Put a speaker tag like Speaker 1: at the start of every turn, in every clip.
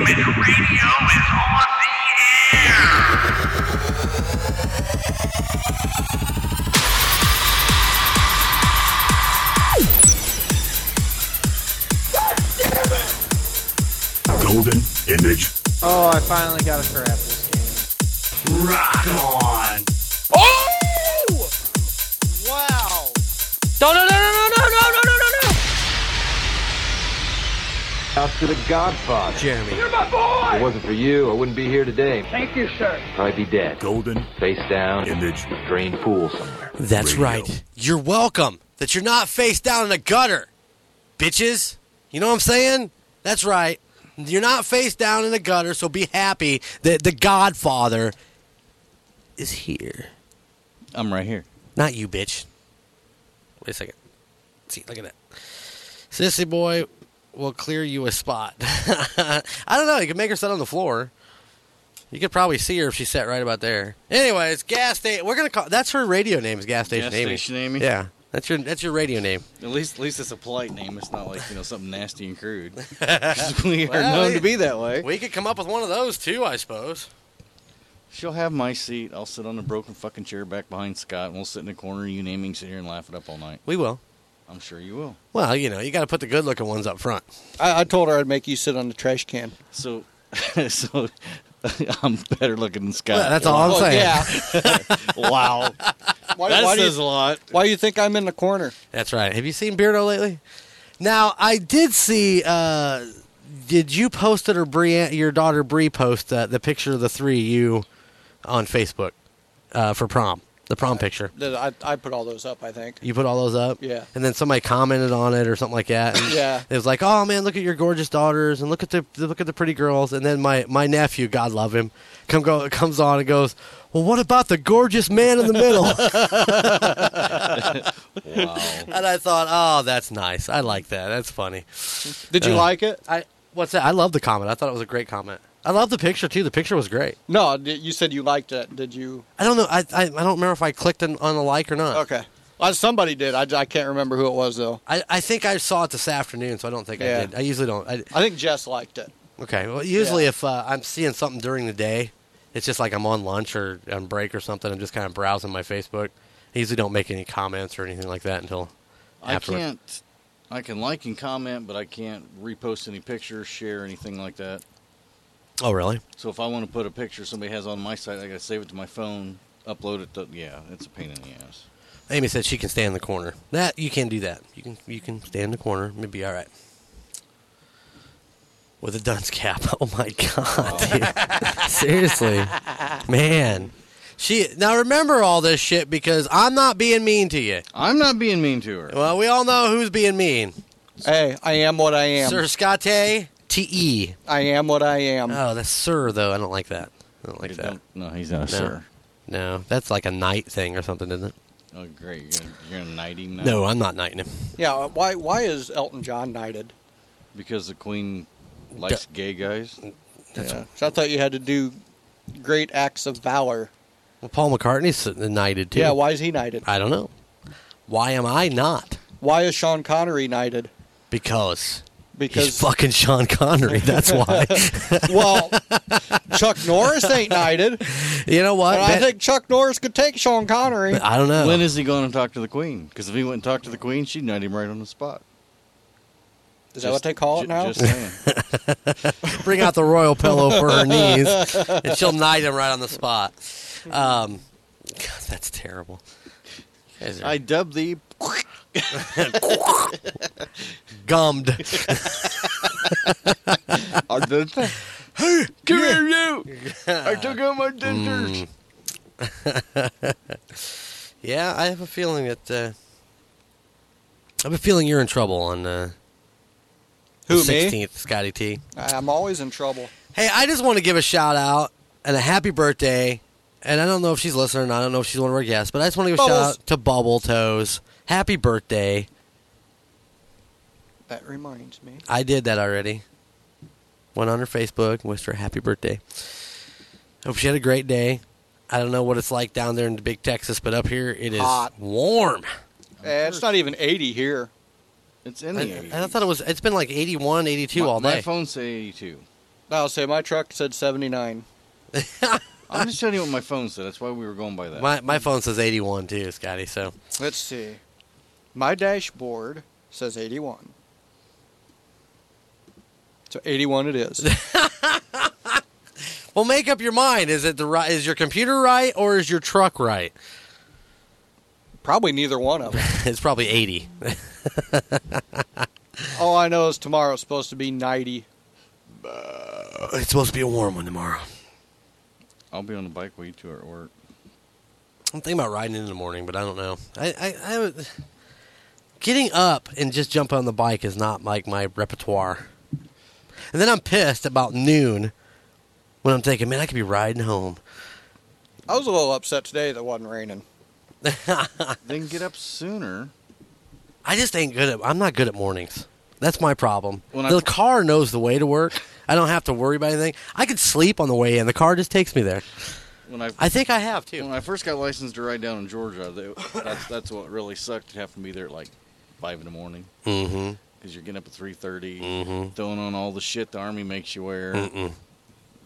Speaker 1: radio is on the air.
Speaker 2: Golden Image
Speaker 3: Oh, I finally got a crap this game.
Speaker 2: Rock On.
Speaker 4: Oh!
Speaker 3: Wow.
Speaker 4: No, no, no, no, no, no, no, no, no, no, no!
Speaker 5: After the Godfather.
Speaker 4: Jeremy.
Speaker 5: If it wasn't for you, I wouldn't be here today.
Speaker 6: Thank you, sir.
Speaker 5: I'd be dead.
Speaker 2: Golden
Speaker 5: Face down in
Speaker 2: Image
Speaker 5: a drained pool somewhere.
Speaker 4: That's
Speaker 2: Radio.
Speaker 4: right. You're welcome. That you're not face down in a gutter, bitches. You know what I'm saying? That's right. You're not face down in the gutter, so be happy that the Godfather is here.
Speaker 7: I'm right here.
Speaker 4: Not you, bitch. Wait a second. See, look at that. Sissy boy will clear you a spot. I don't know. You could make her sit on the floor. You could probably see her if she sat right about there. Anyways, gas station. We're gonna call. That's her radio name. Is gas station
Speaker 7: Gas
Speaker 4: Amy.
Speaker 7: Station Amy?
Speaker 4: Yeah, that's your that's your radio name.
Speaker 7: At least, at least it's a polite name. It's not like you know something nasty and crude. 'Cause we are
Speaker 4: Well,
Speaker 7: known
Speaker 4: we-
Speaker 7: to be that way.
Speaker 4: We could come up with one of those too, I suppose.
Speaker 7: She'll have my seat. I'll sit on the broken fucking chair back behind Scott, and we'll sit in the corner. You name me, sit here and laugh it up all night.
Speaker 4: We will.
Speaker 7: I'm sure you will.
Speaker 4: Well, you know, you got to put the good looking ones up front.
Speaker 8: I, I told her I'd make you sit on the trash can.
Speaker 7: So, so I'm better looking than Scott.
Speaker 4: Well, that's all I'm saying.
Speaker 8: Oh, yeah.
Speaker 7: Wow,
Speaker 8: Why,
Speaker 7: that
Speaker 8: why do
Speaker 7: says
Speaker 8: you,
Speaker 7: a lot.
Speaker 8: why you think I'm in the corner?
Speaker 4: That's right. Have you seen Beardo lately? Now, I did see. Uh, did you post it or Bri, your daughter Bree post uh, the picture of the three of you on Facebook uh, for prom? The prom picture.
Speaker 8: That I, I put all those up, I think.
Speaker 4: You put all those up,
Speaker 8: Yeah.
Speaker 4: And then somebody commented on it or something like that. and
Speaker 8: Yeah.
Speaker 4: it was like, "Oh man, look at your gorgeous daughters, and look at the look at the pretty girls." And then my my nephew, God love him, come go comes on and goes, "Well, what about the gorgeous man in the middle?"
Speaker 7: Wow.
Speaker 4: and I thought, "Oh, that's nice. I like that. That's funny."
Speaker 8: Did you
Speaker 4: Uh.
Speaker 8: like it?
Speaker 4: I what's that? I love the comment. I thought it was a great comment. I love the picture too. The picture was great.
Speaker 8: No, d- you said you liked it. Did you?
Speaker 4: I don't know. I I, I don't remember if I clicked on, on the like or not.
Speaker 8: Okay. Well, somebody did. I, I can't remember who it was, though.
Speaker 4: I, I think I saw it this afternoon, so I don't think I
Speaker 8: Yeah.
Speaker 4: did. I usually don't. I,
Speaker 8: I think Jess liked it.
Speaker 4: okay. Well, usually
Speaker 8: Yeah.
Speaker 4: if uh, I'm seeing something during the day, it's just like I'm on lunch or on break or something. I'm just kind of browsing my Facebook. I usually don't make any comments or anything like that until
Speaker 7: I
Speaker 4: afterward.
Speaker 7: can't. I can like and comment, but I can't repost any pictures, share anything like that.
Speaker 4: Oh, really?
Speaker 7: So if I want to put a picture somebody has on my site, I got to save it to my phone, upload it. To, yeah, it's a pain in the ass.
Speaker 4: Amy said she can stay in the corner. That you can do that. You can you can stay in the corner. It'll be all right. With a dunce cap. Oh my god, dude. Seriously. Man. She now remember all this shit because I'm not being mean to you.
Speaker 7: I'm not being mean to her.
Speaker 4: Well, we all know who's being mean.
Speaker 8: Hey, I am what I am.
Speaker 4: Sir Scate T E.
Speaker 8: I am what I am.
Speaker 4: Oh, that's sir though. I don't like that. I don't like
Speaker 7: You
Speaker 4: that.
Speaker 7: don't- no, he's not a
Speaker 4: No.
Speaker 7: sir.
Speaker 4: No. That's like a knight thing or something, isn't it?
Speaker 7: Oh, great. You're going you're gonna knight him now?
Speaker 4: No, I'm not knighting him.
Speaker 8: Yeah. uh, Why? Why is Elton John knighted?
Speaker 7: Because the queen likes gay guys?
Speaker 8: Yeah. So I thought you had to do great acts of valor.
Speaker 4: Well, Paul McCartney's knighted too.
Speaker 8: Yeah. Why is he knighted?
Speaker 4: I don't know. Why am I not?
Speaker 8: Why is Sean Connery knighted?
Speaker 4: Because he's
Speaker 8: Because
Speaker 4: fucking Sean Connery. That's why.
Speaker 8: well, Chuck Norris ain't knighted,
Speaker 4: you know what?
Speaker 8: and I
Speaker 4: Ben-
Speaker 8: think Chuck Norris could take Sean Connery.
Speaker 7: uh,
Speaker 4: I don't know.
Speaker 7: When is he going to talk to the queen? Because if he went and talked to the queen, she'd knight him right on the spot.
Speaker 8: Is that what they call it
Speaker 7: Ju-
Speaker 8: now?
Speaker 7: Just saying.
Speaker 4: Bring out the royal pillow for her knees, and she'll knight him right on the spot. Um, God, that's terrible. You guys are
Speaker 7: I dub the.
Speaker 4: gummed.
Speaker 7: Come here, you! I took out my
Speaker 4: Mm.
Speaker 7: dentures.
Speaker 4: yeah, I have a feeling that. Uh, I have a feeling you're in trouble on uh,
Speaker 8: Who
Speaker 4: the
Speaker 8: me?
Speaker 4: 16th, Scotty T.
Speaker 8: I'm always in trouble.
Speaker 4: Hey, I just want to give a shout out and a happy birthday. And I don't know if she's listening. I don't know if she's one of our guests, but I just want to give a shout
Speaker 8: Bubbles.
Speaker 4: out to Bubble Toes. Happy birthday!
Speaker 8: That reminds me.
Speaker 4: I did that already. Went on her Facebook, and wished her a happy birthday. Hope she had a great day. I don't know what it's like down there in the big Texas, but up here it is
Speaker 8: Hot.
Speaker 4: warm.
Speaker 8: Eh, it's not even 80 here.
Speaker 7: It's in
Speaker 4: I,
Speaker 7: the 80s.
Speaker 4: I thought it was. It's been like 81, 82
Speaker 7: my,
Speaker 4: all day.
Speaker 7: My phone say 82.
Speaker 8: I'll say my truck said 79.
Speaker 7: I'm just telling you what my phone said. That's why we were going by that.
Speaker 4: My my phone says 81 too, Scotty. So
Speaker 8: Let's see. My dashboard says 81. So 81 it is.
Speaker 4: well, make up your mind. Is it the right? Is your computer right or is your truck right?
Speaker 8: Probably neither one of them.
Speaker 4: It's probably 80.
Speaker 8: All Oh, I know is tomorrow's supposed to be 90.
Speaker 4: It's supposed to be a warm one tomorrow.
Speaker 7: I'll be on the bike way to at work.
Speaker 4: I'm thinking about riding in the morning, but I don't know. I, I, I would- getting up and just jumping on the bike is not like my repertoire. And then I'm pissed about noon when I'm thinking, man, I could be riding home.
Speaker 8: I was a little upset today that it wasn't raining.
Speaker 7: Then get up sooner.
Speaker 4: I just ain't good at. I'm not good at mornings. That's my problem.
Speaker 7: When I-
Speaker 4: the car knows the way to work. I don't have to worry about anything. I could sleep on the way in. The car just takes me there.
Speaker 7: When I,
Speaker 4: I think I have
Speaker 7: when
Speaker 4: too.
Speaker 7: I first got licensed to ride down in Georgia, they- that's that's what really sucked. Having to be there at like five in the morning
Speaker 4: Mm-hmm.
Speaker 7: because you're getting up at three
Speaker 4: Mm.
Speaker 7: throwing on all the shit the army makes you wear,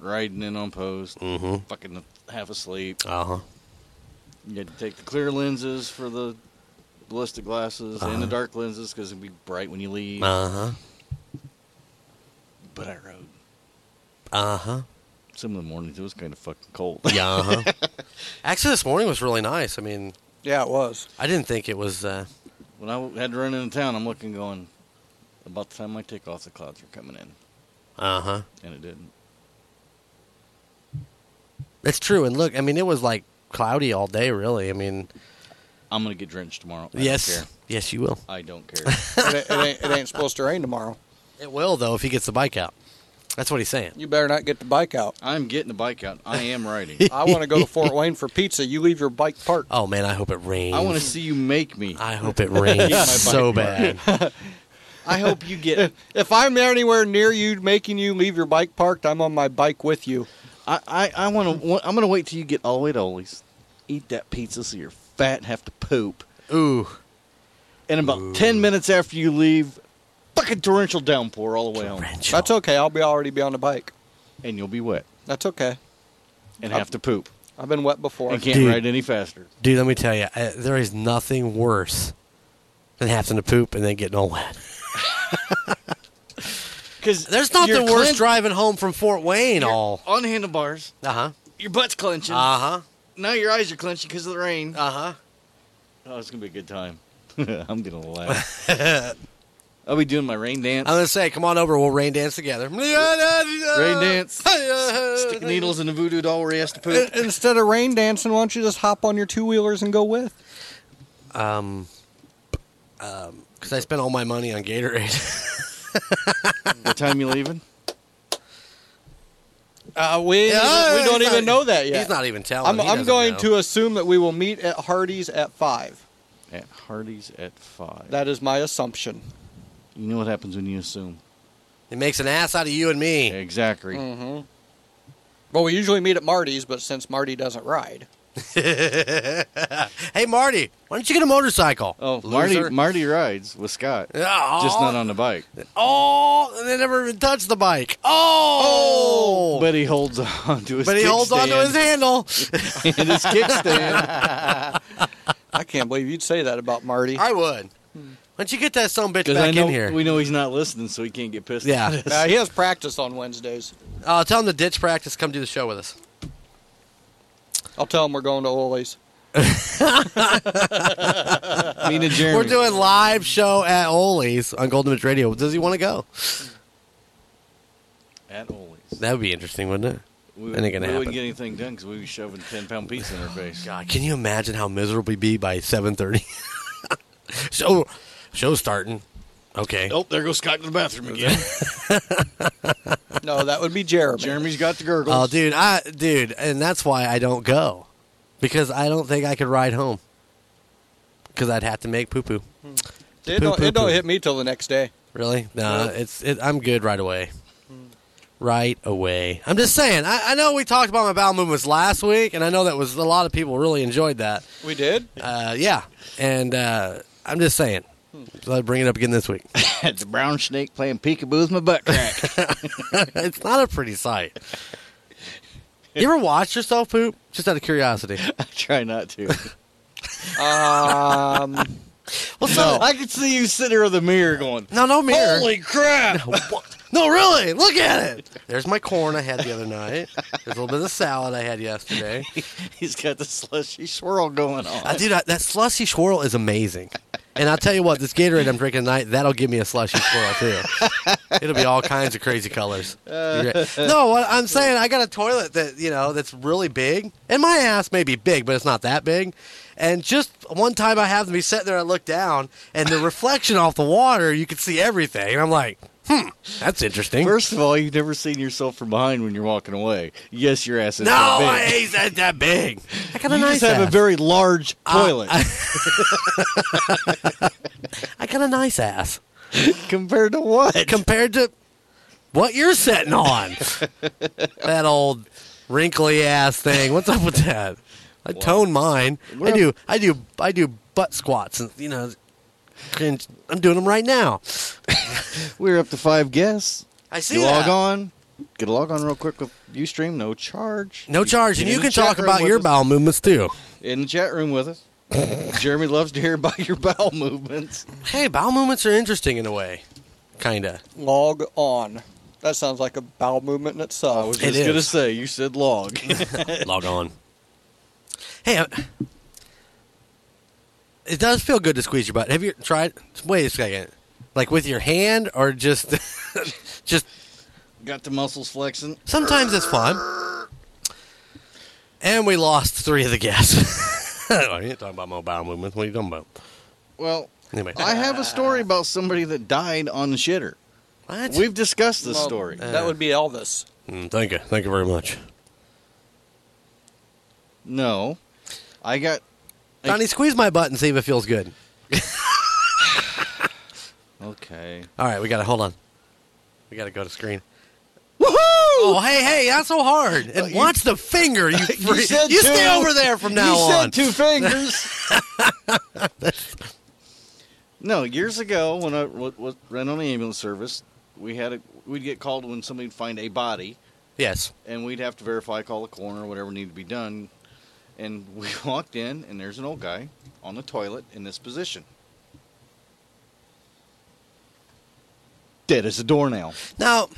Speaker 7: riding in on post,
Speaker 4: Mhm.
Speaker 7: fucking half asleep.
Speaker 4: Uh huh.
Speaker 7: You had to take the clear lenses for the ballistic glasses and the dark lenses because it'd be bright when you leave.
Speaker 4: Uh-huh. Uh huh.
Speaker 7: But I rode.
Speaker 4: Uh huh.
Speaker 7: Some of the mornings it was kind of fucking cold.
Speaker 4: Yeah. Uh-huh. Actually, this morning was really nice. I mean,
Speaker 8: Yeah, it was.
Speaker 4: I didn't think it was. Uh,
Speaker 7: when I had to run into town, I'm looking, going, about the time I take off, the clouds are coming in,
Speaker 4: uh huh.
Speaker 7: and it didn't.
Speaker 4: It's true. And look, I mean, it was like cloudy all day. Really. I mean,
Speaker 7: I'm gonna get drenched tomorrow. I
Speaker 4: yes,
Speaker 7: don't care.
Speaker 4: yes, you will.
Speaker 7: I don't care.
Speaker 8: It, ain't- it, ain't, it ain't supposed to rain tomorrow.
Speaker 4: It will though if he gets the bike out. That's what he's saying.
Speaker 8: You better not get the bike out.
Speaker 7: I'm getting the bike out. I am riding.
Speaker 8: I want to go to Fort Wayne for pizza. You leave your bike parked.
Speaker 4: Oh man, I hope it rains.
Speaker 7: I want to see you make me.
Speaker 4: I hope it rains so bad.
Speaker 7: I hope you get.
Speaker 8: If I'm anywhere near you making you leave your bike parked, I'm on my bike with you.
Speaker 7: I I, I want to. I'm gonna wait till you get all the way to Ollie's. Eat that pizza so you're fat and have to poop.
Speaker 4: Ooh,
Speaker 7: And about ten minutes after you leave, fucking torrential downpour all the way home,
Speaker 4: torrential.
Speaker 8: That's okay. I'll be already be on the bike.
Speaker 7: and you'll be wet
Speaker 8: That's okay.
Speaker 7: and have to poop
Speaker 8: I've been wet before.
Speaker 7: and can't
Speaker 4: Dude.
Speaker 7: ride any faster.
Speaker 4: Dude, let me tell you, I, there is nothing worse than having to poop and then getting all wet.
Speaker 7: Because
Speaker 4: There's nothing worse driving home from Fort Wayne all.
Speaker 7: on handlebars.
Speaker 4: Uh huh.
Speaker 7: Your butt's clenching.
Speaker 4: Uh huh.
Speaker 7: now your eyes are clenching because of the rain.
Speaker 4: Uh huh.
Speaker 7: oh, it's gonna be a good time. I'm gonna laugh. I'll be doing my rain dance.
Speaker 4: I'm gonna say, come on over. We'll rain dance together. Rain dance.
Speaker 7: dance. Stick needles in the voodoo doll where he has to poop.
Speaker 8: In- Instead of rain dancing, why don't you just hop on your two wheelers and go with?
Speaker 4: Um, because I spent all my money on Gatorade.
Speaker 7: what time you leaving?
Speaker 8: Uh, we
Speaker 4: Yeah,
Speaker 8: we don't
Speaker 4: he's
Speaker 8: even
Speaker 4: not-
Speaker 8: know that yet.
Speaker 4: He's not even telling.
Speaker 8: I'm,
Speaker 4: He
Speaker 8: I'm
Speaker 4: doesn't
Speaker 8: going
Speaker 4: know.
Speaker 8: to assume that we will meet at Hardy's at five.
Speaker 7: At Hardy's at five.
Speaker 8: That is my assumption.
Speaker 7: you know what happens when you assume.
Speaker 4: It makes an ass out of you and me.
Speaker 7: Exactly.
Speaker 8: Mm-hmm. Well, we usually meet at Marty's, but since Marty doesn't ride,
Speaker 4: Hey, Marty, why don't you get a motorcycle?
Speaker 7: Oh,
Speaker 4: Loser.
Speaker 7: Marty Marty rides with Scott,
Speaker 4: Aw.
Speaker 7: just not on the bike.
Speaker 4: Oh, they never even touched the bike. Oh,
Speaker 7: But he holds on to his.
Speaker 4: But he holds on to his handle.
Speaker 7: hand. his kickstand.
Speaker 8: I can't believe you'd say that about Marty.
Speaker 4: I would. Why don't you get that some bitch
Speaker 7: Because I
Speaker 4: back
Speaker 7: know
Speaker 4: in here?
Speaker 7: we know he's not listening, so he can't get pissed.
Speaker 4: Yeah.
Speaker 7: At us.
Speaker 8: Now, Uh, he has practice on Wednesdays.
Speaker 4: Uh, tell him to ditch practice. Come do the show with us.
Speaker 8: I'll tell him we're going to Ollie's.
Speaker 7: Me and Jeremy.
Speaker 4: We're doing live show at Ollie's on Golden Mitch Radio. Does he want to go?
Speaker 7: at Ollie's.
Speaker 4: That would be interesting, wouldn't it?
Speaker 7: We,
Speaker 4: That ain't gonna
Speaker 7: we
Speaker 4: happen.
Speaker 7: wouldn't get anything done because we were shoving ten pound pizza in her face.
Speaker 4: God, can you imagine how miserable we'd be by seven thirty? so, show's starting. Okay.
Speaker 7: Oh, there goes Scott to the bathroom again.
Speaker 8: No, that would be Jeremy. Uh,
Speaker 7: Jeremy's got the gurgles.
Speaker 4: Oh, dude, I dude, and that's why I don't go because I don't think I could ride home because I'd have to make poo poo.
Speaker 8: it, don't,
Speaker 4: Poo, poo,
Speaker 8: it don't
Speaker 4: poo.
Speaker 8: hit me till the next day.
Speaker 4: Really? No, it's it, I'm good right away. Right away. I'm just saying. I, I know we talked about my bowel movements last week, and I know that was a lot of people really enjoyed that.
Speaker 8: We did.
Speaker 4: Uh, yeah, and uh, I'm just saying. So I'd bring it up again this week.
Speaker 7: the brown snake playing peekaboo with my butt crack.
Speaker 4: it's not a pretty sight. You ever watch yourself poop? Just out of curiosity.
Speaker 7: I try not to.
Speaker 8: Um,
Speaker 4: Well,
Speaker 7: So
Speaker 4: so
Speaker 7: I could see you sitting there with a mirror going,
Speaker 4: no, no mirror.
Speaker 7: Holy crap!
Speaker 4: What? No, really. Look at it. There's my corn I had the other night. There's a little bit of salad I had yesterday.
Speaker 7: He's got the slushy swirl going on.
Speaker 4: I, dude, I, that slushy swirl is amazing. And I'll tell you what, this Gatorade I'm drinking tonight, that'll give me a slushy swirl too. It'll be all kinds of crazy colors. You're right. No, what I'm saying, I got a toilet that you know that's really big, and my ass may be big, but it's not that big. And just one time, I happened to be sitting there, I looked down, and the reflection off the water, you could see everything. And I'm like, hmm, that's interesting.
Speaker 7: First of all, you've never seen yourself from behind when you're walking away. Yes, your ass is
Speaker 4: no,
Speaker 7: that
Speaker 4: I
Speaker 7: big.
Speaker 4: ain't that, that big. I got a
Speaker 7: you
Speaker 4: nice
Speaker 7: just have
Speaker 4: ass.
Speaker 7: a very large
Speaker 4: Uh,
Speaker 7: toilet
Speaker 4: I got a nice ass.
Speaker 7: compared to what?
Speaker 4: compared to what you're sitting on. that old wrinkly ass thing. What's up with that? I tone mine. I do. I do. I do butt squats. And, you know, cringe. I'm doing them right now.
Speaker 7: We're up to five guests.
Speaker 4: I see
Speaker 7: You
Speaker 4: that.
Speaker 7: log on. Get a log on real quick with UStream, no charge.
Speaker 4: No charge,
Speaker 7: Get
Speaker 4: and
Speaker 7: in
Speaker 4: you
Speaker 7: the
Speaker 4: can
Speaker 7: chat
Speaker 4: talk
Speaker 7: room
Speaker 4: about
Speaker 7: with
Speaker 4: your
Speaker 7: us.
Speaker 4: bowel movements too.
Speaker 7: in the chat room with us. Jeremy loves to hear about your bowel movements.
Speaker 4: Hey, bowel movements are interesting in a way, kinda.
Speaker 8: log on. That sounds like a bowel movement in
Speaker 7: I was
Speaker 8: itself.
Speaker 4: It
Speaker 7: just gonna
Speaker 4: is.
Speaker 7: say you said log.
Speaker 4: log on. Hey, I- it does feel good to squeeze your butt. Have you tried? Wait a second. Like with your hand or just, just
Speaker 7: Got the muscles flexing.
Speaker 4: Sometimes it's fun. And we lost three of the guests. I ain't talking about mobile movements. What are you talking about?
Speaker 7: Well,
Speaker 4: Anyway,
Speaker 7: I have a story about somebody that died on the shitter.
Speaker 4: What?
Speaker 7: We've discussed this
Speaker 8: Well,
Speaker 7: story.
Speaker 4: Uh.
Speaker 8: That would be Elvis.
Speaker 4: Mm, thank you, thank you very much.
Speaker 7: No, I got.
Speaker 4: Donnie, squeeze my butt and see if it feels good.
Speaker 7: Okay.
Speaker 4: All right, we got to hold on. We got to go to screen. Woohoo! Oh, hey, hey, that's so hard. And watch the finger. You, freak-
Speaker 7: said
Speaker 4: you
Speaker 7: two.
Speaker 4: stay over there from now
Speaker 7: you
Speaker 4: on.
Speaker 7: said two fingers. no, years ago when I w- w- ran on the ambulance service, we had a we'd get called when somebody'd find a body,
Speaker 4: Yes.
Speaker 7: and we'd have to verify, call the coroner, whatever needed to be done. And we walked in, and there's an old guy on the toilet in this position, dead as a doornail.
Speaker 4: Now,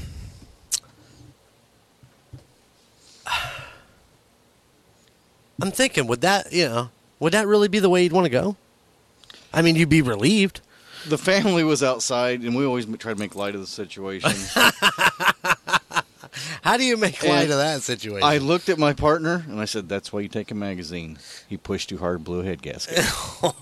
Speaker 4: I'm thinking, would that you know, would that really be the way you'd want to go? I mean, you'd be relieved.
Speaker 7: The family was outside, and we always m- try to make light of the situation.
Speaker 4: How do you make light
Speaker 7: And
Speaker 4: of that situation?
Speaker 7: I looked at my partner, and I said, "That's why you take a magazine." He pushed too hard, blew a head gasket.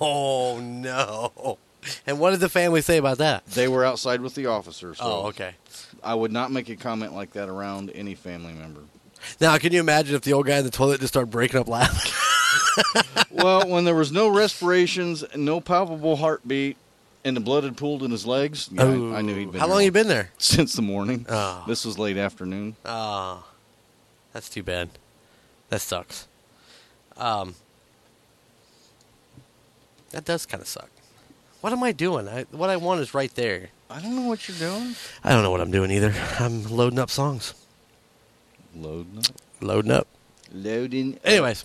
Speaker 4: oh no! And what did the family say about that?
Speaker 7: they were outside with the officer, so
Speaker 4: Oh, okay.
Speaker 7: I would not make a comment like that around any family member.
Speaker 4: Now, can you imagine if the old guy in the toilet just started breaking up loud?
Speaker 7: well, when there was no respirations, and no palpable heartbeat, and the blood had pooled in his legs, yeah, I- I, knew he'd been.
Speaker 4: How long
Speaker 7: there
Speaker 4: you been there?
Speaker 7: Since the morning.
Speaker 4: Oh.
Speaker 7: This was late afternoon.
Speaker 4: Oh, that's too bad. That sucks. Um, that does kind of suck. What am I doing? I, what I want is right there.
Speaker 7: I don't know what you're doing.
Speaker 4: I don't know what I'm doing either. I'm loading up songs.
Speaker 7: Loading. Up.
Speaker 4: Loading up.
Speaker 7: Loading. up.
Speaker 4: Anyways,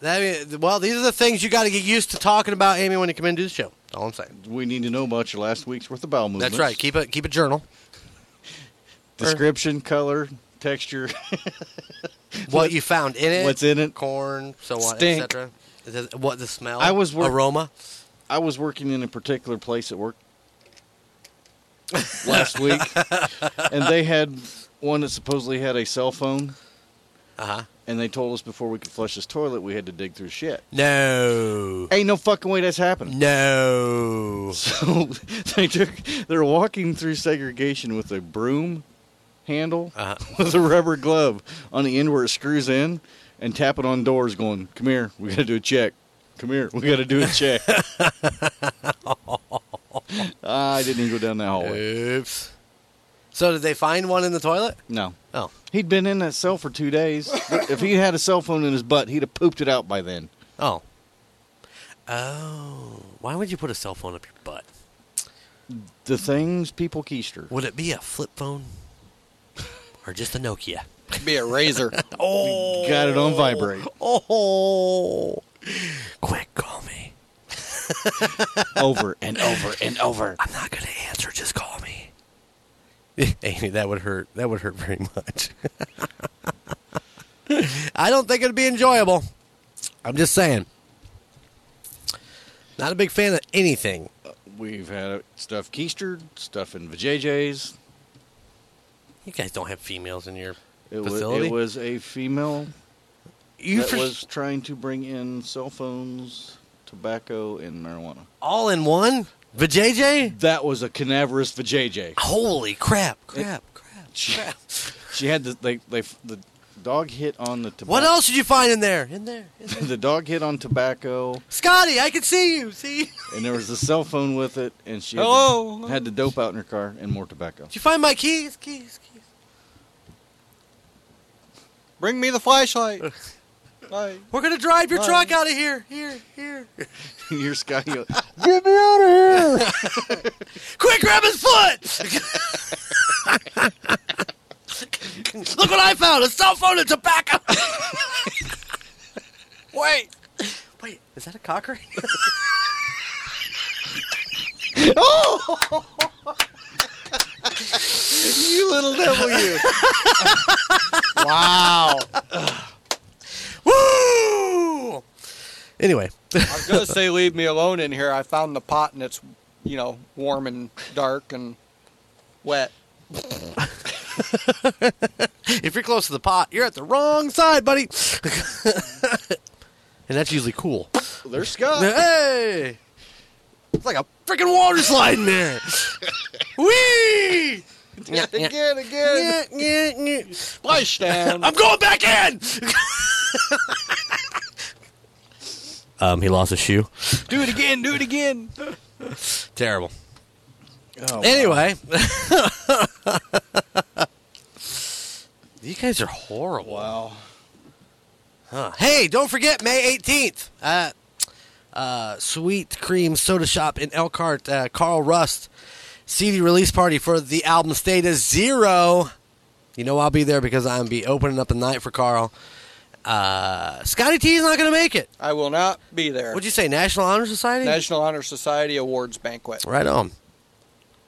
Speaker 4: that, well, these are the things you got to get used to talking about, Amy, when you come into the show. That's all I'm saying.
Speaker 7: we need to know about your last week's worth of bowel movements.
Speaker 4: That's right. Keep a keep a journal.
Speaker 7: Description, color, texture.
Speaker 4: What you found in it.
Speaker 7: What's in it?
Speaker 4: Corn, so on,
Speaker 8: Stink.
Speaker 4: etc. Is it- What the smell?
Speaker 7: I was wor-
Speaker 4: aroma.
Speaker 7: I was working in a particular place at work last week, and they had one that supposedly had a cell phone,
Speaker 4: Uh huh.
Speaker 7: and they told us before we could flush this toilet, we had to dig through shit.
Speaker 4: No.
Speaker 7: Ain't no fucking way that's happening.
Speaker 4: No.
Speaker 7: So they took, they're walking through segregation with a broom handle
Speaker 4: Uh,
Speaker 7: with a rubber glove on the end where it screws in, and tapping on doors, going, "Come here, we got to do a check. Come here, we got to do a check." I didn't even go down that hallway.
Speaker 4: oops. So did they find one in the toilet?
Speaker 7: No.
Speaker 4: Oh,
Speaker 7: He'd been in that cell for two days. if he had a cell phone in his butt, he'd have pooped it out by then.
Speaker 4: oh, oh. Why would you put a cell phone up your butt?
Speaker 7: The things people keister.
Speaker 4: Would it be a flip phone or just a Nokia?
Speaker 8: Be a razor.
Speaker 4: Oh,
Speaker 7: Got it on vibrate.
Speaker 4: Oh, quick, call me.
Speaker 7: over and over and over.
Speaker 4: I'm not gonna answer. Just call me. Amy, that would hurt. That would hurt very much. I don't think it'd be enjoyable. I'm just saying. Not a big fan of anything.
Speaker 7: We've had stuff keistered, stuff in vajayjays.
Speaker 4: You guys don't have females in your
Speaker 7: It was,
Speaker 4: facility.
Speaker 7: it was a female
Speaker 4: you
Speaker 7: that
Speaker 4: for-
Speaker 7: was trying to bring in cell phones, tobacco, and marijuana.
Speaker 4: all in one. Vijay
Speaker 7: That was a canaverous vajayjay.
Speaker 4: Holy crap! Crap! crap!
Speaker 7: She,
Speaker 4: Crap!
Speaker 7: she had the they, they the dog hit on the tobacco.
Speaker 4: What else did you find in there? In there, in there.
Speaker 7: The dog hit on tobacco,
Speaker 4: Scotty, I can see you. See, did
Speaker 7: and there was a cell phone with it, and she had,
Speaker 8: Hello?
Speaker 7: The, had the dope out in her car and more tobacco.
Speaker 4: you find my keys? Keys, keys.
Speaker 8: Bring me the flashlight. Like,
Speaker 4: We're gonna drive your
Speaker 8: Bye.
Speaker 4: truck out of here. Here, here.
Speaker 7: And your sky goes,
Speaker 4: Quick, grab his foot! Look what I found a cell phone and tobacco! Wait! Wait, is that a cocker?
Speaker 7: "You little devil, you!"
Speaker 8: wow.
Speaker 4: Woo! Anyway,
Speaker 8: I was gonna say leave me alone in here. I found the pot and it's you know warm and dark and wet.
Speaker 4: if you're close to the pot, you're at the wrong side, buddy! and that's usually cool.
Speaker 7: There's Scott.
Speaker 4: Hey! It's like a freaking water slide in there! Whee!
Speaker 8: Again, again. Splash down.
Speaker 4: I'm going back in. um, he lost a shoe.
Speaker 8: do it again. Do it again.
Speaker 4: Terrible.
Speaker 7: Oh,
Speaker 4: Anyway, you guys are horrible.
Speaker 7: wow.
Speaker 4: Huh. Uh, Hey, don't forget May 18th. Uh, uh, Sweet Cream Soda Shop in Elkhart. Uh, Carl Rust CD release party for the album State of Zero. You know I'll be there because I'm be opening up the night for Carl. Uh, Scotty T is not going to make it.
Speaker 8: I will not be there.
Speaker 4: What'd you say? National Honor Society.
Speaker 8: National Honor Society Awards banquet.
Speaker 4: right on.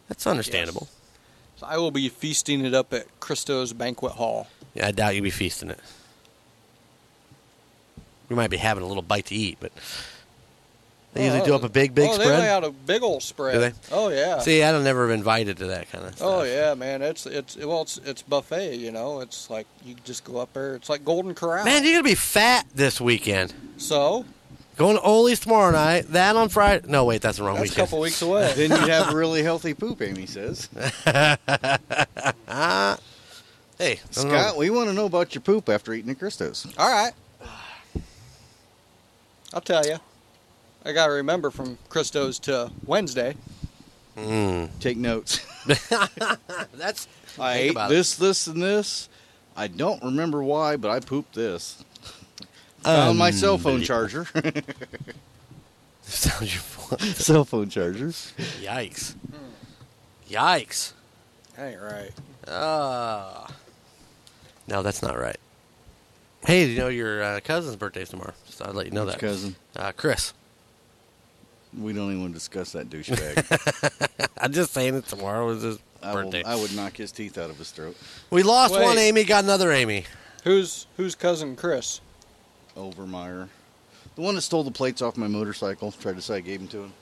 Speaker 4: That's understandable.
Speaker 8: So I will be feasting it up at Christo's banquet hall.
Speaker 4: Yeah, I doubt you'll be feasting it. You might be having a little bite to eat, but they usually do up a big, big
Speaker 8: oh,
Speaker 4: spread.
Speaker 8: they lay out a big old spread.
Speaker 4: Do they?
Speaker 8: Oh yeah.
Speaker 4: See, I don't never been invited to that kind of stuff.
Speaker 8: Oh yeah, man. It's it's well, it's it's buffet. You know, it's like you just go up there. It's like Golden Corral.
Speaker 4: Man, you're gonna be fat this weekend.
Speaker 8: so
Speaker 4: Going to Ole's tomorrow night. That on Friday. No, wait, that's the wrong
Speaker 8: that's a
Speaker 4: weekend.
Speaker 8: couple weeks away.
Speaker 7: Then you'd have really healthy poop, Amy says.
Speaker 4: hey, I don't know.
Speaker 7: Scott, we want to know about your poop after eating at Christos.
Speaker 8: All right. I'll tell you. I gotta remember from Christo's to Wednesday.
Speaker 7: Take notes.
Speaker 4: Hmm. that's
Speaker 7: I
Speaker 4: Think
Speaker 7: ate
Speaker 4: about it.
Speaker 7: this, this, and this. I don't remember why, but I pooped this. Found
Speaker 4: Um,
Speaker 7: my cell phone charger.
Speaker 4: sounds your fault.
Speaker 7: cell phone chargers.
Speaker 4: Yikes! Yikes!
Speaker 8: That ain't right.
Speaker 4: Ah. no, that's not right. Hey, you know your uh, cousin's birthday's tomorrow, so I'd let you know
Speaker 7: Which
Speaker 4: that.
Speaker 7: cousin?
Speaker 4: Uh, Chris.
Speaker 7: We don't even want to discuss that douchebag.
Speaker 4: I'm just saying that tomorrow is his
Speaker 7: I, will-
Speaker 4: birthday.
Speaker 7: I would knock his teeth out of his throat.
Speaker 4: We lost
Speaker 8: Wait.
Speaker 4: one Amy, got another Amy.
Speaker 8: Who's who's cousin Chris?
Speaker 7: Overmeyer. The one that stole the plates off my motorcycle. Tried to say I gave them to him.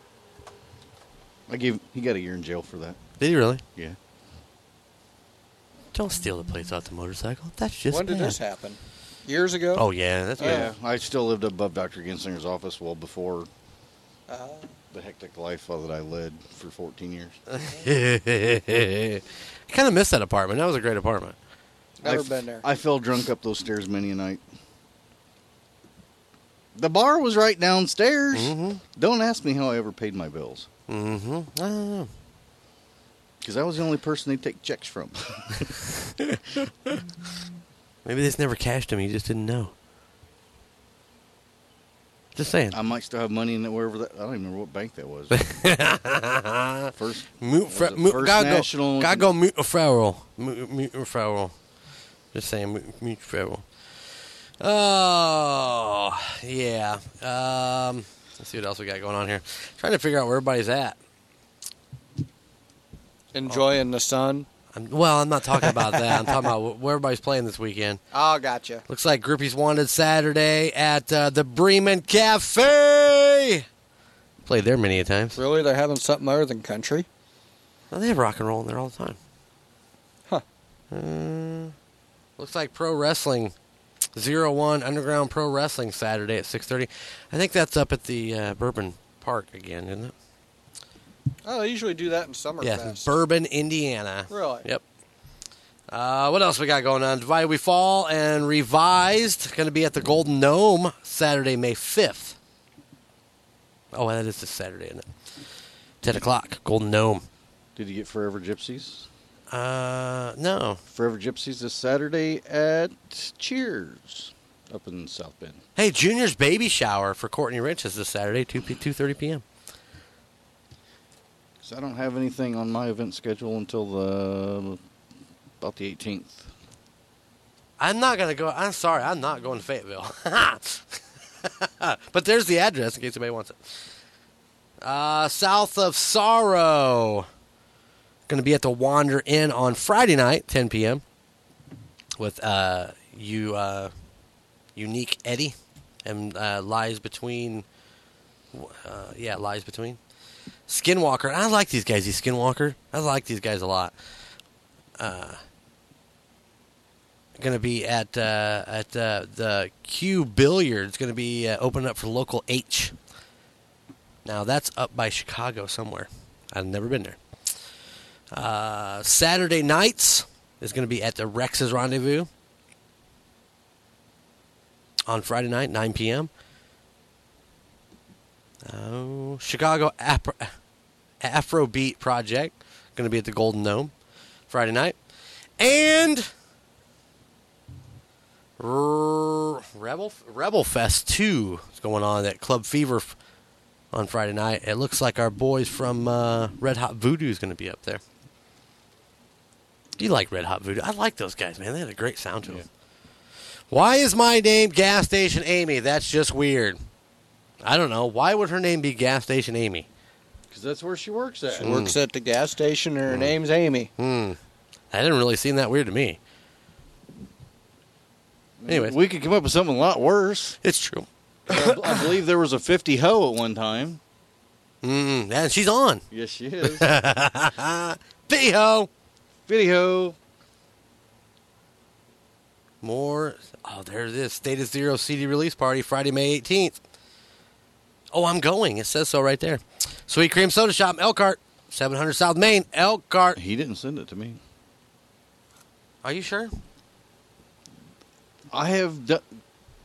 Speaker 7: I gave. He got a year in jail for that.
Speaker 4: Did he really?
Speaker 7: Yeah.
Speaker 4: Don't steal the plates off the motorcycle. That's just
Speaker 8: when did
Speaker 4: bad.
Speaker 8: this happen? Years ago.
Speaker 4: Oh yeah, that's
Speaker 7: Yeah, I still lived above Dr. Gensinger's office well before
Speaker 4: Oh.
Speaker 8: Uh,
Speaker 7: the hectic life that I led for 14 years.
Speaker 4: I kind of missed that apartment. That was a great apartment.
Speaker 8: Never
Speaker 7: I f-
Speaker 8: been there.
Speaker 7: I fell drunk up those stairs many a night. The bar was right downstairs. Don't ask me how I ever paid my bills
Speaker 4: Mm-hmm. Oh,
Speaker 7: because I was the only person they take checks from.
Speaker 4: maybe this never cashed him. He just didn't know. Just saying.
Speaker 7: I might still have money in that wherever that. I don't even remember what bank that was. First,
Speaker 4: Mute
Speaker 7: was
Speaker 4: fra-
Speaker 7: it
Speaker 4: mute,
Speaker 7: First
Speaker 4: gotta
Speaker 7: National-
Speaker 4: go. Gotta go mute referral. Mute, mute referral. Just saying, mute, mute referral. Oh yeah. Um, let's see what else we got going on here. Trying to figure out where everybody's at.
Speaker 8: Enjoying the sun.
Speaker 4: I'm, well, I'm not talking about that. I'm talking about wh- where everybody's playing this weekend.
Speaker 8: Oh, gotcha.
Speaker 4: Looks like Groupies Wanted Saturday at uh, the Bremen Cafe. Played there many a times.
Speaker 8: Really, they're having something other than country.
Speaker 4: Oh, they have rock and roll in there all the time.
Speaker 8: Huh.
Speaker 4: Uh, looks like pro wrestling, zero one underground pro wrestling Saturday at six thirty. I think that's up at the uh, Bourbon Park again, isn't it?
Speaker 8: Oh, they usually do that in summer.
Speaker 4: yeah,
Speaker 8: fest.
Speaker 4: Bourbon, Indiana.
Speaker 8: Really?
Speaker 4: Yep. Uh, what else we got going on? Divided We Fall and Revised going to be at the Golden Gnome Saturday, May fifth. Oh, that is this Saturday, isn't it? Ten o'clock, Golden Gnome.
Speaker 7: Did you get Forever Gypsies?
Speaker 4: Uh, no,
Speaker 7: Forever Gypsies this Saturday at Cheers up in South Bend.
Speaker 4: Hey, Junior's baby shower for Courtney Rich is this Saturday, two p two thirty p.m.
Speaker 7: So I don't have anything on my event schedule until the about the 18th.
Speaker 4: I'm not gonna go. I'm sorry, I'm not going to Fayetteville. but there's the address in case anybody wants it. Uh, south of Sorrow, going to be at the Wander Inn on Friday night, 10 p.m. with uh, you, uh, unique Eddie, and uh, lies between. Uh, yeah, lies between. Skinwalker. I like these guys. These Skinwalker. I like these guys a lot. going to be at uh, at uh, the Q Billiards. Going to be uh, opening up for local H. Now that's up by Chicago somewhere. I've never been there. Uh, Saturday nights is going to be at the Rex's Rendezvous on Friday night, 9 p.m. Oh, Chicago Afro, Afrobeat Project going to be at the Golden Dome Friday night, and R- Rebel Rebel Fest Two is going on at Club Fever f- on Friday night. It looks like our boys from uh, Red Hot Voodoo is going to be up there. You like Red Hot Voodoo? I like those guys, man. They had a great sound to them. Why is my name Gas Station Amy? That's just weird. I don't know. Why would her name be Gas Station Amy?
Speaker 7: Because that's where she works at.
Speaker 8: She works at the gas station.
Speaker 4: Mm-hmm.
Speaker 8: and Her name's Amy.
Speaker 4: That Hmm. didn't really seem that weird to me. Anyways,
Speaker 7: We could come up with something a lot worse.
Speaker 4: it's true.
Speaker 7: I b- I believe there was a 50 hoe at one time.
Speaker 4: Mm, and she's on.
Speaker 7: Yes, she is.
Speaker 4: Theo.
Speaker 7: Video.
Speaker 4: More. Oh, there it is. State of Zero CD release party Friday, May 18th. Oh, I'm going. It says so right there. Sweet Cream Soda Shop, Elkhart, 700 South Main, Elkhart.
Speaker 7: He didn't send it to me.
Speaker 4: Are you sure?
Speaker 7: I have d-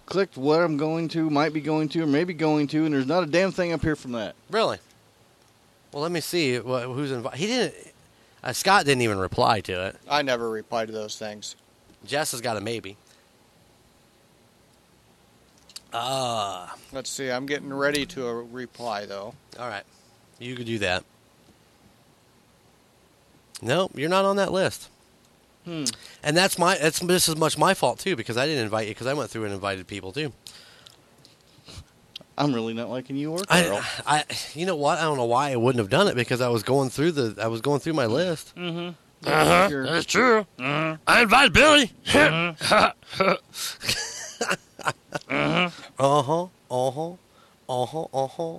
Speaker 7: clicked what I'm going to, might be going to, or maybe going to, and there's not a damn thing up here from that.
Speaker 4: Really? Well, let me see wh- who's invited. He didn't. Uh, Scott didn't even reply to it.
Speaker 8: I never reply to those things.
Speaker 4: Jess has got a maybe. Ah,
Speaker 8: Let's see. I'm getting ready to a reply though.
Speaker 4: all right. You could do that. No, you're not on that list.
Speaker 7: Hmm.
Speaker 4: And that's my that's this is much my fault too because I didn't invite you because I went through and invited people too.
Speaker 7: I'm really not liking you or Carl.
Speaker 4: I, I you know what I don't know why I wouldn't have done it because I was going through the I was going through my list.
Speaker 7: You're-
Speaker 4: Uh-huh. true. I invited Billy. Uh-huh, Uh huh. Uh huh. Uh huh. Uh huh.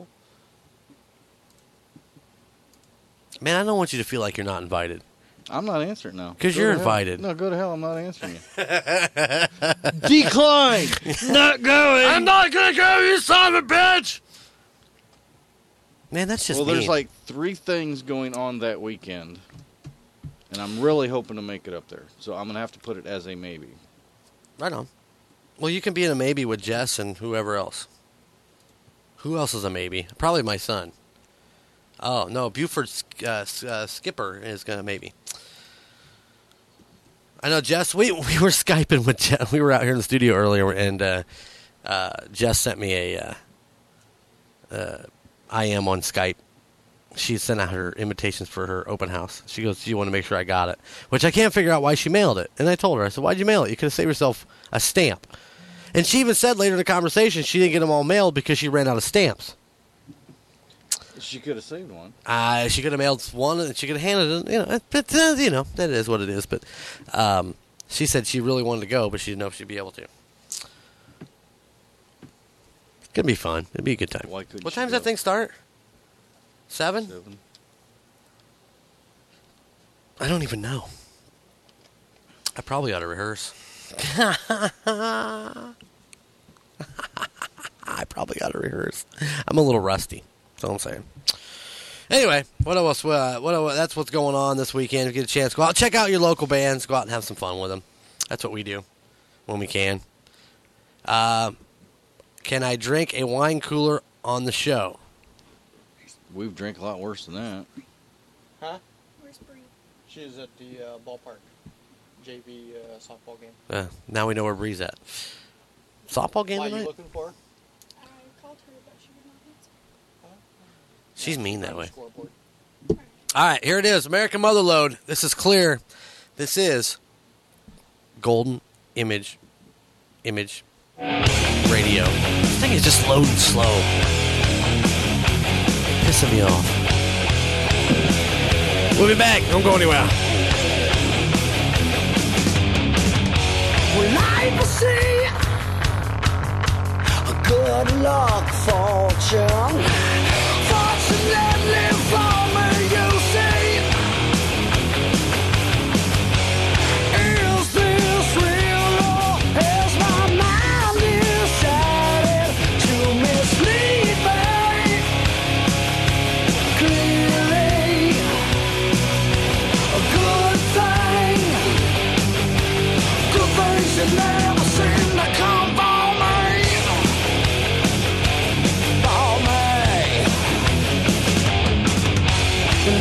Speaker 4: Man, I don't want you to feel like you're not invited.
Speaker 7: I'm not answering now.
Speaker 4: 'Cause
Speaker 7: Go
Speaker 4: you're
Speaker 7: to hell.
Speaker 4: invited.
Speaker 7: No, go to hell. I'm not answering you. Decline. not going.
Speaker 4: I'm not gonna go, you son of a bitch. Man, that's just
Speaker 7: well,
Speaker 4: mean.
Speaker 7: there's like three things going on that weekend, and I'm really hoping to make it up there. So I'm gonna have to put it as a maybe.
Speaker 4: Right on. Well, you can be in a maybe with Jess and whoever else. Who else is a maybe? Probably my son. Oh no, Buford uh, S- uh, Skipper is gonna maybe. I know Jess. We we were skyping with Jess. We were out here in the studio earlier, and uh, uh, Jess sent me a uh, I am on Skype. She sent out her invitations for her open house. She goes, "Do you want to make sure I got it?" Which I can't figure out why she mailed it. And I told her, I said, "Why'd you mail it? You could have saved yourself a stamp." And she even said later in the conversation she didn't get them all mailed because she ran out of stamps.
Speaker 7: She could have saved one.
Speaker 4: Uh, she could have mailed one and she could have handed it, you know, but, uh, you know, that is what it is. But um, she said she really wanted to go, but she didn't know if she'd be able to. It's going to be fun. It'd be a good time.
Speaker 7: Why couldn't
Speaker 4: what
Speaker 7: she
Speaker 4: time does
Speaker 7: go?
Speaker 4: that thing start? Seven?
Speaker 7: Seven.
Speaker 4: I don't even know. I probably ought to rehearse. I probably ought to rehearse. I'm a little rusty. That's all I'm saying. Anyway, what else? Uh, what else, that's what's going on this weekend. If you get a chance, go out, check out your local bands, go out and have some fun with them. That's what we do when we can. Uh, can I drink a wine cooler on the show?
Speaker 7: We've drank a lot worse than that.
Speaker 8: Huh?
Speaker 6: Where's Bree?
Speaker 8: She's at the uh, ballpark, JV uh, softball game.
Speaker 4: Uh, now we know where Bree's at. Softball game
Speaker 8: Why you
Speaker 4: tonight?
Speaker 8: looking for?
Speaker 6: I called her, but she would not answer.
Speaker 4: She's mean that
Speaker 8: On the
Speaker 4: way.
Speaker 8: Scoreboard.
Speaker 4: All right, here it is. American Motherload. This is clear. This is Golden Image Image Radio. This thing is just loading slow. Pissing me off. We'll be back. Don't go anywhere.
Speaker 9: When I foresee a good luck fortune, fortunately for me, you see, is this real or is my mind decided to mislead me? Clearly, a good thing. Good things that never seem to come for me. For me.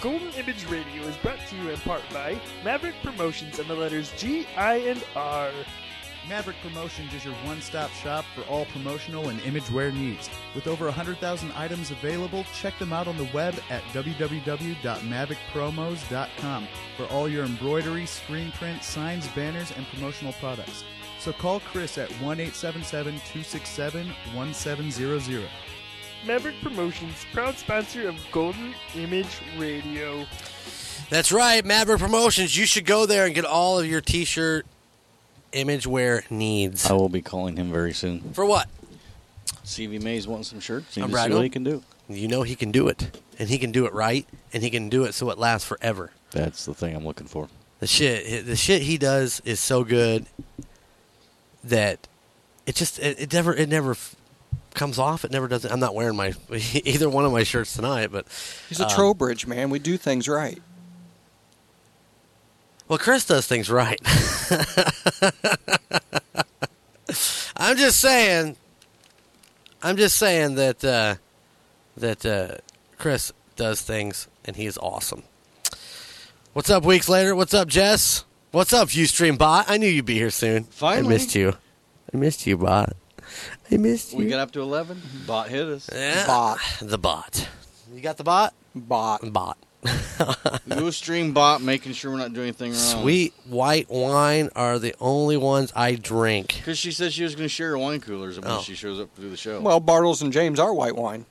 Speaker 10: Golden Image Radio is brought to you in part by Maverick Promotions and the letters G, I, and R.
Speaker 11: Maverick Promotions is your one stop shop for all promotional and image wear needs. With over 100,000 items available, check them out on the web at www.maverickpromos.com for all your embroidery, screen print, signs, banners, and promotional products. So call Chris at 1 877 267 1700.
Speaker 10: Maverick Promotions, proud sponsor of Golden Image Radio.
Speaker 4: That's right, Maverick Promotions. You should go there and get all of your T-shirt image wear needs.
Speaker 7: I will be calling him very soon.
Speaker 4: For what?
Speaker 7: CV Mays wants some shirts.
Speaker 4: I'm
Speaker 7: I'm
Speaker 4: Brad
Speaker 7: see what
Speaker 4: Hope.
Speaker 7: he can do.
Speaker 4: You know he can do it, and he can do it right, and he can do it so it lasts forever.
Speaker 7: That's the thing I'm looking for.
Speaker 4: The shit, the shit he does is so good that it just it, it never it never f- comes off. It never does. I'm not wearing my either one of my shirts tonight, but
Speaker 8: He's a
Speaker 4: um,
Speaker 8: Trowbridge man. We do things right.
Speaker 4: Well, Chris does things right. I'm just saying. I'm just saying that uh, that uh, Chris does things, and he is awesome. What's up, weeks later? What's up, Jess? What's up, Ustream bot? I knew you'd be here soon. I
Speaker 7: Finally.
Speaker 4: missed you. I missed you, bot. I missed
Speaker 7: We
Speaker 4: you.
Speaker 7: got up to 11. Bot hit us.
Speaker 4: Yeah.
Speaker 8: Bot.
Speaker 4: The bot. You got the bot.
Speaker 8: Bot.
Speaker 4: Bot.
Speaker 7: Go stream bot, making sure we're not doing anything wrong.
Speaker 4: Sweet white wine are the only ones I drink.
Speaker 7: Because she said she was going to share her wine coolers when
Speaker 4: Oh.
Speaker 7: she shows up to do the show.
Speaker 8: Well, Bartles and James are white wine.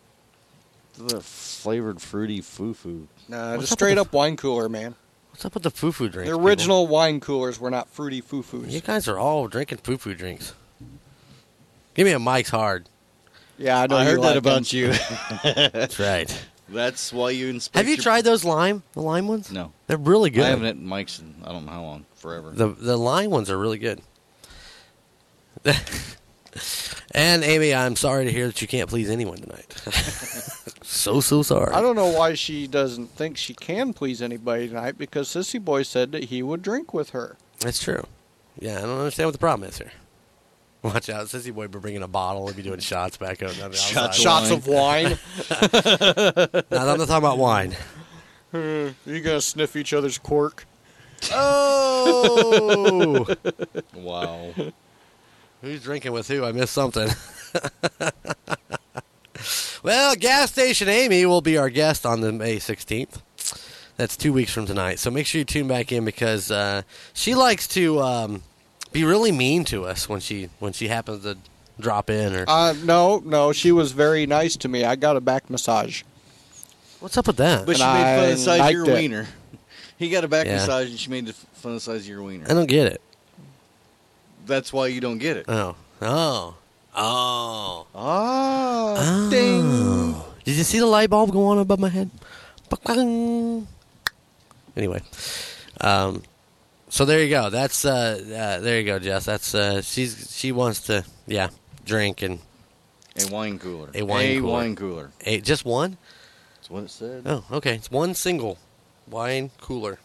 Speaker 7: the flavored fruity foo foo.
Speaker 8: Nah, just
Speaker 4: What's up with
Speaker 8: straight
Speaker 4: the-
Speaker 8: up wine cooler, man.
Speaker 4: What's up with the foo foo drinks?
Speaker 8: The
Speaker 4: people?
Speaker 8: original wine coolers were not fruity foo foos.
Speaker 4: You guys are all drinking poo poo drinks. Give me a Mike's Hard.
Speaker 8: Yeah, I know.
Speaker 7: I
Speaker 8: you
Speaker 7: heard
Speaker 8: like
Speaker 7: that
Speaker 8: them.
Speaker 7: about you.
Speaker 4: That's right.
Speaker 7: That's why you inspect.
Speaker 4: Have you
Speaker 7: your-
Speaker 4: tried those lime? The lime ones?
Speaker 7: No,
Speaker 4: They're really good.
Speaker 7: I haven't at Mike's in I don't know how long, forever.
Speaker 4: The the lime ones are really good. and Amy, I'm sorry to hear that you can't please anyone tonight. so so sorry.
Speaker 8: I don't know why she doesn't think she can please anybody tonight because Sissy Boy said that he would drink with her.
Speaker 4: That's true. Yeah, I don't understand what the problem is here. Watch out, sissy boy, be bringing a bottle and be doing shots back out. on the outside.
Speaker 7: Shots.
Speaker 8: Shots of wine.
Speaker 4: Now, I'm not talking about wine.
Speaker 8: you gonna sniff each other's cork?
Speaker 4: Oh.
Speaker 7: wow.
Speaker 4: Who's drinking with who? I missed something. well, gas station Amy will be our guest on the May 16th. That's two weeks from tonight. So make sure you tune back in because uh, she likes to um, be really mean to us when she when she happens to drop in or
Speaker 8: Uh, no, no. She was very nice to me. I got a back massage.
Speaker 4: what's up with that?
Speaker 7: But she
Speaker 8: And
Speaker 7: made fun of
Speaker 8: I
Speaker 7: the size of your
Speaker 8: liked it.
Speaker 7: wiener. He got a back
Speaker 4: Yeah.
Speaker 7: massage and she made the f- fun of the size of your wiener.
Speaker 4: I don't get it.
Speaker 7: That's why you don't get it.
Speaker 4: Oh, oh, oh!
Speaker 7: Ah,
Speaker 4: Oh. Did you see the light bulb go on above my head? Ba-clang. Anyway, um, so there you go. That's uh, uh, there you go, Jess. That's uh, she's she wants to yeah drink and
Speaker 7: A wine cooler.
Speaker 4: A wine cooler.
Speaker 7: wine cooler.
Speaker 4: eh, just one.
Speaker 7: That's what it said.
Speaker 4: Oh, okay. It's one single wine cooler.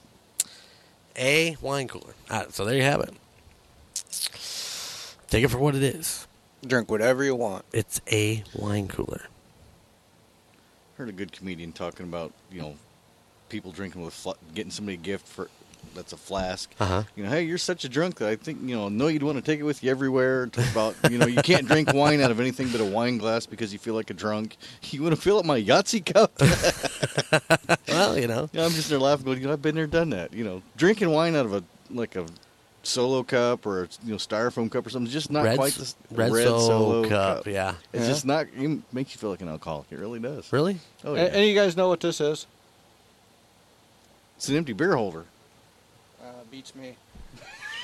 Speaker 4: A wine cooler. Ah, so there you have it. Take it for what it is.
Speaker 8: Drink whatever you want.
Speaker 4: It's a wine cooler.
Speaker 7: Heard a good comedian talking about you know people drinking with fl- getting somebody a gift for that's a flask.
Speaker 4: Uh-huh.
Speaker 7: You know, hey, you're such a drunk that I think you know know you'd want to take it with you everywhere. Talk about you know you can't drink wine out of anything but a wine glass because you feel like a drunk. You want to fill up my Yahtzee cup?
Speaker 4: Well, you know.
Speaker 7: you know, I'm just there laughing, going, you know, I've been there, done that. You know, drinking wine out of a like a solo cup or a, you know styrofoam cup or something is just not
Speaker 4: Red,
Speaker 7: quite the
Speaker 4: s-
Speaker 7: s-
Speaker 4: red, solo, cup, yeah.
Speaker 7: It's
Speaker 8: Yeah.
Speaker 7: just not. It makes you feel like an alcoholic. It really does.
Speaker 4: Really?
Speaker 7: Oh
Speaker 8: A-
Speaker 7: yeah.
Speaker 8: And, you guys know what this is?
Speaker 7: it's an empty beer holder.
Speaker 8: Uh, beats me.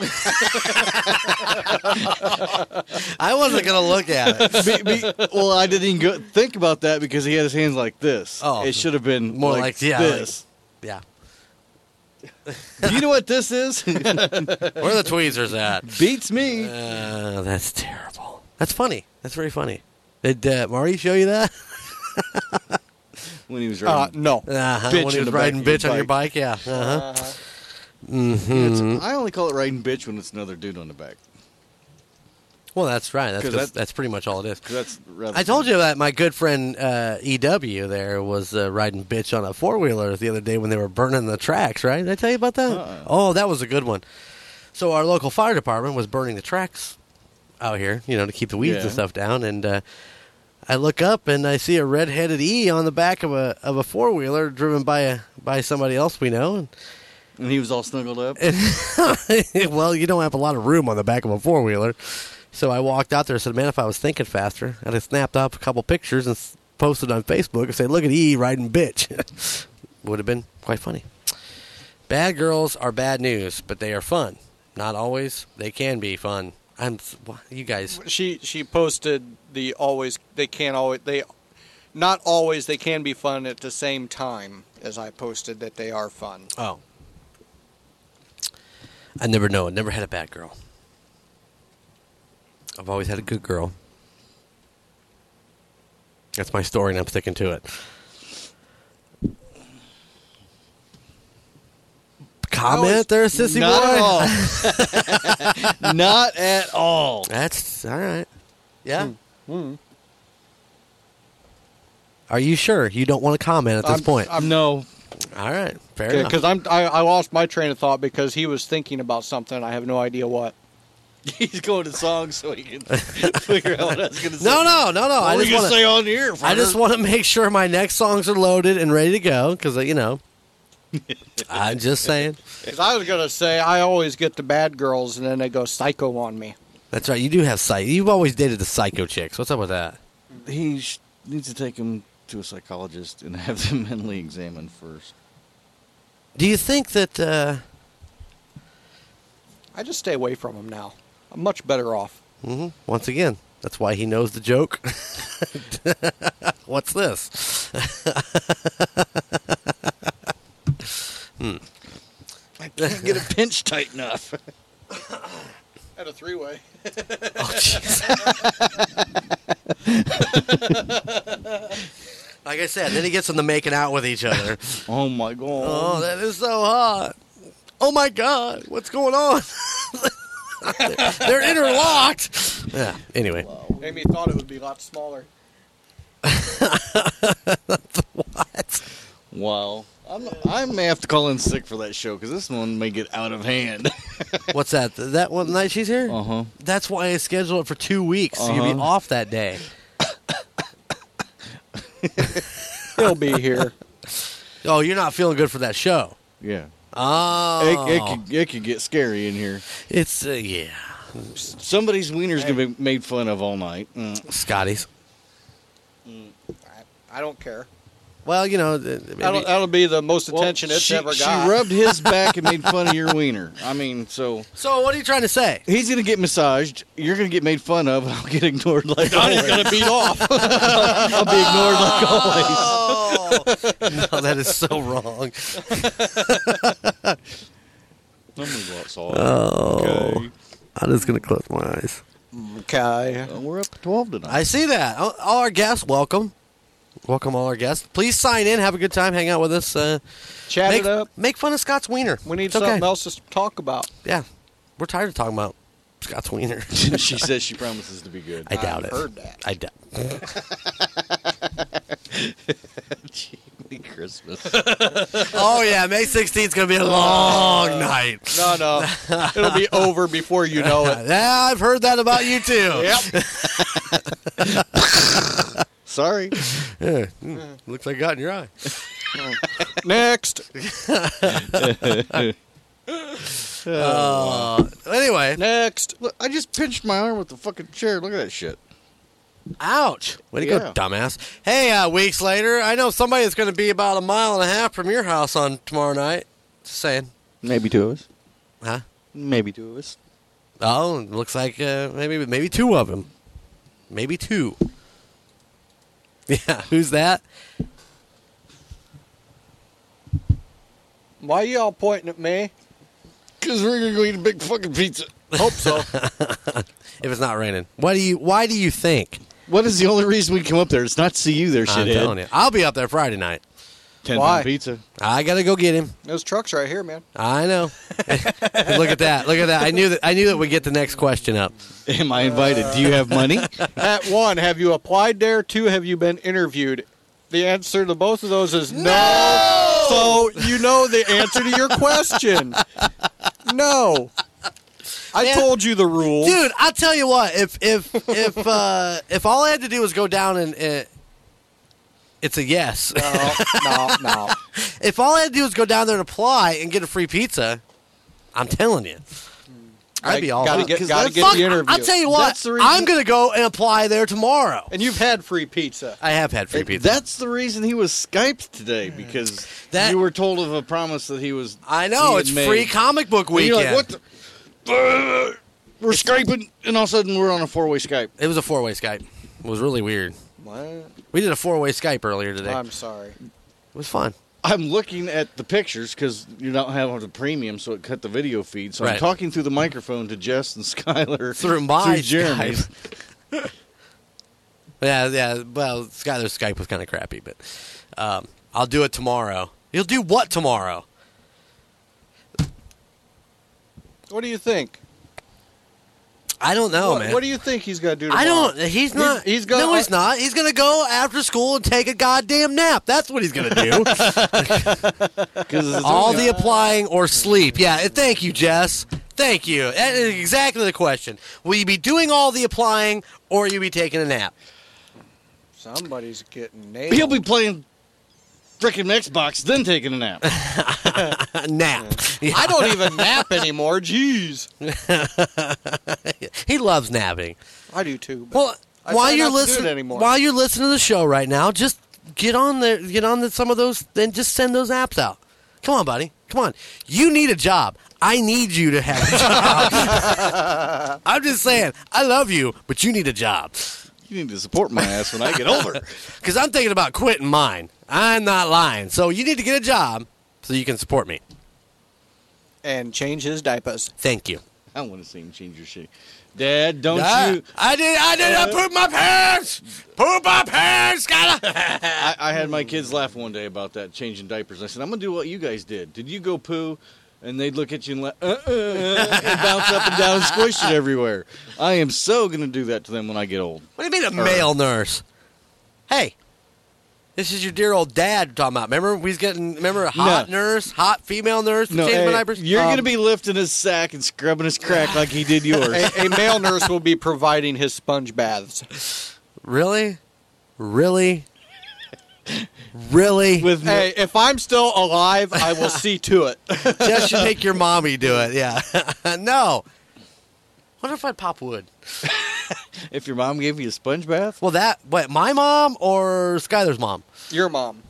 Speaker 4: I wasn't gonna look at it.
Speaker 7: Be- be- well, I didn't even go, think about that because he had his hands like this.
Speaker 4: Oh.
Speaker 7: it should have been
Speaker 4: More
Speaker 7: more
Speaker 4: like-
Speaker 7: like,
Speaker 4: yeah, like-
Speaker 7: this.
Speaker 4: Yeah.
Speaker 7: Do you know what this is?
Speaker 4: Where are the tweezers at?
Speaker 7: Beats me.
Speaker 4: Uh, that's terrible. That's funny. That's very funny. Did uh, Marty show you that?
Speaker 7: When he was
Speaker 8: Uh,
Speaker 7: riding,
Speaker 8: no.
Speaker 4: Uh-huh. when
Speaker 7: Bitch
Speaker 4: he
Speaker 7: in
Speaker 4: was
Speaker 7: the back
Speaker 4: riding
Speaker 7: of your
Speaker 4: bitch on your bike, yeah. Uh-huh. Mm-hmm.
Speaker 8: Uh,
Speaker 7: It's- I only call it riding bitch when it's another dude on the back.
Speaker 4: Well, that's right. That's
Speaker 7: 'Cause
Speaker 4: 'cause
Speaker 7: that-
Speaker 4: that's pretty much all it is.
Speaker 7: 'Cause that's rather
Speaker 4: I told you that my good friend uh, EW there was uh, riding bitch on a four wheeler the other day when they were burning the tracks. Right? Did I tell you about that? Oh, that was a good one. So our local fire department was burning the tracks out here, you know, to keep the weeds
Speaker 12: Yeah.
Speaker 4: and stuff down. And uh, I look up and I see a red-headed E on the back of a of a four wheeler driven by a by somebody else we know. And,
Speaker 7: and he was all snuggled up.
Speaker 4: well, you don't have a lot of room on the back of a four wheeler. So I walked out there and said, man, if I was thinking faster, I'd have snapped up a couple pictures and s- posted on Facebook and said, look at E riding bitch. Would have been quite funny. Bad girls are bad news, but they are fun. Not always. They can be fun. I'm s- why- you guys.
Speaker 8: She she posted the always they can't always they not always they can be fun at the same time as I posted that they are fun.
Speaker 4: Oh. I never know. I never had a bad girl. I've always had a good girl. That's my story, and I'm sticking to it. Comment there, sissy
Speaker 7: Not
Speaker 4: boy.
Speaker 7: at all. Not at all.
Speaker 4: That's all right. Yeah.
Speaker 7: Hmm.
Speaker 4: Are you sure you don't want to comment at this
Speaker 8: I'm-
Speaker 4: point?
Speaker 8: I'm no.
Speaker 4: All right, fair enough.
Speaker 8: Because I'm I, I lost my train of thought because he was thinking about something I have no idea what.
Speaker 7: He's going to songs so he can figure out what I was going to say.
Speaker 4: No, no, no, no.
Speaker 7: What
Speaker 4: I
Speaker 7: were
Speaker 4: just
Speaker 7: you gonna
Speaker 4: wanna-
Speaker 7: say on the air?
Speaker 4: I just
Speaker 7: fucker?
Speaker 4: want to make sure my next songs are loaded and ready to go because you know. I'm just saying.
Speaker 8: Because I was gonna say I always get the bad girls and then they go psycho on me.
Speaker 4: That's right. You do have psych. You've always dated the psycho chicks. What's up with that?
Speaker 7: He sh- needs to take him to a psychologist and have them mentally examined first.
Speaker 4: Do you think that? Uh,
Speaker 8: I just stay away from them now. I'm much better off.
Speaker 4: hmm Once again, that's why he knows the joke. What's this? hmm.
Speaker 7: I can't get a pinch tight enough.
Speaker 8: At a three way. oh
Speaker 4: Like I said, then he gets them to making out with each other.
Speaker 7: oh my god!
Speaker 4: Oh, that is so hot. Oh my god, what's going on? they're, they're interlocked. Yeah. Anyway.
Speaker 8: Amy thought it would be a lot smaller.
Speaker 4: what?
Speaker 7: Wow. I'm, I may have to call in sick for that show because this one may get out of hand.
Speaker 4: What's that? That one night she's here?
Speaker 7: Uh
Speaker 8: Uh-huh.
Speaker 7: huh.
Speaker 4: That's why I scheduled it for two weeks. So you'll be
Speaker 7: Uh-huh.
Speaker 4: off that day.
Speaker 8: He'll be here.
Speaker 4: Oh, you're not feeling good for that show.
Speaker 7: Yeah.
Speaker 4: Oh,
Speaker 7: It, it, could, it could get scary in here.
Speaker 4: It's, uh, yeah.
Speaker 7: Somebody's wiener's going to be made fun of all night. Mm.
Speaker 4: Scotty's.
Speaker 8: I don't care.
Speaker 4: Well, you know, th-
Speaker 8: That'll,
Speaker 4: maybe,
Speaker 8: that'll be the most attention it's
Speaker 7: she,
Speaker 8: ever
Speaker 7: she
Speaker 8: got.
Speaker 7: rubbed his back and made fun of your wiener. I mean, so
Speaker 4: So what are you trying to say?
Speaker 7: he's going to get massaged. You're going to get made fun of. I'll get ignored like always.
Speaker 8: Donnie's gonna beat off.
Speaker 7: I'll be ignored like always.
Speaker 4: no, Oh, that is so wrong.
Speaker 7: I'm gonna go outside.
Speaker 4: Oh,
Speaker 7: Okay.
Speaker 4: I'm just gonna close my eyes.
Speaker 8: Okay.
Speaker 7: Uh, we're up 12 tonight.
Speaker 4: I see that. All- All our guests, welcome, welcome all our guests. Please sign in, have a good time, hang out with us, uh,
Speaker 8: Chat
Speaker 4: make,
Speaker 8: it up.
Speaker 4: make fun of Scott's wiener.
Speaker 8: We need
Speaker 4: It's
Speaker 8: something
Speaker 4: okay.
Speaker 8: else to talk about.
Speaker 4: Yeah, we're tired of talking about Scott's wiener.
Speaker 7: she says she promises to be good.
Speaker 4: I doubt it.
Speaker 8: heard that.
Speaker 4: I doubt.
Speaker 7: Gee, Merry Christmas.
Speaker 4: oh yeah, May 16th is gonna be a long night.
Speaker 8: Uh, No, no. It'll be over before you know it.
Speaker 4: Yeah, I've heard that about you too.
Speaker 8: Yep.
Speaker 7: Uh, Sorry.
Speaker 4: Yeah. Mm, Looks like I got in your eye.
Speaker 8: Next.
Speaker 4: Uh, anyway,
Speaker 8: Next.
Speaker 7: Look, I just pinched my arm with the fucking chair. Look at that shit.
Speaker 4: Ouch. Way to
Speaker 7: Yeah.
Speaker 4: go, dumbass. Hey, uh, weeks later, I know somebody that's going to be about a mile and a half from your house on tomorrow night. Just saying.
Speaker 7: Maybe two of us.
Speaker 4: Huh?
Speaker 7: Maybe two of us.
Speaker 4: Oh, it looks like uh, maybe maybe two of them. Maybe two. Yeah, who's that?
Speaker 8: Why y'all pointing at me?
Speaker 7: Because we're going to go eat a big fucking pizza.
Speaker 8: Hope so.
Speaker 4: If it's not raining. Why do you why do you think?
Speaker 7: What is the only reason we come up there? It's not to see you there,
Speaker 4: I'm
Speaker 7: shit.
Speaker 4: telling you. I'll be up there Friday night.
Speaker 7: Ten
Speaker 8: Why?
Speaker 7: pound pizza.
Speaker 4: I gotta go get him.
Speaker 8: Those trucks right here, man.
Speaker 4: I know. look at that. Look at that. I knew that. I knew that we would get the next question up.
Speaker 7: Am I invited? Do you have money?
Speaker 8: At one, have you applied there? Two, have you been interviewed? The answer to both of those is no. So you know the answer to your question. No. I
Speaker 4: Man.
Speaker 8: told you the rules.
Speaker 4: Dude, I'll tell you what. If if if uh, if all I had to do was go down and uh, it's a yes.
Speaker 8: No, no, no.
Speaker 4: if all I had to do was go down there and apply and get a free pizza, I'm telling you,
Speaker 8: I
Speaker 4: I'd be all
Speaker 8: gotta
Speaker 4: up.
Speaker 8: get-
Speaker 4: 'Cause
Speaker 8: gotta
Speaker 4: that's-
Speaker 8: get the
Speaker 4: fuck,
Speaker 8: interview.
Speaker 4: I'll tell you what.
Speaker 8: That's the reason-
Speaker 4: I'm gonna go and apply there tomorrow.
Speaker 8: And you've had free pizza.
Speaker 4: I have had free pizza.
Speaker 7: That's the reason he was Skyped today because
Speaker 4: That-
Speaker 7: you were told of a promise that he was.
Speaker 4: I know
Speaker 7: he had
Speaker 4: it's
Speaker 7: made.
Speaker 4: free comic book
Speaker 7: And
Speaker 4: weekend.
Speaker 7: You're like, what? The? we're Skyping, and all of a sudden we're on a four-way Skype.
Speaker 4: It was a four way Skype. It was really weird.
Speaker 8: What?
Speaker 4: We did a four way Skype earlier today.
Speaker 8: I'm sorry.
Speaker 4: it was fun.
Speaker 7: I'm looking at the pictures because you don't have the premium, so it cut the video feed. So
Speaker 4: Right.
Speaker 7: I'm talking through the microphone to Jess and Skylar
Speaker 4: Through my
Speaker 7: through Jeremy's.
Speaker 4: Skype. Yeah, yeah. Well, Skyler's Skype was kind of crappy, but um, I'll do it tomorrow. You'll do what tomorrow?
Speaker 8: What do you think?
Speaker 4: I don't know,
Speaker 8: what,
Speaker 4: Oh, man.
Speaker 8: what do you think he's going to do tomorrow?
Speaker 4: I don't. He's not.
Speaker 8: he's gonna-
Speaker 4: No, he's not. He's gonna go after school and take a goddamn nap. That's what he's gonna do.
Speaker 7: Because
Speaker 4: All the applying or sleep. Yeah, and thank you, Jess. Thank you. That is exactly the question. Will you be doing all the applying or will you be taking a nap?
Speaker 8: Somebody's getting nailed.
Speaker 7: he'll be playing freaking Xbox, then taking a nap.
Speaker 4: A nap.
Speaker 8: I don't even nap anymore. Jeez.
Speaker 4: he loves napping.
Speaker 8: I do too. but-
Speaker 4: Well,
Speaker 8: I
Speaker 4: while
Speaker 8: try not
Speaker 4: you're
Speaker 8: to do it
Speaker 4: listening,
Speaker 8: anymore.
Speaker 4: while you're listening to the show right now, just get on there, get on the, some of those, and just send those apps out. Come on, buddy. Come on. You need a job. I need you to have a job. I'm just saying, I love you, but you need a job.
Speaker 7: you need to support my ass when I get older.
Speaker 4: Because I'm thinking about quitting mine. I'm not lying. So you need to get a job so you can support me.
Speaker 8: and change his diapers.
Speaker 4: Thank you.
Speaker 7: I want to see him change your shit. Dad, don't
Speaker 4: Ah,
Speaker 7: you? Uh-huh.
Speaker 4: I did. I did. I pooped my pants. Poop my pants. Gotta.
Speaker 7: I, I had my kids laugh one day about that changing diapers. I said, "I'm gonna do what you guys did. Did you go poo?" And they'd look at you and laugh, uh, uh, uh, and bounce up and down and squish it everywhere. I am so gonna do that to them when I get old.
Speaker 4: What do you mean a male nurse? Hey, this is your dear old dad talking about. Remember, we was getting. Remember, a hot
Speaker 7: No.
Speaker 4: nurse, hot female nurse,
Speaker 7: No,
Speaker 4: changing my
Speaker 7: hey,
Speaker 4: diapers.
Speaker 7: you're
Speaker 4: Um,
Speaker 7: gonna be lifting his sack and scrubbing his crack like he did yours.
Speaker 8: A, a male nurse will be providing his sponge baths.
Speaker 4: really, really, really.
Speaker 7: With
Speaker 8: Hey, if I'm still alive, I will see to it.
Speaker 4: Just should make your mommy do it. Yeah. no. What if I pop wood?
Speaker 7: if your mom gave you a sponge bath,
Speaker 4: Well, that. What? My mom or Skyler's mom?
Speaker 8: Your mom.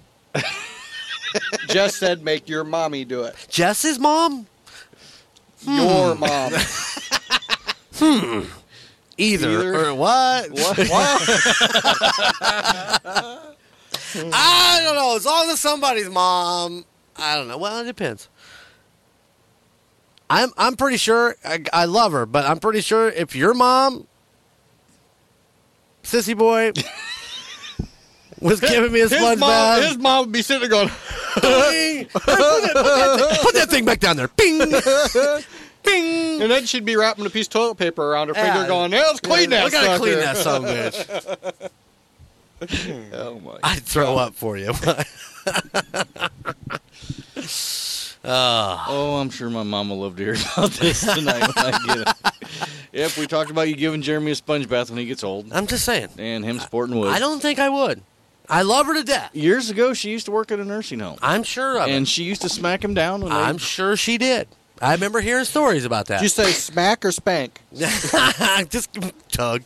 Speaker 8: Jess said, make your mommy do it.
Speaker 4: Jess's mom? Hmm.
Speaker 8: Your mom.
Speaker 4: Either,
Speaker 7: Either.
Speaker 4: or what?
Speaker 8: What?
Speaker 4: I don't know. As long as somebody's mom, I don't know. Well, it depends. I'm I'm pretty sure I, I love her, but I'm pretty sure if your mom, sissy boy, was giving me a
Speaker 8: His
Speaker 4: sponge
Speaker 8: mom,
Speaker 4: bath,
Speaker 8: his mom would be sitting there going,
Speaker 4: Bing! put, that, put that thing, put that thing back down there, bing, bing.
Speaker 8: and then she'd be wrapping a piece of toilet paper around her
Speaker 4: Yeah.
Speaker 8: finger going, yeah, let's clean that
Speaker 4: I gotta
Speaker 8: sucker."
Speaker 4: clean that son of a bitch.
Speaker 7: oh my!
Speaker 4: I'd throw up for you.
Speaker 7: Oh, I'm sure my mom will love to hear about this tonight when I get it. Yep, we talked about you giving Jeremy a sponge bath when he gets old,
Speaker 4: I'm just saying.
Speaker 7: and him sporting wood.
Speaker 4: I don't think I would. I love her to death.
Speaker 7: Years ago, she used to work at a nursing home,
Speaker 4: I'm sure of it.
Speaker 7: and she used to smack him down. When
Speaker 4: I'm
Speaker 7: they,
Speaker 4: sure she did. I remember hearing stories about that.
Speaker 8: Did you say smack or spank?
Speaker 4: Just tug.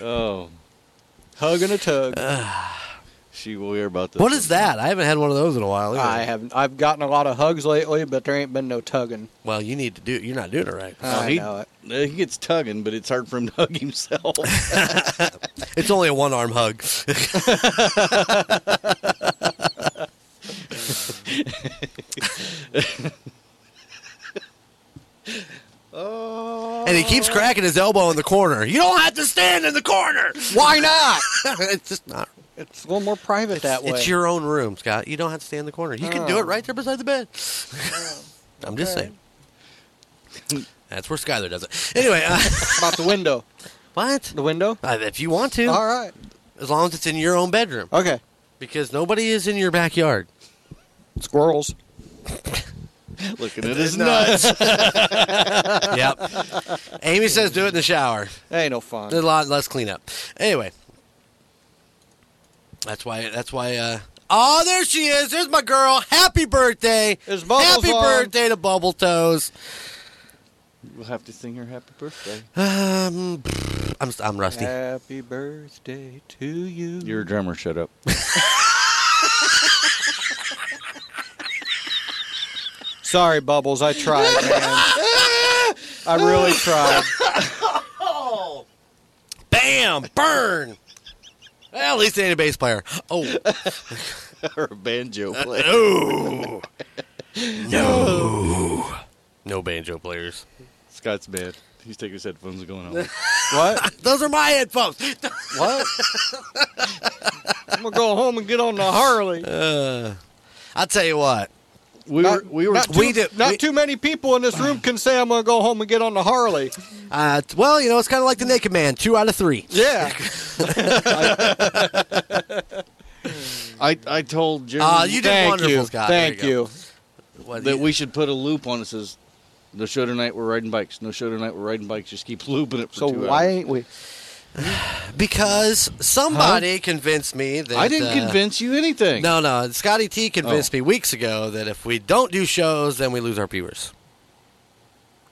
Speaker 7: oh,
Speaker 8: Hug and a tug.
Speaker 7: she will hear about this.
Speaker 4: What is that? I haven't had one of those in a while. Either.
Speaker 8: I have. I've gotten a lot of hugs lately, but there ain't been no tugging.
Speaker 4: Well, you need to do. You're not doing it right.
Speaker 7: Oh,
Speaker 8: I
Speaker 7: he,
Speaker 8: know it.
Speaker 7: uh, he gets tugging, but it's hard for him to hug himself.
Speaker 4: It's only a one arm hug. And he keeps cracking his elbow in the corner. You don't have to stand in the corner.
Speaker 8: Why not?
Speaker 4: it's just not.
Speaker 8: It's a little more private that way.
Speaker 4: It's your own room, Scott. You don't have to stay in the corner. You can do
Speaker 8: Oh.
Speaker 4: it right there beside the bed. I'm just
Speaker 8: Okay.
Speaker 4: saying. That's where Skyler does it. Anyway, uh,
Speaker 8: about the window.
Speaker 4: What?
Speaker 8: The window?
Speaker 4: Uh, if you want to.
Speaker 8: All right.
Speaker 4: As long as it's in your own bedroom.
Speaker 8: Okay.
Speaker 4: Because nobody is in your backyard.
Speaker 8: Squirrels.
Speaker 7: Looking
Speaker 4: It is
Speaker 7: at his nuts.
Speaker 4: yep. Amy says do it in the shower.
Speaker 8: Ain't no fun.
Speaker 4: There's a lot less cleanup. Anyway. That's why that's why uh Oh, there she is. There's my girl. Happy birthday.
Speaker 8: There's bubbles
Speaker 4: Happy
Speaker 8: on.
Speaker 4: birthday to Bubble Toes.
Speaker 7: We'll have to sing her happy birthday.
Speaker 4: Um, I'm I'm rusty.
Speaker 8: Happy birthday to you.
Speaker 7: You're a drummer. Shut up.
Speaker 8: Sorry, Bubbles. I tried, man. I really tried.
Speaker 4: Bam! Burn! Well, at least they ain't a bass player. Oh.
Speaker 7: or a banjo player.
Speaker 4: No. no. No banjo players.
Speaker 7: Scott's bad. He's taking his headphones and going home.
Speaker 8: What?
Speaker 4: Ah, Those are my headphones.
Speaker 8: What? I'm gonna go home and get on the Harley.
Speaker 4: Uh, I'll tell you what.
Speaker 7: We were,
Speaker 8: Not-
Speaker 7: we were,
Speaker 8: not too,
Speaker 4: we do-
Speaker 8: not
Speaker 4: we-
Speaker 8: too many people in this room can say I'm gonna go home and get on the Harley.
Speaker 4: Uh, t- well, you know, it's kind of like the Naked Man. Two out of three.
Speaker 8: Yeah.
Speaker 7: I, I told Jeremy
Speaker 4: Ah, you did
Speaker 8: Thank
Speaker 4: wonderful,
Speaker 8: you.
Speaker 4: Scott. There
Speaker 8: Thank
Speaker 4: you go. Uh,
Speaker 8: you.
Speaker 4: What,
Speaker 7: that we should put a loop on it says, no show tonight, we're riding bikes. No show tonight, we're riding bikes. Just keep looping it for
Speaker 8: So
Speaker 7: two
Speaker 8: why
Speaker 7: hours.
Speaker 8: ain't we?
Speaker 4: because somebody convinced me that
Speaker 7: I didn't
Speaker 4: uh,
Speaker 7: convince you anything.
Speaker 4: No, no. Scotty T convinced
Speaker 7: Oh.
Speaker 4: me weeks ago that if we don't do shows, then we lose our viewers.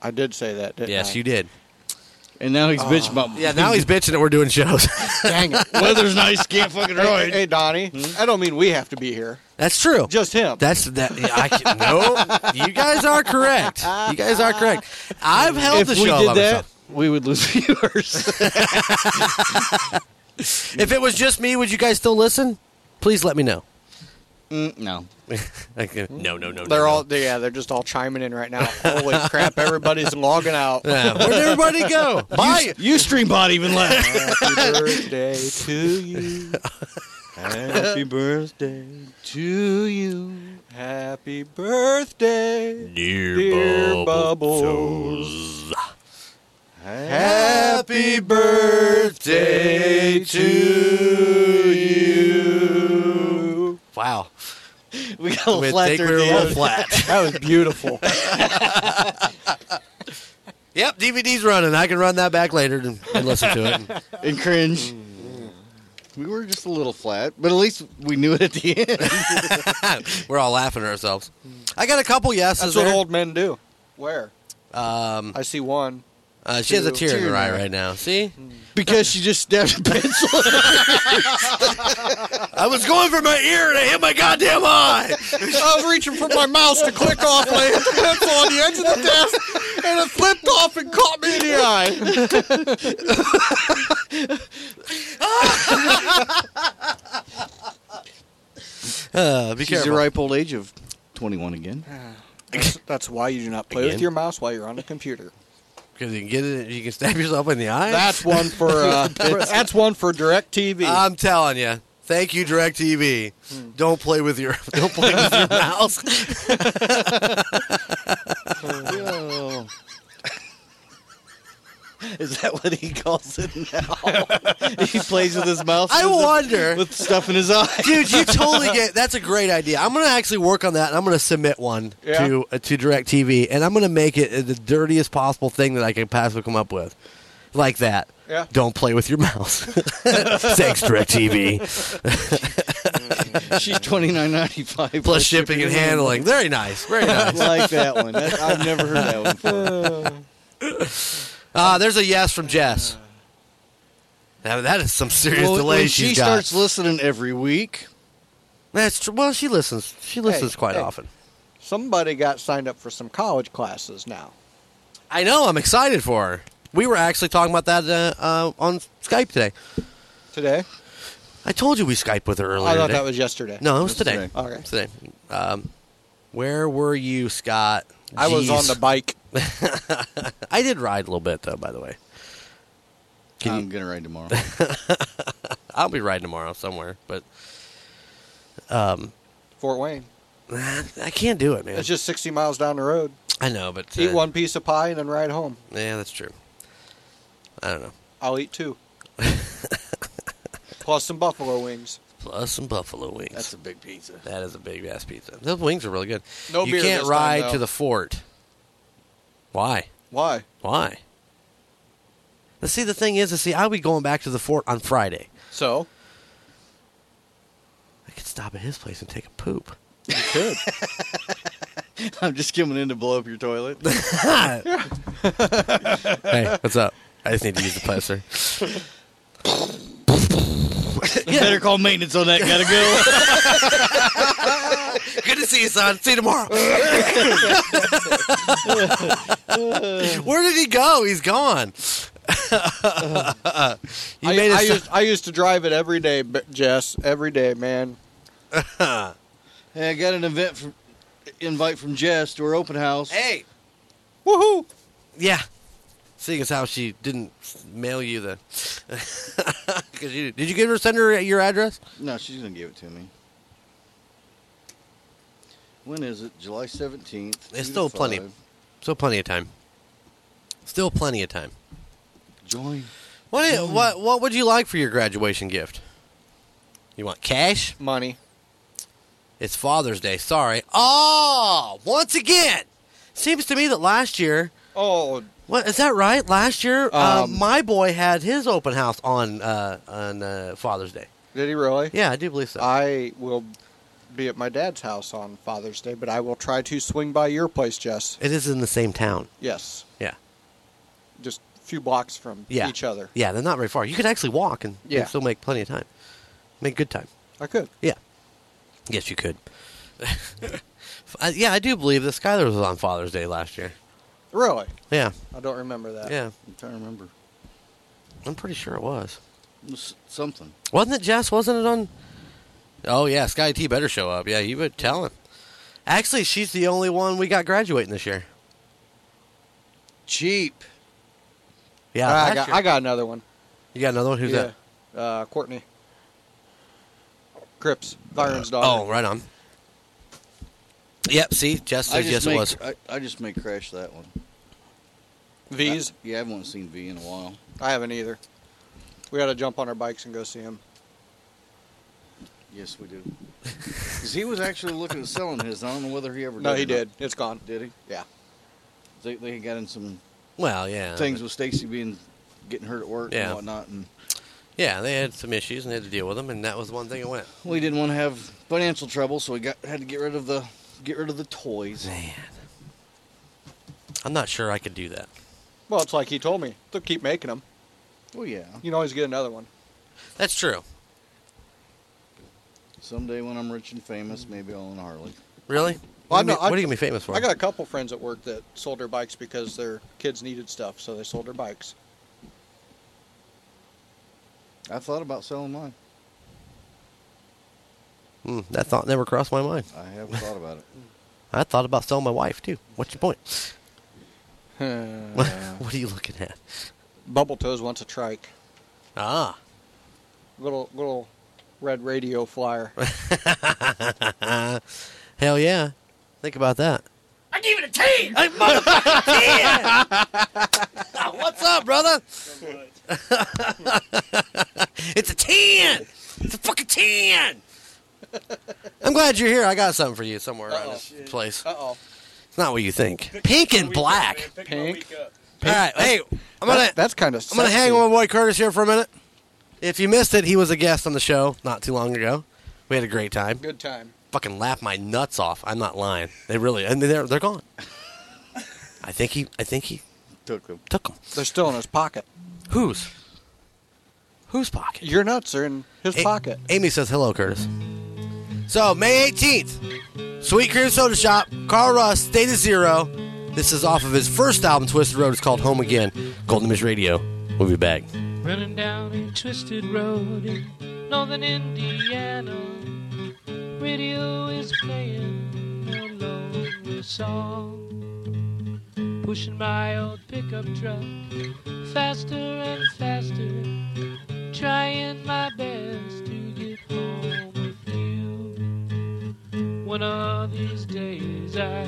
Speaker 8: I did say that. Didn't
Speaker 4: Yes,
Speaker 8: I?
Speaker 4: you did.
Speaker 7: And now he's bitch bumping.
Speaker 4: Yeah, now he's bitching that we're doing shows.
Speaker 8: Dang it.
Speaker 7: Weather's nice, can't fucking
Speaker 8: Hey,
Speaker 7: ride.
Speaker 8: hey Donnie, I don't mean we have to be here.
Speaker 4: That's true.
Speaker 8: Just him.
Speaker 4: That's that. I can, no, you guys are correct. You guys are correct. I've held
Speaker 7: If
Speaker 4: the
Speaker 7: we
Speaker 4: show. by
Speaker 7: did that,
Speaker 4: myself.
Speaker 7: we would lose viewers.
Speaker 4: If it was just me, would you guys still listen? Please let me know.
Speaker 7: Mm, no.
Speaker 4: I can- uh, no, no, no. no,
Speaker 8: They're
Speaker 4: no.
Speaker 8: all yeah, they're just all chiming in right now. Holy crap, everybody's logging out.
Speaker 4: Yeah, uh, where'd everybody go? Bye.
Speaker 7: You stream bot even left.
Speaker 8: Happy birthday to you.
Speaker 7: Happy birthday to you.
Speaker 8: Happy birthday,
Speaker 4: Dear,
Speaker 8: dear Bubbles. Happy birthday to you.
Speaker 4: Wow.
Speaker 7: We got a
Speaker 4: I
Speaker 7: little flat
Speaker 4: think we
Speaker 7: there.
Speaker 4: were a
Speaker 7: at the
Speaker 4: little
Speaker 7: end.
Speaker 4: flat.
Speaker 8: That was beautiful.
Speaker 4: Yep, DVD's running. I can run that back later and, and listen to it.
Speaker 7: and cringe. Mm. We were just a little flat, but at least we knew it at the end.
Speaker 4: We're all laughing at ourselves. I got a couple yeses.
Speaker 8: That's what
Speaker 4: there.
Speaker 8: old men do. Where?
Speaker 4: um,
Speaker 8: I see one.
Speaker 4: uh, she has a tear in her eye right now. See,
Speaker 7: because she just stabbed a pencil.
Speaker 4: I was going for my ear and I hit my goddamn eye.
Speaker 8: I was reaching for my mouse to click off, and I hit the pencil on the edge of the desk, and it flipped off and caught me in the eye.
Speaker 4: Uh, be
Speaker 7: She's the
Speaker 4: careful.
Speaker 7: ripe old age of 21 again.
Speaker 8: That's, that's why you do not play
Speaker 4: Again?
Speaker 8: with your mouse while you're on the computer.
Speaker 4: Because you can get it, you can stab yourself in the eye.
Speaker 8: That's one for uh, that's one for Direct TV.
Speaker 4: I'm telling you. Thank you, DirecTV.
Speaker 8: Hmm.
Speaker 4: Don't play with your don't play with your mouse.
Speaker 7: Is that what he calls it now? he plays with his mouth.
Speaker 4: I wonder,
Speaker 7: With stuff in his eye.
Speaker 4: dude. You totally get. That's a great idea. I'm gonna actually work on that, and I'm gonna submit one
Speaker 8: Yeah.
Speaker 4: to uh, to DirecTV, and I'm gonna make it uh, the dirtiest possible thing that I can possibly come up with, like that.
Speaker 8: Yeah.
Speaker 4: Don't play with your mouse. Thanks, DirecTV.
Speaker 7: She's 29.95
Speaker 4: Plus shipping and handling. Very nice. Very
Speaker 7: I
Speaker 4: nice.
Speaker 7: like that one. That- I've never heard that one. Before.
Speaker 4: Uh, there's a yes from Jess. Now that is some serious
Speaker 7: Well,
Speaker 4: delay
Speaker 7: when
Speaker 4: she's
Speaker 7: she
Speaker 4: got.
Speaker 7: starts listening every week.
Speaker 4: That's true. Well, she listens. She listens quite
Speaker 8: hey.
Speaker 4: often.
Speaker 8: Somebody got signed up for some college classes now.
Speaker 4: I know. I'm excited for her. We were actually talking about that uh, uh, on Skype today.
Speaker 8: Today?
Speaker 4: I told you we Skyped with her earlier.
Speaker 8: I thought
Speaker 4: today.
Speaker 8: that was yesterday.
Speaker 4: Oh, no, it was
Speaker 7: That's
Speaker 4: today.
Speaker 7: today.
Speaker 4: It
Speaker 8: Okay.
Speaker 4: was today. Um, where were you, Scott?
Speaker 8: I was on
Speaker 4: Jeez.
Speaker 8: the bike.
Speaker 4: I
Speaker 8: Um,
Speaker 4: did ride a little bit though. By the way, Can
Speaker 7: I'm gonna ride tomorrow.
Speaker 4: I'll be riding tomorrow somewhere, but um,
Speaker 8: Fort Wayne.
Speaker 4: I can't do it, man.
Speaker 8: It's just 60 miles down the road.
Speaker 4: I know, but
Speaker 8: Eat
Speaker 4: uh,
Speaker 8: one piece of pie and then ride home.
Speaker 4: Yeah, that's true. I don't know.
Speaker 8: I'll eat two. Plus some buffalo wings.
Speaker 4: Plus some buffalo wings.
Speaker 7: That's a big pizza.
Speaker 4: That is a big ass pizza. Those wings are really good.
Speaker 8: No
Speaker 4: you
Speaker 8: beer
Speaker 4: can't
Speaker 8: this time,
Speaker 4: ride
Speaker 8: though.
Speaker 4: to the fort. Why?
Speaker 8: Why?
Speaker 4: Why? But see, the thing is, is see, I'll be going back to the fort on Friday.
Speaker 8: So
Speaker 4: I could stop at his place and take a poop.
Speaker 7: You could. I'm just coming in to blow up your toilet.
Speaker 4: hey, what's up? I just need to use the plaster.
Speaker 7: Better call maintenance on that. Gotta go.
Speaker 4: Good to see you, son. See you tomorrow. Where did he go? He's gone. you
Speaker 8: I,
Speaker 4: made
Speaker 8: I
Speaker 4: us.
Speaker 8: used, I used to drive it every day, B- Jess. Every day, man.
Speaker 7: hey, I got an event from invite from Jess to her open house.
Speaker 4: hey,
Speaker 8: Woohoo!
Speaker 4: yeah. Seeing as how she didn't mail you the, because you did you give her send her your address?
Speaker 7: No, she's gonna give it to me. When is it? July seventeenth.
Speaker 4: There's still plenty. Still plenty of time. Still plenty of time.
Speaker 7: Join.
Speaker 4: What
Speaker 8: Mm.
Speaker 4: what what would you like for your graduation gift? You want cash?
Speaker 8: Money.
Speaker 4: It's Father's Day. Sorry. Oh, once again. Seems to me that last year,
Speaker 8: Oh,
Speaker 4: what is that right? Last year, uh,
Speaker 8: Um,
Speaker 4: my boy had his open house on uh, on uh, Father's Day.
Speaker 8: did he really?
Speaker 4: Yeah, I do believe so.
Speaker 8: I will be at my dad's house on Father's Day, but I will try to swing by your place, Jess.
Speaker 4: it is in the same town.
Speaker 8: Yes,
Speaker 4: Yeah,
Speaker 8: just a few blocks from
Speaker 4: yeah.
Speaker 8: each other.
Speaker 4: Yeah, they're not very far. You could actually walk and, and
Speaker 8: Yeah.
Speaker 4: still make plenty of time. Make good time.
Speaker 8: I could.
Speaker 4: Yeah. Yes, you could. I, yeah, I do believe that Skyler was on Father's Day last year.
Speaker 8: Really?
Speaker 4: Yeah,
Speaker 8: I don't remember that.
Speaker 4: yeah.
Speaker 7: I'm trying to remember.
Speaker 4: I'm pretty sure it was.
Speaker 7: It was something.
Speaker 4: Wasn't it Jess? Wasn't it on? Oh yeah, Sky T better show up. Yeah, you would tell him. Actually, she's the only one we got graduating this year.
Speaker 7: Cheap.
Speaker 4: Yeah,
Speaker 8: I,
Speaker 4: last
Speaker 8: got,
Speaker 4: year.
Speaker 8: I got another one.
Speaker 4: you got another one. Who's that?
Speaker 8: that? Uh, Courtney. Cripps, Byron's daughter.
Speaker 4: Oh, right on. Yep. See, Jess
Speaker 7: I
Speaker 4: says yes,
Speaker 7: just may,
Speaker 4: it was.
Speaker 7: I, I just may crash that one.
Speaker 8: V's.
Speaker 7: I, yeah, I haven't seen V in a while.
Speaker 8: I haven't either. We got to jump on our bikes and go see him.
Speaker 7: Yes, we do. Because he was actually looking at selling his. I don't know whether he ever.
Speaker 8: No,
Speaker 7: did
Speaker 8: he
Speaker 7: or
Speaker 8: did.
Speaker 7: not.
Speaker 8: It's gone.
Speaker 7: Did he?
Speaker 8: Yeah.
Speaker 7: They, they got in some
Speaker 4: Well, yeah.
Speaker 7: things with Stacy being getting hurt at work
Speaker 4: Yeah.
Speaker 7: and whatnot, and
Speaker 4: Yeah, they had some issues and they had to deal with them, and that was one thing that went.
Speaker 7: we didn't want to have financial trouble, so we got had to get rid of the get rid of the toys.
Speaker 4: Man, I'm not sure I could do that.
Speaker 8: Well, it's like he told me. They'll keep making them.
Speaker 7: Well, yeah.
Speaker 8: You can always get another one.
Speaker 4: That's true.
Speaker 7: Someday when I'm rich and famous, maybe I'll own a Harley.
Speaker 4: Really?
Speaker 8: Well, I
Speaker 4: what, do you
Speaker 8: know-
Speaker 4: mean-
Speaker 8: I-
Speaker 4: what are you gonna be famous for?
Speaker 8: I got a couple friends at work that sold their bikes because their kids needed stuff, so they sold their bikes.
Speaker 7: I thought about selling mine.
Speaker 4: Hmm, that thought never crossed my mind.
Speaker 7: I have thought about it.
Speaker 4: I thought about selling my wife too. What's your point?
Speaker 8: Bubble
Speaker 4: what are you looking at?
Speaker 8: Toes wants a trike.
Speaker 4: Ah.
Speaker 8: Little little red radio flyer.
Speaker 4: Hell yeah. Think about that.
Speaker 9: I gave it a 10!
Speaker 4: Hey, motherfucker! What's up, brother? it's a 10! It's a fucking 10! I'm glad you're here. I got something for you somewhere around
Speaker 8: Uh-oh.
Speaker 4: this place.
Speaker 8: Uh oh.
Speaker 4: It's not what you think. Pink and black.
Speaker 8: Pink.
Speaker 4: All right, hey, I'm gonna
Speaker 8: That's kind of.
Speaker 4: I'm gonna hang on my boy Curtis here for a minute. If you missed it, he was a guest on the show not too long ago. We had a great time.
Speaker 8: Good time.
Speaker 4: fucking laugh my nuts off. I'm not lying. They really, and they're they're gone. I think he, I think he
Speaker 7: Took them.
Speaker 4: took them.
Speaker 8: They're still in his pocket.
Speaker 4: Whose? Whose pocket?
Speaker 8: Your nuts are in his
Speaker 4: A-
Speaker 8: pocket.
Speaker 4: Amy says hello, Curtis. So May 18th, Sweet Cream Soda Shop, Carl Russ, State of Zero. This is off of his first album, Twisted Road. It's called Home Again. Golden Image Radio. We'll be back.
Speaker 12: Running down a twisted road in northern Indiana. Radio is playing a lonely song. Pushing my old pickup truck faster and faster. Trying my best
Speaker 13: One of these days I,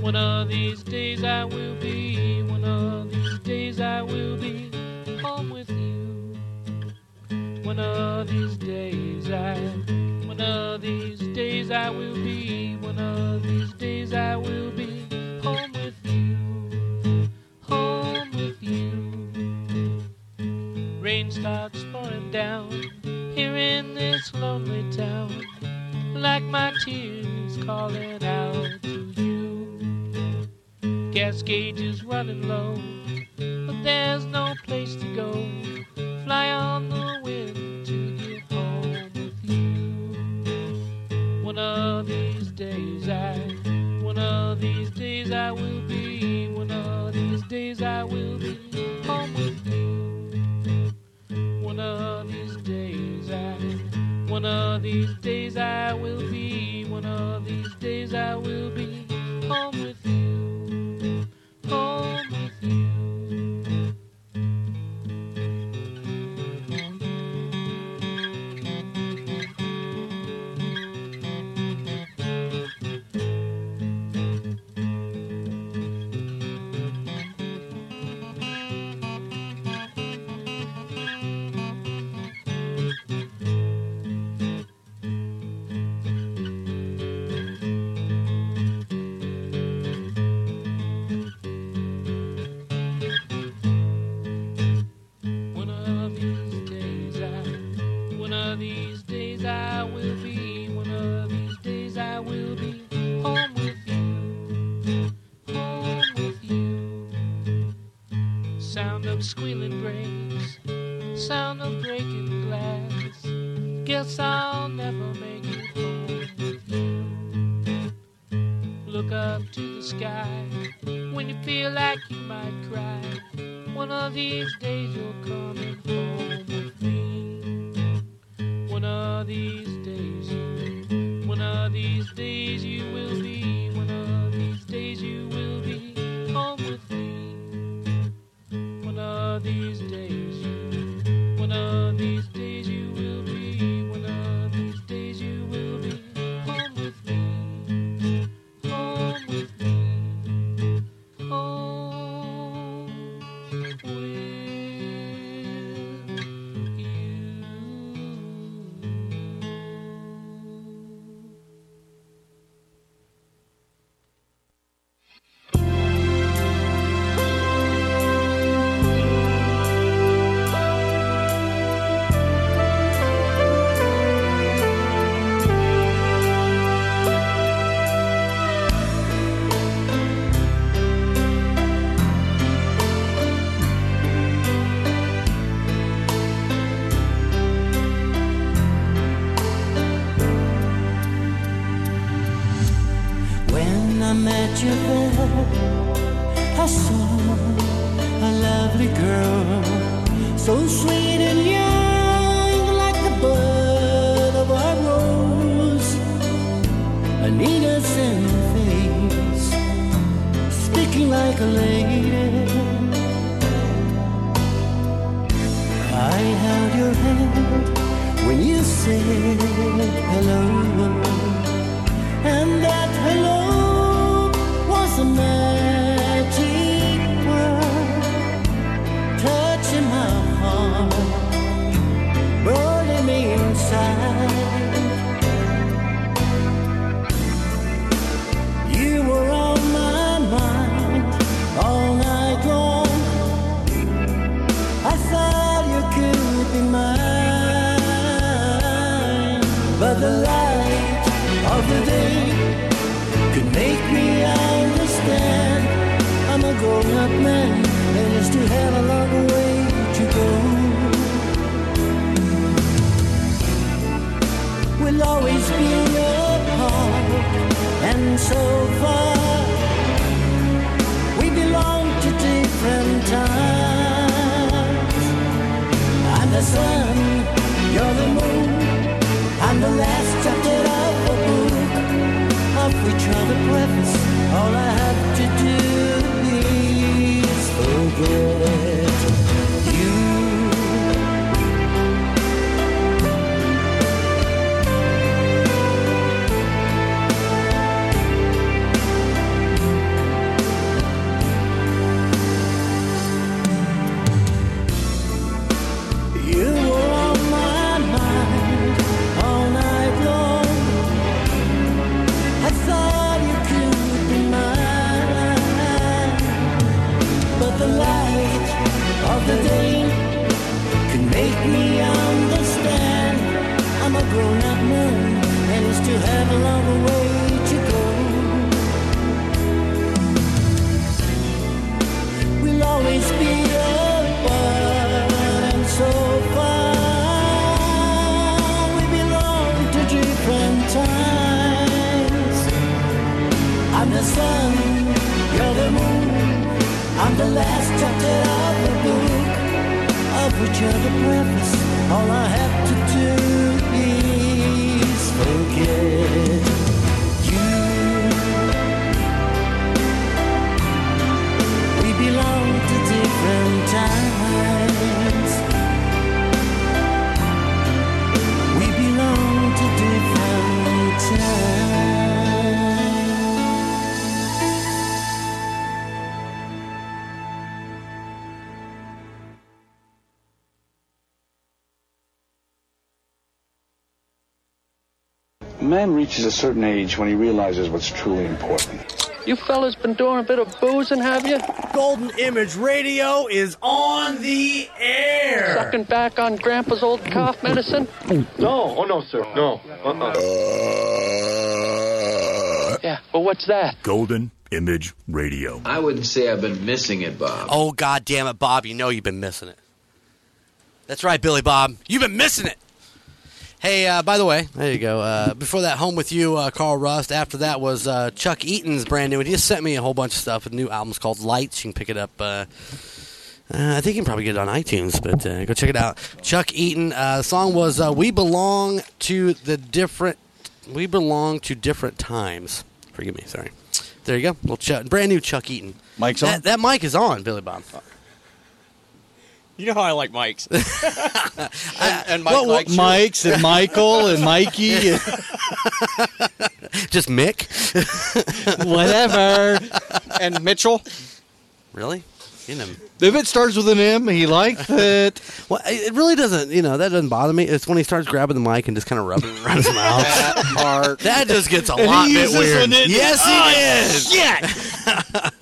Speaker 13: one of these days I will be, one of these days I will be home with you. One of these days I, one of these days I will be, one of these days I will be home with you, home with you. Rain starts pouring down here in this lonely town like my tears calling out to you. Gas gauge is running low, but there's no place to go. Fly on the wind to get home with you. One of these days I, one of these days I will be, one of these days I will be home with you. One of these days I. One of these days I will be, one of these days I will be home with you, home with you. One of these days I, one of these days I will be, one of these days I will be home with you, home with you. Sound of squealing brakes, sound of breaking glass. Guess I'll never make it home with you. Look up to the sky when you feel like you might cry. One of these days you're coming home with me. One of these days, you- one of these days you will be. One of these days you will be home with me. One of these days, you- one of these days you will be. One of these days you will be home with me. Home with me. Home.
Speaker 14: When I met you there, I saw a lovely girl, so sweet and young, like the bud of a rose, an innocent face, speaking like a lady. I held your hand when you said hello. And that hello was a magic word, touching my heart, burning me inside. You were on my mind all night long. I thought you could be mine, but the light of the day could make me understand. I'm a grown-up man, and I still have a long way to go. We'll always be apart, and so far we belong to different times. I'm the sun, you're the moon. I'm the last chapter of a book of which are the preface. All I have to do is forget you.
Speaker 13: you have a long way to go. We'll always be at one and so far. We belong to different times. I'm the sun, you're the moon. I'm the last chapter of the book of which you're the preface. All I have to do is forget you. We belong to different times. We belong to different times.
Speaker 15: Man reaches a certain age when he realizes what's truly important.
Speaker 16: You fellas been doing a bit of boozing, have you? Golden Image Radio is on the air. Sucking back on Grandpa's old cough medicine?
Speaker 17: No, oh no, sir. No. Uh-uh.
Speaker 16: Uh, Yeah, well, what's that?
Speaker 2: Golden Image Radio.
Speaker 5: I wouldn't say I've been missing it, Bob.
Speaker 4: Oh God damn it, Bob! You know you've been missing it. That's right, Billy Bob. You've been missing it. Hey, uh, by the way, there you go. Uh, before that, Home with You, uh, Carl Rust. After that was uh, Chuck Eaton's brand new. And he just sent me a whole bunch of stuff. A new album's called Lights. You can pick it up. Uh, uh, I think you can probably get it on iTunes, but uh, go check it out. Chuck Eaton. Uh, the song was uh, "We Belong to the Different." We belong to different times. Forgive me, sorry. There you go. Little Chuck, brand new Chuck Eaton.
Speaker 7: Mike's
Speaker 4: that, on. That mic is on, Billy Bob.
Speaker 1: You know how I like mics. and, and Mike
Speaker 4: Well, well,
Speaker 1: likes you.
Speaker 4: Mikes and Michael and Mikey and- Just Mick.
Speaker 8: Whatever. And Mitchell.
Speaker 4: Really? You know.
Speaker 7: If it starts with an M, he likes it.
Speaker 4: well, it it really doesn't. You know, that doesn't bother me. It's when he starts grabbing the mic and just kind of rubbing it around his mouth. that
Speaker 8: part.
Speaker 4: That just gets a
Speaker 7: And he
Speaker 4: lot bit
Speaker 7: uses
Speaker 4: weird.
Speaker 7: an it-
Speaker 4: yes,
Speaker 7: Oh,
Speaker 4: he is.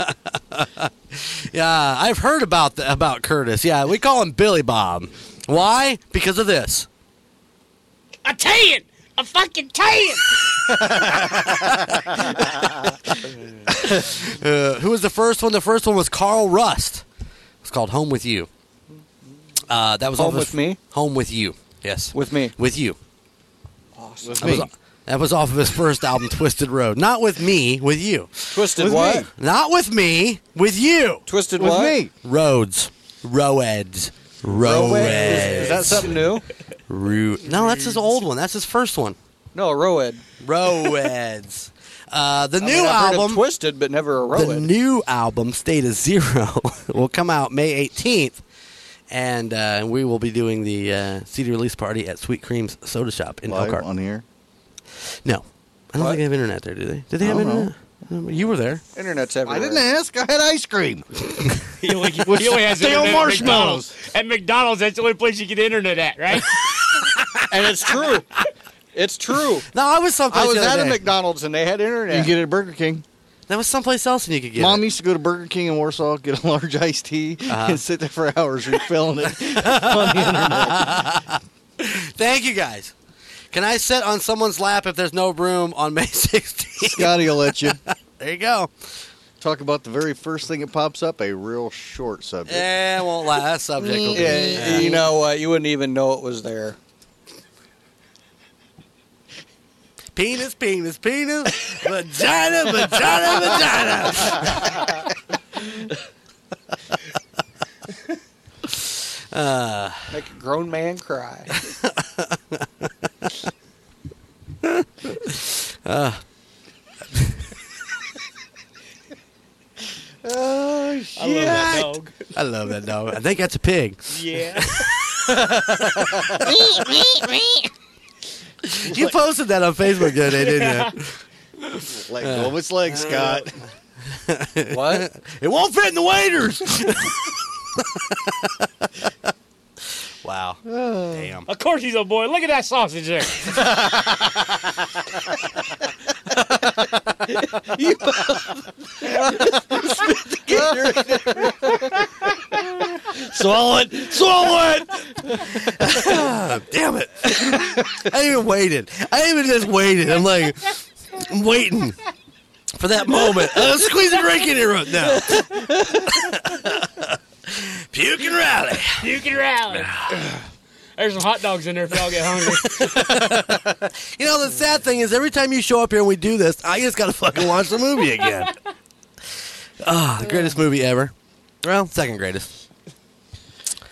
Speaker 4: Oh, yeah, I've heard about the, about Curtis. Yeah, we call him Billy Bob. Why? Because of this.
Speaker 18: A tan! A fucking tan!
Speaker 4: Uh, who was the first one? The first one was Carl Rust. It's called Home with You. Uh, that was
Speaker 8: Home
Speaker 4: off
Speaker 8: with
Speaker 4: of,
Speaker 8: Me?
Speaker 4: Home with You. Yes.
Speaker 8: With me.
Speaker 4: With you.
Speaker 8: Awesome.
Speaker 4: That was, that was off of his first album, Twisted Road. Not with me, with you.
Speaker 8: Twisted With what? me.
Speaker 4: Not with me, with you.
Speaker 8: Twisted With what? me.
Speaker 4: Roads. Roeds.
Speaker 8: Roeds.
Speaker 4: Roeds.
Speaker 8: Is that something new?
Speaker 4: Ru- no, that's his old one. That's his first one.
Speaker 8: No, a Roed.
Speaker 4: Roeds. Uh, the
Speaker 8: I
Speaker 4: new
Speaker 8: mean, I've heard of
Speaker 4: album.
Speaker 8: Twisted, but never a Roed.
Speaker 4: The new album, State of Zero, will come out May 18th, and uh, we will be doing the uh, CD release party at Sweet Cream's Soda Shop in
Speaker 7: Live
Speaker 4: Elkhart.
Speaker 7: on here?
Speaker 4: No. I don't think they have internet there, do they? Did they
Speaker 7: I
Speaker 4: have
Speaker 7: don't know.
Speaker 4: internet? Um, You were there.
Speaker 8: Internet's everywhere.
Speaker 7: I didn't ask. I had ice cream.
Speaker 1: He only,
Speaker 7: With
Speaker 1: he only has
Speaker 7: stale
Speaker 1: internet at
Speaker 7: marshmallows.
Speaker 1: McDonald's. At McDonald's, that's the only place you get internet at, right?
Speaker 8: and it's true. It's true.
Speaker 4: No, I was someplace
Speaker 8: I was
Speaker 4: the other
Speaker 8: at a
Speaker 4: day.
Speaker 8: McDonald's and they had
Speaker 7: You
Speaker 8: internet.
Speaker 7: can get it at Burger King.
Speaker 4: That was someplace else, and you could get
Speaker 7: Mom used to go to Burger King in Warsaw, get a large iced tea,
Speaker 4: Uh-huh.
Speaker 7: and sit there for hours refilling it on the internet.
Speaker 4: Thank you guys. Can I sit on someone's lap if there's no room on May 16th?
Speaker 7: Scotty will let you.
Speaker 4: There you go.
Speaker 7: Talk about the very first thing that pops up, a real short subject.
Speaker 4: Eh, I won't lie. That subject will be.
Speaker 8: Yeah, You know what? You wouldn't even know it was there.
Speaker 4: Penis, penis, penis. vagina, vagina, vagina. uh,
Speaker 8: Make a grown man cry.
Speaker 4: uh,
Speaker 18: Oh,
Speaker 4: I love that dog. I love that dog. I think that's a pig.
Speaker 18: Yeah.
Speaker 4: You posted that on Facebook the other day, didn't you?
Speaker 7: Let go of its legs, Scott.
Speaker 4: What? It won't fit in the waiters. wow.
Speaker 8: Oh.
Speaker 4: Damn.
Speaker 1: Of course he's a boy. Look at that sausage there.
Speaker 18: You-
Speaker 7: Swallow it. Swallow it.
Speaker 4: Damn it. I even waited. I even just waited. I'm like, I'm waiting for that moment. Uh, squeeze a drink in here right now. Puke and rally.
Speaker 9: Puke and rally.
Speaker 13: There's some hot dogs in there if y'all get hungry.
Speaker 4: You know, the sad thing is every time you show up here and we do this, I just got to fucking watch the movie again. Ah, the greatest movie ever. Well, second greatest.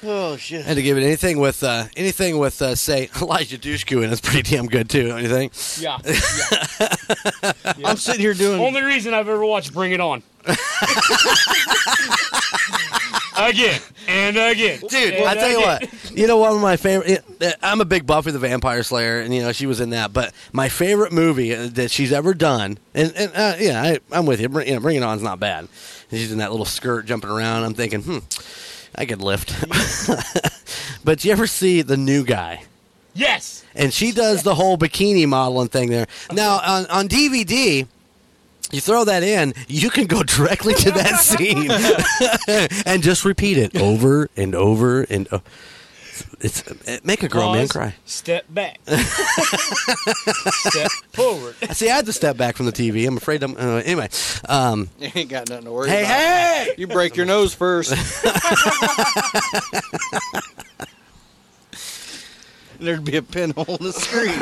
Speaker 7: Oh shit!
Speaker 4: had to give it anything with uh, anything with uh, say Elijah Dushku and it's pretty damn good too. Don't you think?
Speaker 13: Yeah.
Speaker 4: I'm sitting here doing.
Speaker 13: Only reason I've ever watched Bring It On. again and again,
Speaker 4: dude. I tell you what, you know one of my favorite. I'm a big Buffy the Vampire Slayer, and you know she was in that. But my favorite movie uh, that she's ever done, and, and uh, yeah, I, I'm with you. Bring, you know, Bring It On's not bad. She's in that little skirt jumping around. I'm thinking, hmm, I could lift. but you ever see the new guy?
Speaker 13: Yes.
Speaker 4: and she does the whole bikini modeling thing there. Now on, on DVD, you throw that in, you can go directly to that scene and just repeat it over and over and. o It's it, make a grown man
Speaker 13: Pause,
Speaker 4: cry.
Speaker 13: Step back. step forward.
Speaker 4: See, I had to step back from the TV. I'm afraid. I'm uh, anyway. Um,
Speaker 8: You ain't got nothing to worry
Speaker 4: Hey,
Speaker 8: about.
Speaker 4: hey!
Speaker 8: You break your nose first.
Speaker 7: There'd be a pinhole in the screen.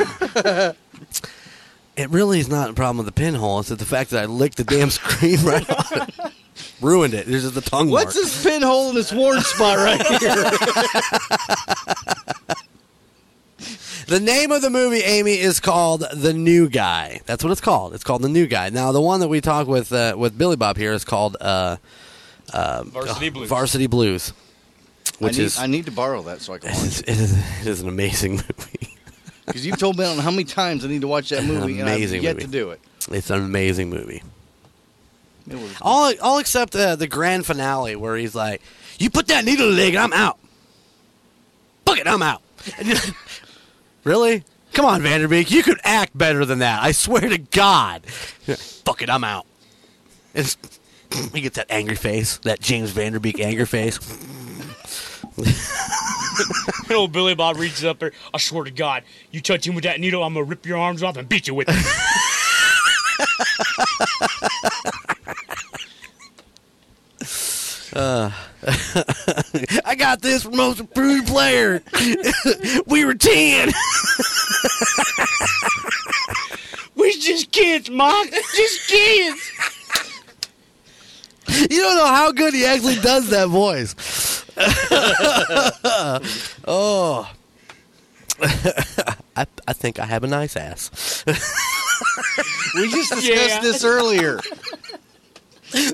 Speaker 4: it really is not a problem with the pinhole. It's that the fact that I licked the damn screen right off it. ruined it. There's just the tongue
Speaker 7: What's
Speaker 4: mark.
Speaker 7: this pinhole in this worn spot right here?
Speaker 4: The name of the movie, Amy, is called The New Guy. That's what it's called. It's called The New Guy. Now, the one that we talk with uh, with Billy Bob here is called uh, uh,
Speaker 7: Varsity Blues.
Speaker 4: Varsity Blues, which
Speaker 7: I need,
Speaker 4: is,
Speaker 7: I need to borrow that so I can
Speaker 4: it
Speaker 7: watch
Speaker 4: is it is it is an amazing movie.
Speaker 7: Because you've told me on how many times I need to watch that movie,
Speaker 4: an
Speaker 7: and I've
Speaker 4: amazing
Speaker 7: yet
Speaker 4: movie.
Speaker 7: to do it.
Speaker 4: It's an amazing movie.
Speaker 7: It was-
Speaker 4: All all except uh, the grand finale where he's like, "You put that needle in the leg, and I'm out. Fuck it, I'm out." And you're like, really? Come on, Vanderbeek, you could act better than that. I swear to God. Fuck it, I'm out. It's, he gets that angry face, that James Vanderbeek anger face.
Speaker 13: And old Billy Bob reaches up there. I swear to God, you touch him with that needle, I'm gonna rip your arms off and beat you with it.
Speaker 4: Uh, I got this for most improved player. we were ten.
Speaker 13: we just kids, Mom. Just kids.
Speaker 4: you don't know how good he actually does that voice. oh. I, I think I have a nice ass.
Speaker 7: we just discussed this earlier.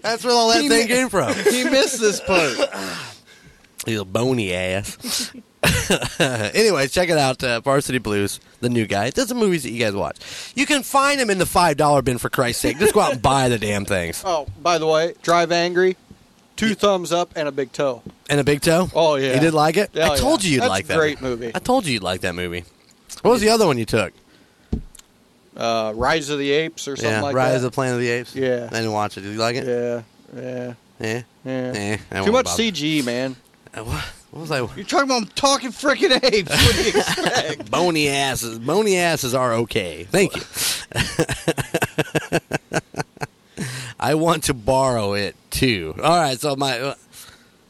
Speaker 4: That's where all that
Speaker 7: He
Speaker 4: thing
Speaker 7: mi-
Speaker 4: came from.
Speaker 7: He missed this part.
Speaker 4: He's a bony ass. anyway, check it out. Uh, Varsity Blues, the new guy. That's the movies that you guys watch. You can find him in the $5 bin, for Christ's sake. Just go out and buy the damn things.
Speaker 8: Oh, by the way, drive angry, two thumbs up and a big toe.
Speaker 4: And a big toe?
Speaker 8: Oh yeah,
Speaker 4: You did like it?
Speaker 8: Hell
Speaker 4: I told
Speaker 8: yeah.
Speaker 4: you you'd
Speaker 8: That's
Speaker 4: like
Speaker 8: a
Speaker 4: that.
Speaker 8: Great movie.
Speaker 4: I told you you'd like that movie. What was the other one you took?
Speaker 8: Uh, Rise of the Apes or something
Speaker 4: yeah,
Speaker 8: like
Speaker 4: Rise
Speaker 8: that.
Speaker 4: of the Planet of the Apes.
Speaker 8: Yeah.
Speaker 4: I didn't watch it. Did you like it?
Speaker 8: Yeah, yeah,
Speaker 4: Yeah.
Speaker 8: yeah.
Speaker 4: Eh, I
Speaker 8: Too
Speaker 4: won't
Speaker 8: much
Speaker 4: bother.
Speaker 8: CG, man.
Speaker 4: What was I?
Speaker 7: You're talking about talking freaking apes. What do you expect?
Speaker 4: Bony asses. Bony asses are okay. Thank you. I want to borrow it too. All right, so my. uh,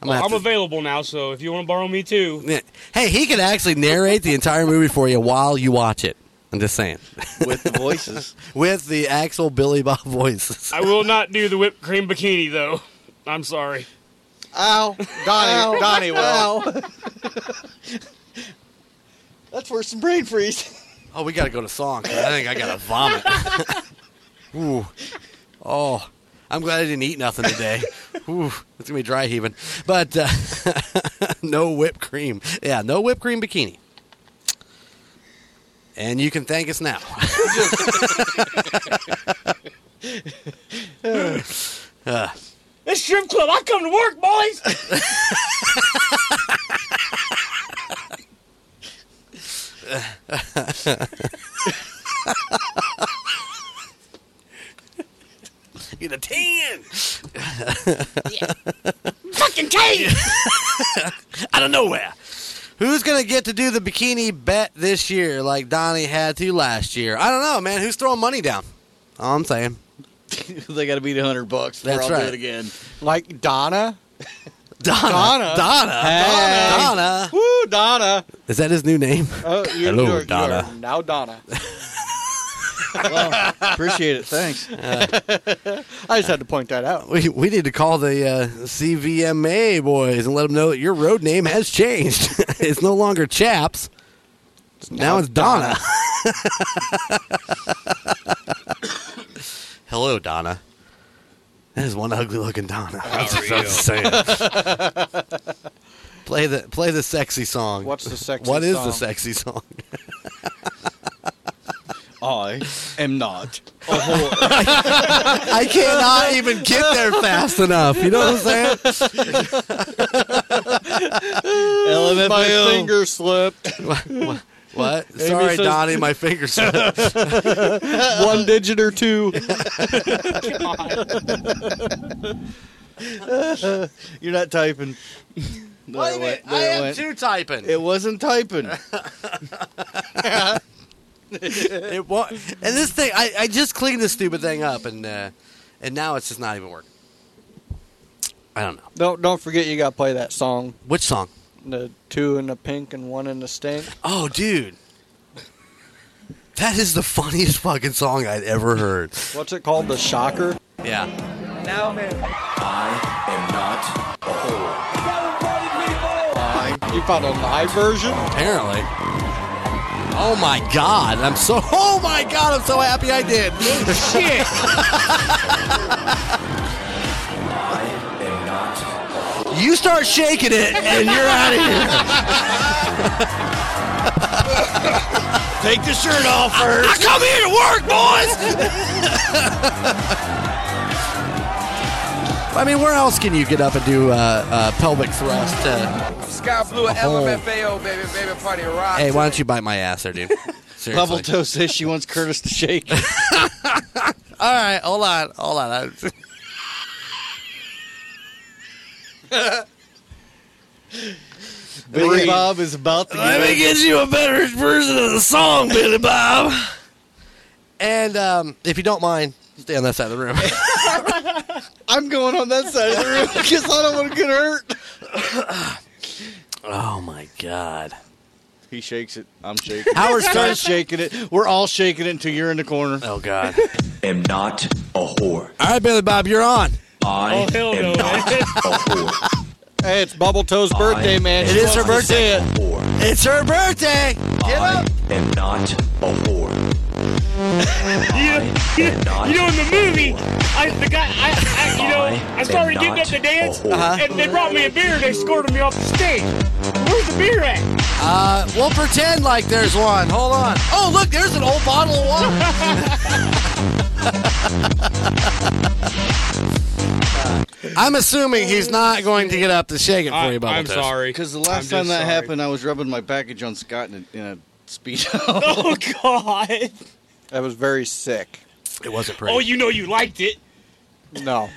Speaker 4: I'm
Speaker 13: I'm,
Speaker 4: gonna have to-
Speaker 13: available now, so if you want to borrow me too,
Speaker 4: Yeah. Hey, he can actually narrate the entire movie for you while you watch it. I'm just saying.
Speaker 7: With the voices.
Speaker 4: With the actual Billy Bob voices.
Speaker 13: I will not do the whipped cream bikini though. I'm sorry.
Speaker 7: Ow, Donnie,
Speaker 13: Ow.
Speaker 7: Donnie will.
Speaker 13: Ow.
Speaker 7: That's worse than brain freeze.
Speaker 4: Oh, we got to go to song. 'cause I think I got to vomit. Ooh. Oh, I'm glad I didn't eat nothing today. Ooh, it's going to be dry heaving. But uh, no whipped cream. Yeah, no whipped cream bikini. And you can thank us now. Uh,
Speaker 13: This strip club, I come to work, boys.
Speaker 4: Get a tan.
Speaker 9: Fucking tan.
Speaker 4: Out of nowhere. Who's gonna get to do the bikini bet this year, like Donnie had to last year? I don't know, man. Who's throwing money down? All I'm saying.
Speaker 7: they got to beat hundred bucks. Before
Speaker 4: That's
Speaker 7: I'll
Speaker 4: right.
Speaker 7: do it again.
Speaker 8: Like Donna.
Speaker 4: Donna.
Speaker 8: Donna.
Speaker 4: Donna.
Speaker 8: Hey.
Speaker 4: Donna.
Speaker 8: Woo, Donna.
Speaker 4: Is that his new name?
Speaker 8: Oh, you're,
Speaker 4: Hello,
Speaker 8: you're-
Speaker 4: Donna.
Speaker 8: you're now Donna.
Speaker 7: well, appreciate it. Thanks.
Speaker 8: I just had to point that out.
Speaker 4: We, we need to call the uh, CVMA boys and let them know that your road name has changed. it's no longer Chaps. now, it's Donna. Hello, Donna. That is one ugly looking Donna. That's what I'm saying. play the play the sexy song.
Speaker 8: What's the sexy
Speaker 4: What is
Speaker 8: song?
Speaker 4: the sexy song?
Speaker 7: I am not.
Speaker 4: I cannot even get there fast enough. You know what I'm saying?
Speaker 7: LMFAO.
Speaker 8: My finger slipped.
Speaker 4: what? what?
Speaker 8: Amy
Speaker 4: Sorry,
Speaker 8: says-
Speaker 4: Donnie, my fingers. slipped.
Speaker 8: One digit or two.
Speaker 7: You're not typing. There
Speaker 4: Wait a minute,
Speaker 7: it went, there
Speaker 4: I
Speaker 7: it
Speaker 4: am
Speaker 7: went.
Speaker 4: too typing.
Speaker 7: It wasn't typing.
Speaker 4: it wa- and this thing, I, I just cleaned this stupid thing up, and uh, and now it's just not even working. I don't know.
Speaker 8: Don't don't forget you got to play that song.
Speaker 4: Which song?
Speaker 8: The two in the pink and one in the stink.
Speaker 4: Oh, dude. That is the funniest fucking song I'd ever heard.
Speaker 8: What's it called? The shocker.
Speaker 4: Yeah.
Speaker 19: Now, man.
Speaker 8: I am not a You found a live version?
Speaker 4: Apparently. Oh my god. I'm so Oh my god, I'm so happy I did. Shit. You start shaking it and you're out of here. Take the shirt off first. I come here to work, boys. I mean, where else can you get up and do uh, uh, pelvic thrust? Uh,
Speaker 20: Sky Blue
Speaker 4: A whole-
Speaker 20: LMFAO, baby, baby, party rock.
Speaker 4: Hey, why don't you bite my ass there, dude? Seriously.
Speaker 7: Bubble Toe says she wants Curtis to shake.
Speaker 4: All right, hold on, hold on.
Speaker 7: Billy
Speaker 4: Breathe.
Speaker 7: Bob is about to.
Speaker 4: Let me get you a better version of the song, Billy Bob. And um, if you don't mind, stay on that side of the room.
Speaker 7: I'm going on that side of the room because I don't want to get hurt.
Speaker 4: oh my god.
Speaker 7: He shakes it. I'm shaking. it.
Speaker 4: Howard Stern-
Speaker 7: Scott's shaking it. We're all shaking it until you're in the corner.
Speaker 4: Oh God.
Speaker 7: Am not a whore.
Speaker 4: All right, Billy Bob, you're on.
Speaker 1: Oh,
Speaker 7: I
Speaker 8: am not a whore. Hey, it's Bubble Toe's birthday, man.
Speaker 4: It
Speaker 8: She
Speaker 4: is her
Speaker 8: wants to say
Speaker 4: birthday.
Speaker 8: it.
Speaker 4: It's her birthday. Get up.
Speaker 5: am not a whore.
Speaker 1: you, you, you know, in the movie, I the guy, I, I you know, I started getting up to dance,
Speaker 4: Uh-huh.
Speaker 1: and they brought me a beer, and they escorted me off the stage. Where's the beer at?
Speaker 4: Uh, we'll pretend like there's one. Hold on. Oh, look, there's an old bottle of water. I'm assuming he's not going to get up to shake it for you, Bubble Toast.
Speaker 7: Because the last time that happened, I was rubbing my package on Scott in a, in a speedo.
Speaker 1: Oh God!
Speaker 8: That was very sick.
Speaker 4: It wasn't
Speaker 1: Oh, you know you liked it.
Speaker 8: No.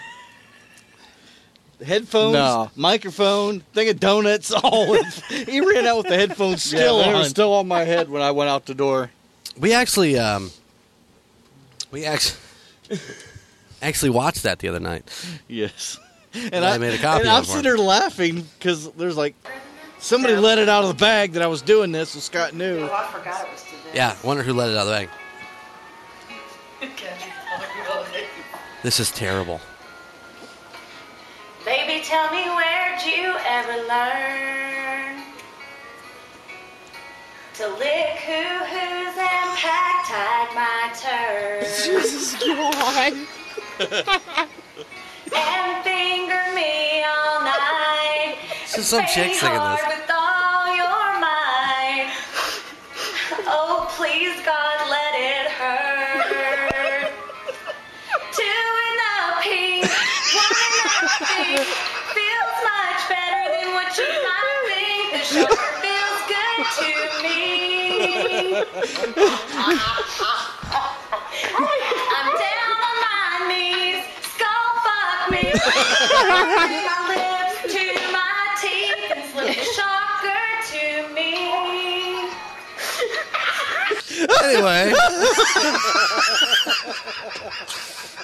Speaker 7: Headphones,
Speaker 8: No.
Speaker 7: microphone, thing of donuts. All with, he ran out with the headphones still
Speaker 8: yeah, they
Speaker 7: on.
Speaker 8: were still on my head when I went out the door.
Speaker 4: We actually, um, we actually actually watched that the other night.
Speaker 7: Yes,
Speaker 4: and I, made a copy.
Speaker 7: And
Speaker 4: of
Speaker 7: I'm
Speaker 4: it
Speaker 7: sitting
Speaker 4: for him.
Speaker 7: there laughing because there's like somebody let it out of the bag that I was doing this, so Scott knew.
Speaker 13: Oh,
Speaker 7: I forgot it was today.
Speaker 4: Yeah, wonder who let it out of the bag. This is terrible.
Speaker 13: Baby, tell me where'd you ever learn to lick hoo hoos and pack tied my turn?
Speaker 21: Jesus God.
Speaker 13: and finger me all night.
Speaker 4: This is some chick
Speaker 13: Stay
Speaker 4: singing
Speaker 13: hard
Speaker 4: this.
Speaker 13: With all your might. Oh, please, God, let it hurt. Two and a pink, one and a pink feels much better than what you might think. The sugar feels good to me. I'm down on my knees, skull fuck me. From my lips to my teeth, and slip the shocker to me.
Speaker 4: Anyway.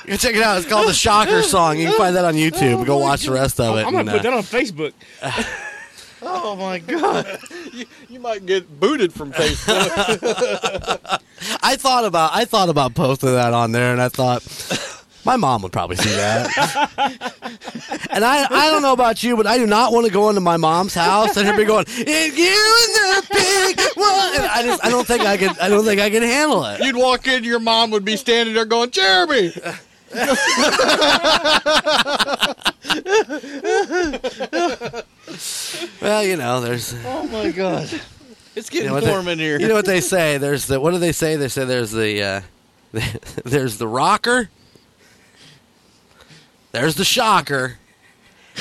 Speaker 4: You can check it out. It's called the Shocker Song. You can find that on YouTube. Go watch the rest of it.
Speaker 13: I'm gonna
Speaker 4: and,
Speaker 13: put
Speaker 4: uh,
Speaker 13: that on Facebook.
Speaker 8: Oh my god! you, you might get booted from Facebook.
Speaker 4: I thought about I thought about posting that on there, and I thought my mom would probably see that. and I I don't know about you, but I do not want to go into my mom's house and her be going, "If you and the big one," and I just I don't think I could I don't think I can handle it.
Speaker 8: You'd walk in, your mom would be standing there going, "Jeremy."
Speaker 4: Well, you know, there's
Speaker 7: Oh my god!
Speaker 4: you
Speaker 7: It's getting
Speaker 4: know what they-
Speaker 7: warm in here.
Speaker 4: You know what they say? There's the what do they say? They say there's the uh, there's the rocker, there's the shocker,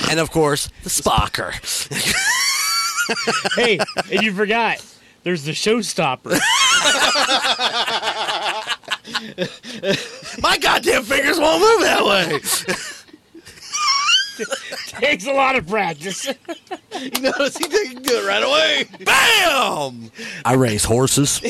Speaker 4: and of course the spocker.
Speaker 13: hey, and you forgot. There's the showstopper.
Speaker 4: My goddamn fingers won't move that way.
Speaker 13: Takes a lot of practice.
Speaker 7: you notice he didn't do it right away.
Speaker 4: Bam! I raise horses.
Speaker 13: hey,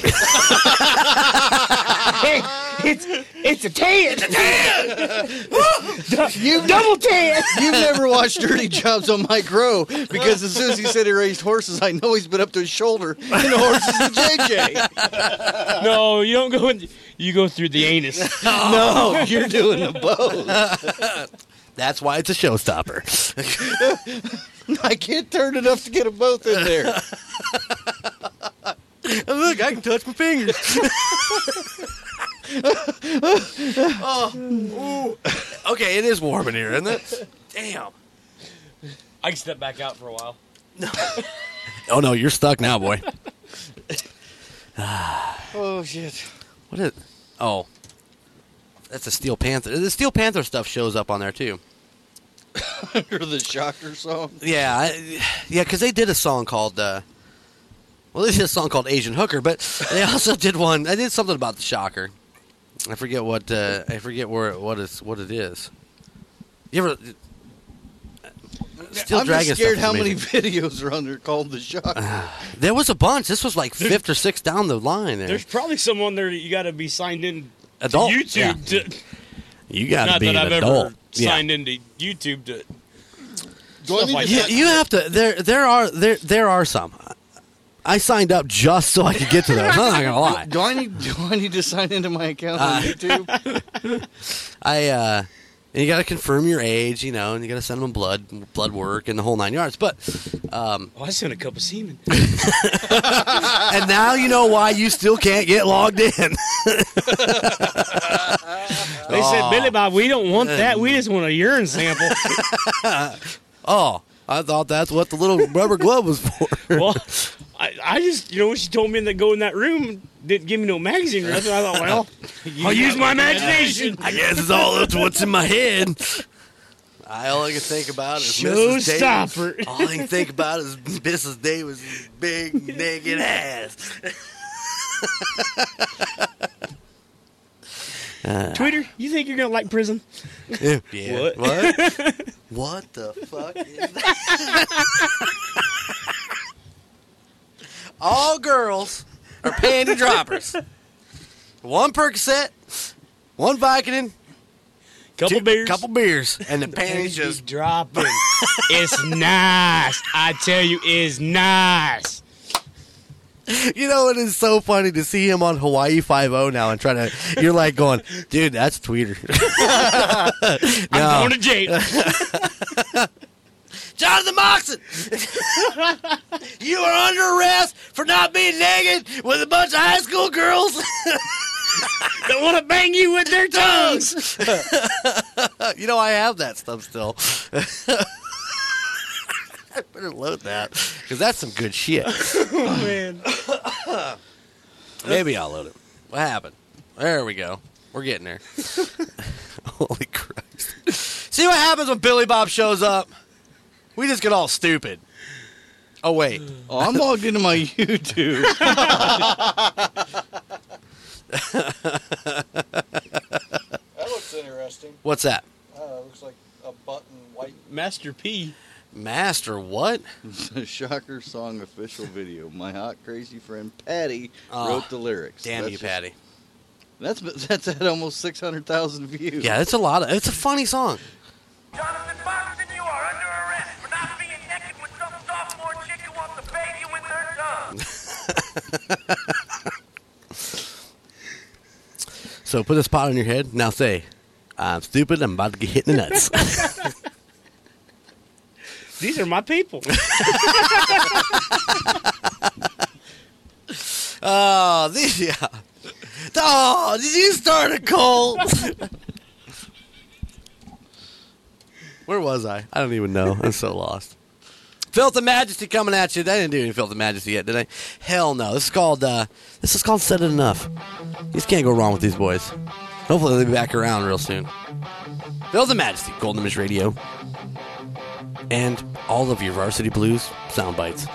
Speaker 13: it's it's a tan. It's a tan. you double tan.
Speaker 7: You've never watched Dirty Jobs on Mike Rowe because as soon as he said he raised horses, I know he's been up to his shoulder in the horses and JJ.
Speaker 13: No, you don't go in. You go through the anus.
Speaker 7: No, you're doing the bows.
Speaker 4: That's why it's a showstopper.
Speaker 7: I can't turn enough to get them both in there.
Speaker 4: Look, I can touch my fingers.
Speaker 13: oh,
Speaker 4: uh. okay, it is warm in here, isn't it? Damn.
Speaker 13: I can step back out for a while.
Speaker 4: Oh no, you're stuck now, boy.
Speaker 7: Oh shit!
Speaker 4: What is? Oh, that's the Steel Panther. The Steel Panther stuff shows up on there too.
Speaker 7: Under the shocker song.
Speaker 4: Yeah, I, yeah, because they did a song called. Uh, well, they did a song called Asian Hooker, but they also did one. I did something about the shocker. I forget what uh, I forget where what is what it is. You ever? Steel
Speaker 7: I'm
Speaker 4: Dragon
Speaker 7: just
Speaker 4: stuff
Speaker 7: scared
Speaker 4: is
Speaker 7: how many
Speaker 4: amazing.
Speaker 7: videos are under called the shocker.
Speaker 4: There was a bunch. This was like fifth or sixth down the line. There,
Speaker 13: There's probably someone there that you got to be signed in to
Speaker 4: Adult,
Speaker 13: YouTube.
Speaker 4: yeah.
Speaker 13: To,
Speaker 4: you got to
Speaker 13: not
Speaker 4: be
Speaker 13: that
Speaker 4: an
Speaker 13: I've
Speaker 4: adult.
Speaker 13: ever
Speaker 4: Yeah.
Speaker 13: signed into YouTube to.
Speaker 7: Do I
Speaker 13: stuff
Speaker 7: need
Speaker 13: like
Speaker 4: You,
Speaker 13: that.
Speaker 4: you have to. There, there are there there are some. I signed up just so I could get to those. I'm not gonna lie.
Speaker 7: Do I need do I need to sign into my account on
Speaker 4: Uh,
Speaker 7: YouTube?
Speaker 4: I uh, and you got to confirm your age, you know, and you got to send them blood blood work and the whole nine yards. But um,
Speaker 13: Oh, I sent a cup of semen.
Speaker 4: and now you know why you still can't get logged in. they
Speaker 13: They said, Billy Bob, we don't want that. We just want a urine sample.
Speaker 4: oh, I thought that's what the little rubber glove was for.
Speaker 13: well, I, I just, you know, when she told me to go in that room, didn't give me no magazine or nothing. I thought, well, I'll use my imagination.
Speaker 4: I guess it's all up to what's in my head. I all I can think about is Mrs. Davis.
Speaker 13: Showstopper.
Speaker 4: All I can think about is Mrs. Davis' big naked ass. Uh,
Speaker 13: Twitter, you think you're going to like prison?
Speaker 4: yeah. What?
Speaker 13: What?
Speaker 4: What the fuck is All girls are panty droppers. One Percocet, one Vicodin,
Speaker 13: couple beers.
Speaker 4: couple beers, and the panties just
Speaker 13: just dropping. it's nice. I tell you, it's nice.
Speaker 4: You know, it is so funny to see him on Hawaii Five O now and trying to. You're like going, dude, that's Tweeter.
Speaker 13: I'm
Speaker 4: No.
Speaker 13: going to jail.
Speaker 4: Jonathan Moxon, you are under arrest for not being naked with a bunch of high school girls
Speaker 13: They want to bang you with their tongues.
Speaker 4: you know, I have that stuff still. I better load that because that's some good shit.
Speaker 13: oh, man.
Speaker 4: Maybe I'll load it. What happened? There we go. We're getting there. Holy Christ. See what happens when Billy Bob shows up? We just get all stupid. Oh, wait.
Speaker 7: Oh, I'm logged into my YouTube.
Speaker 8: That looks interesting.
Speaker 4: What's that?
Speaker 8: Uh, looks like a button white.
Speaker 13: Master P.
Speaker 4: Master what?
Speaker 7: Shocker song official video. My hot crazy friend Patty
Speaker 4: Oh,
Speaker 7: wrote the lyrics.
Speaker 4: damn you, Patty.
Speaker 7: That's that's at almost six hundred thousand views.
Speaker 4: Yeah, it's a lot of. It's a funny song. So put this pot on your head. Now say, I'm stupid. I'm about to get hit in the nuts.
Speaker 22: These are my people.
Speaker 4: oh, these, yeah. Oh, did you start a cult? Where was I? I don't even know. I'm so lost. Filth and Majesty coming at you. They didn't do any Filth and Majesty yet, did they? Hell no. This is called uh, this is called Said It Enough. You just can't go wrong with these boys. Hopefully they'll be back around real soon. Filth and Majesty, Golden Image Radio, and all of your Varsity Blues sound bites.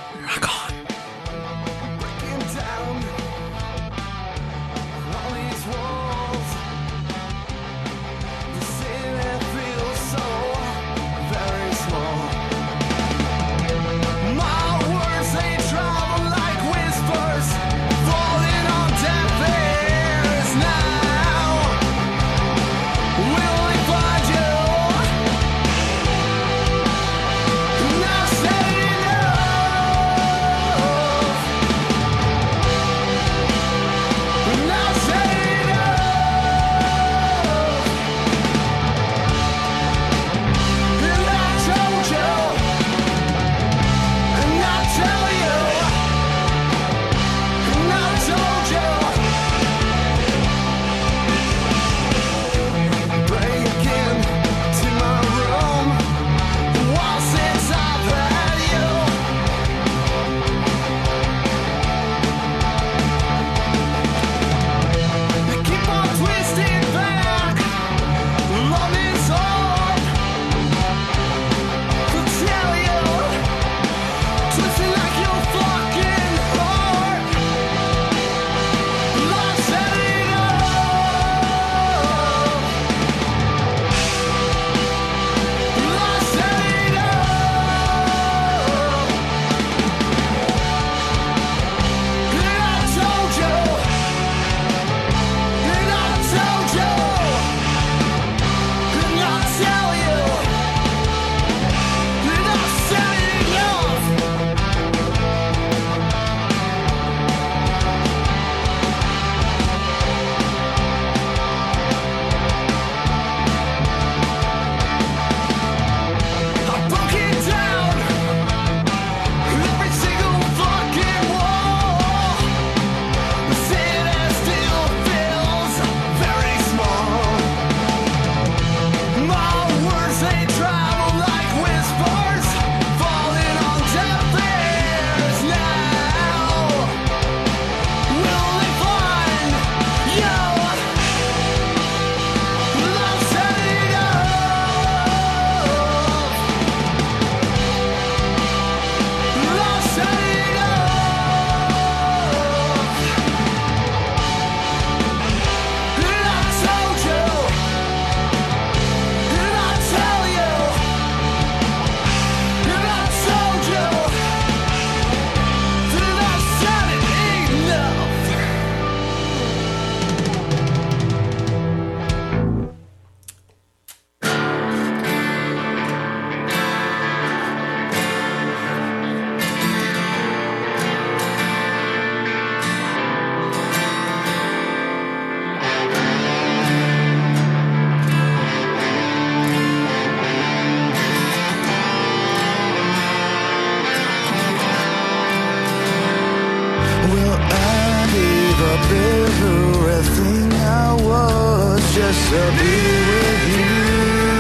Speaker 1: Well, I gave up everything I was just to be with you.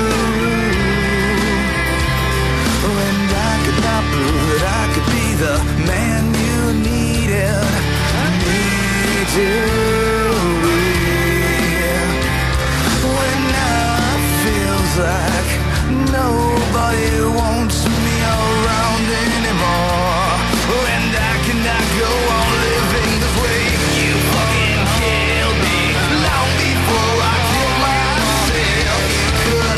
Speaker 1: And I could not prove that I could be the man you needed me to be. When it feels like nobody wants me around anymore, and I cannot go on living this way. You fucking killed me long before I killed myself.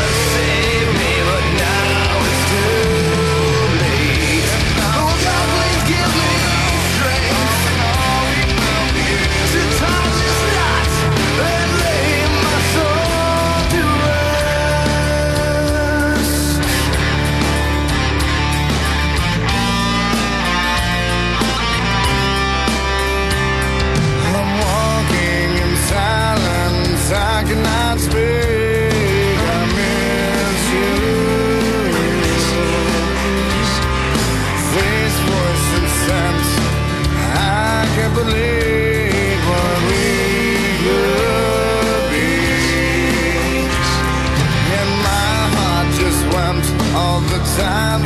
Speaker 1: to the stand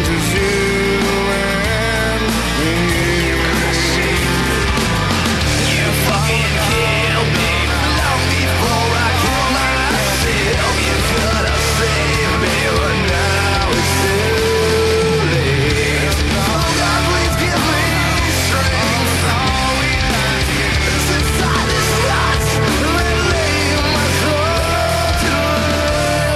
Speaker 1: is you and me. You fucking killed me. Love before I killed myself. You could have saved me, but now it's too late. Oh God, please give me strength. Sorry that this inside is not. Let lay my soul to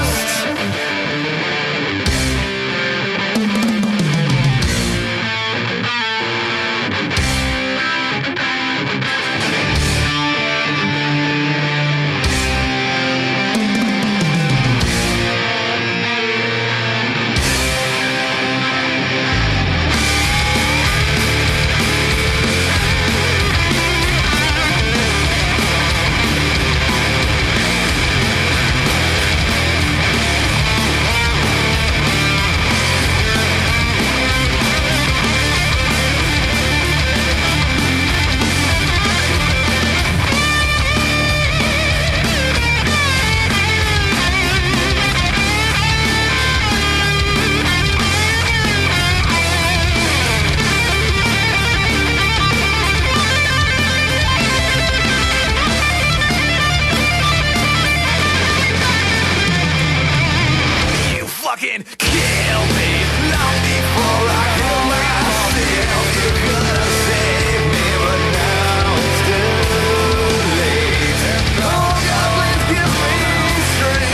Speaker 1: You fucking kill me long before I kill myself. You could have saved me, but now it's too late. Oh God, please give me strength.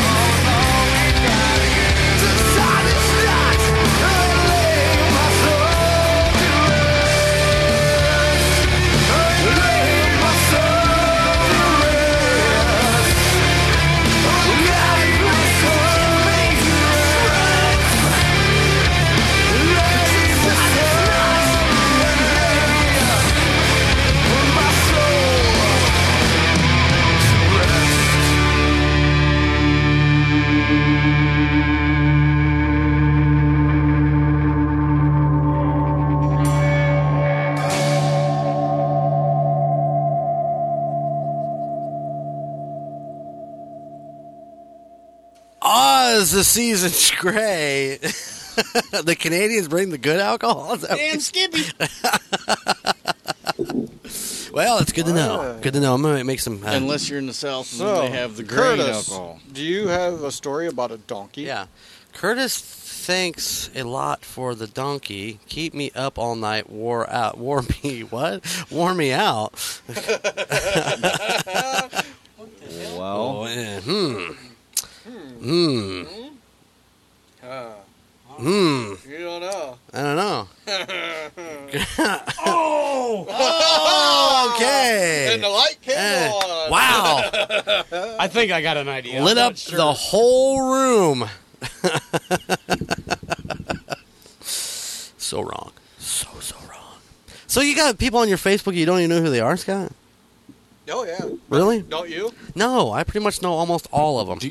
Speaker 1: To silence that and lay my soul to rest. And lay my soul to rest. Oh God, please give me strength.
Speaker 4: Oz the season's great. the Canadians bring the good alcohol. Is that what
Speaker 9: Damn
Speaker 4: you-
Speaker 9: Skippy.
Speaker 4: well, it's good to know. Good to know. I'm gonna make some. uh,
Speaker 7: Unless you're in the South, and
Speaker 8: So,
Speaker 7: they have the grain
Speaker 8: Curtis,
Speaker 7: alcohol.
Speaker 8: do you have a story about a donkey?
Speaker 4: Yeah. Curtis thanks a lot for the donkey. Keep me up all night. Wore out. Wore me what? Wore me out. Oh,
Speaker 7: Wow.
Speaker 4: yeah. Hmm. Hmm. Hmm.
Speaker 8: You don't know.
Speaker 4: I don't know.
Speaker 8: oh!
Speaker 4: okay.
Speaker 8: And the light came
Speaker 4: Eh.
Speaker 8: on.
Speaker 4: Wow.
Speaker 13: I think I got an idea.
Speaker 4: Lit
Speaker 13: I'm
Speaker 4: up
Speaker 13: not sure.
Speaker 4: the whole room. so wrong. So so wrong. So you got people on your Facebook you don't even know who they are, Scott?
Speaker 8: Oh yeah.
Speaker 4: Really?
Speaker 8: Don't you?
Speaker 4: No, I pretty much know almost all of them. Do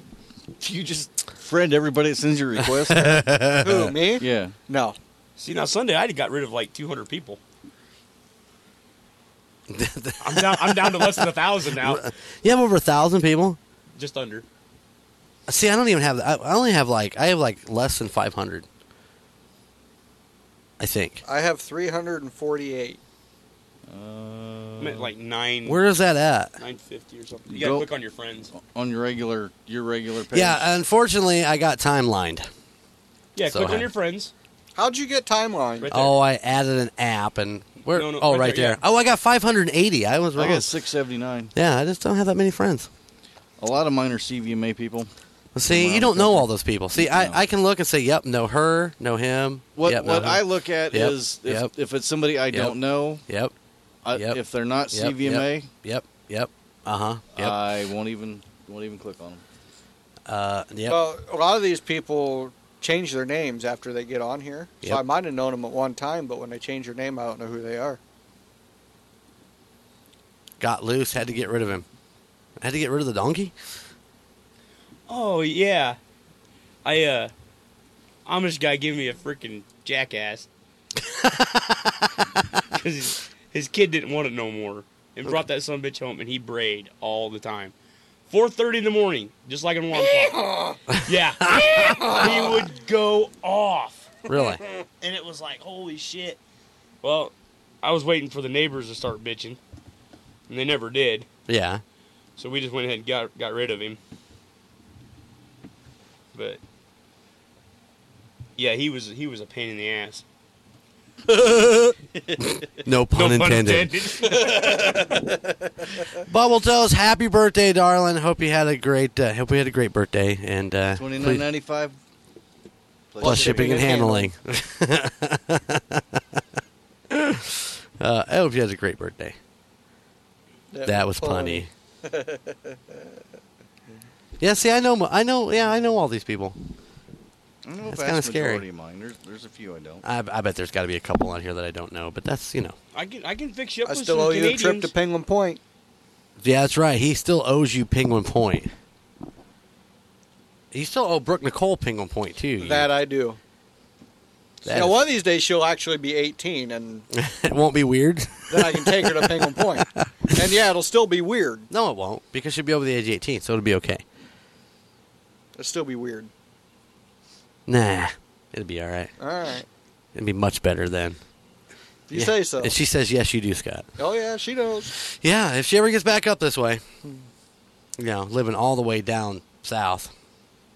Speaker 7: you, just friend everybody that sends you a request?
Speaker 8: Who, me?
Speaker 7: Yeah.
Speaker 8: No.
Speaker 13: See, now Sunday I got rid of like 200 people. I'm down, I'm down to less than a thousand now.
Speaker 4: You have over a thousand people.
Speaker 13: Just under.
Speaker 4: See, I don't even have. I I only have like I have like less than five hundred. I think.
Speaker 8: I have 348.
Speaker 13: I'm at like nine.
Speaker 4: Where is that at?
Speaker 13: 950 or something. You gotta
Speaker 7: Go-
Speaker 13: click on your friends.
Speaker 7: on your regular your regular page.
Speaker 4: Yeah, unfortunately, I got timelined.
Speaker 13: Yeah,
Speaker 4: So
Speaker 13: click on
Speaker 4: hang-
Speaker 13: your friends.
Speaker 8: How'd you get timeline?
Speaker 13: Right there.
Speaker 4: Oh, I added an app and where?
Speaker 13: No, no,
Speaker 4: oh,
Speaker 13: right
Speaker 4: right,
Speaker 13: there,
Speaker 4: there.
Speaker 13: yeah.
Speaker 4: Oh, I got five hundred and eighty. I was
Speaker 7: I
Speaker 4: wrong.
Speaker 7: got 679.
Speaker 4: yeah, I just don't have that many friends.
Speaker 7: A lot of mine are CVMA people.
Speaker 4: See, you don't know all those people. See, I, I can look and say, yep, know her, know him.
Speaker 7: What
Speaker 4: yep, know
Speaker 7: what
Speaker 4: him.
Speaker 7: I look at
Speaker 4: Yep,
Speaker 7: is if,
Speaker 4: yep,
Speaker 7: if it's somebody I don't know,
Speaker 4: yep,
Speaker 7: I,
Speaker 4: yep,
Speaker 7: if they're not
Speaker 4: yep,
Speaker 7: CVMA,
Speaker 4: Yep, yep, yep uh huh. Yep.
Speaker 7: I won't even won't even click on them.
Speaker 4: Uh, yep.
Speaker 8: Well, a lot of these people change their names after they get on here. So
Speaker 4: Yep.
Speaker 8: I might have known them at one time, but when they change their name, I don't know who they are.
Speaker 4: got loose, had to get rid of him. Had to get rid of the donkey.
Speaker 13: Oh yeah, I uh, Amish guy gave me a freaking jackass because his, his kid didn't want it no more and brought that son of a bitch home and he brayed all the time 4:30 in the morning, just like in one o'clock. Yeah, he would go off.
Speaker 4: Really?
Speaker 13: And it was like, holy shit. Well, I was waiting for the neighbors to start bitching, and they never did.
Speaker 4: Yeah.
Speaker 13: So we just went ahead and got got rid of him. But yeah, he was he was a pain in the ass.
Speaker 4: No pun intended. Bubble Toes, happy birthday, darling. Hope you had a great uh, hope we had a great birthday and uh
Speaker 7: Twenty
Speaker 4: please-
Speaker 7: nine ninety five.
Speaker 4: plus shipping and handling. uh, I hope you had a great birthday. That, was punny. Yeah, see, I know, mo- I know, yeah, I know all these people.
Speaker 7: I don't know if
Speaker 4: That's
Speaker 7: that's
Speaker 4: kinda
Speaker 7: kind of
Speaker 4: scary.
Speaker 7: scary. Mine. There's, there's a few I don't.
Speaker 4: I, I bet there's got to be a couple on here that I don't know, but that's you know,
Speaker 13: I can I can fix you up
Speaker 8: I
Speaker 13: with
Speaker 8: still
Speaker 13: some
Speaker 8: owe you a
Speaker 13: Canadians.
Speaker 8: trip to Penguin Point.
Speaker 4: yeah, that's right. He still owes you Penguin Point. He still owe Brooke Nicole Penguin Point too. you-
Speaker 8: That I do.
Speaker 4: That
Speaker 8: now,
Speaker 4: is-
Speaker 8: one of these days she'll actually be 18, and
Speaker 4: it won't be weird.
Speaker 8: then I can take her to Penguin Point. And yeah, it'll still be weird.
Speaker 4: No, it won't because she'll be over the age of eighteen, so it'll be okay.
Speaker 8: It'll still be weird.
Speaker 4: Nah, it'll be all right.
Speaker 8: All right.
Speaker 4: It'd be much better then.
Speaker 8: You say so.
Speaker 4: And she says, yes, you do, Scott.
Speaker 8: Oh, yeah, she knows.
Speaker 4: Yeah, if she ever gets back up this way, you know, living all the way down south,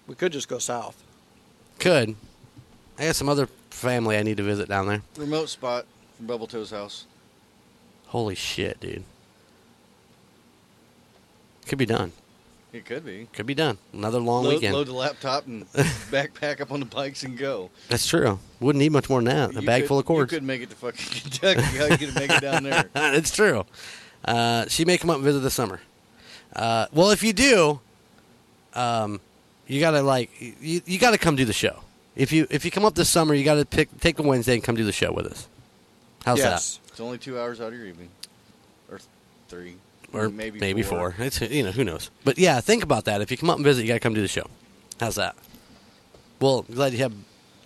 Speaker 8: We could just go south.
Speaker 4: could. I got some other family I need to visit down there.
Speaker 7: Remote spot from Bubble Toe's house.
Speaker 4: Holy shit, dude. Could be done.
Speaker 7: It could be.
Speaker 4: Could be done. Another long
Speaker 7: load,
Speaker 4: weekend.
Speaker 7: load the laptop and backpack up on the bikes and go.
Speaker 4: That's true. Wouldn't need much more than that. A
Speaker 7: You
Speaker 4: bag
Speaker 7: could-
Speaker 4: full of cords.
Speaker 7: You could make it to fucking Kentucky. How you gonna make it down there?
Speaker 4: it's true. Uh, she may come up and visit this summer. Uh, well, if you do, um, you gotta like you, you gotta come do the show. If you if you come up this summer, you gotta pick take a Wednesday and come do the show with us. How's
Speaker 7: yes. It's only two hours out of your evening, or three,
Speaker 4: that? Or
Speaker 7: maybe
Speaker 4: maybe four. It's you know who knows. But yeah, think about that. If you come up and visit, you gotta come do the show. How's that? Well, glad you have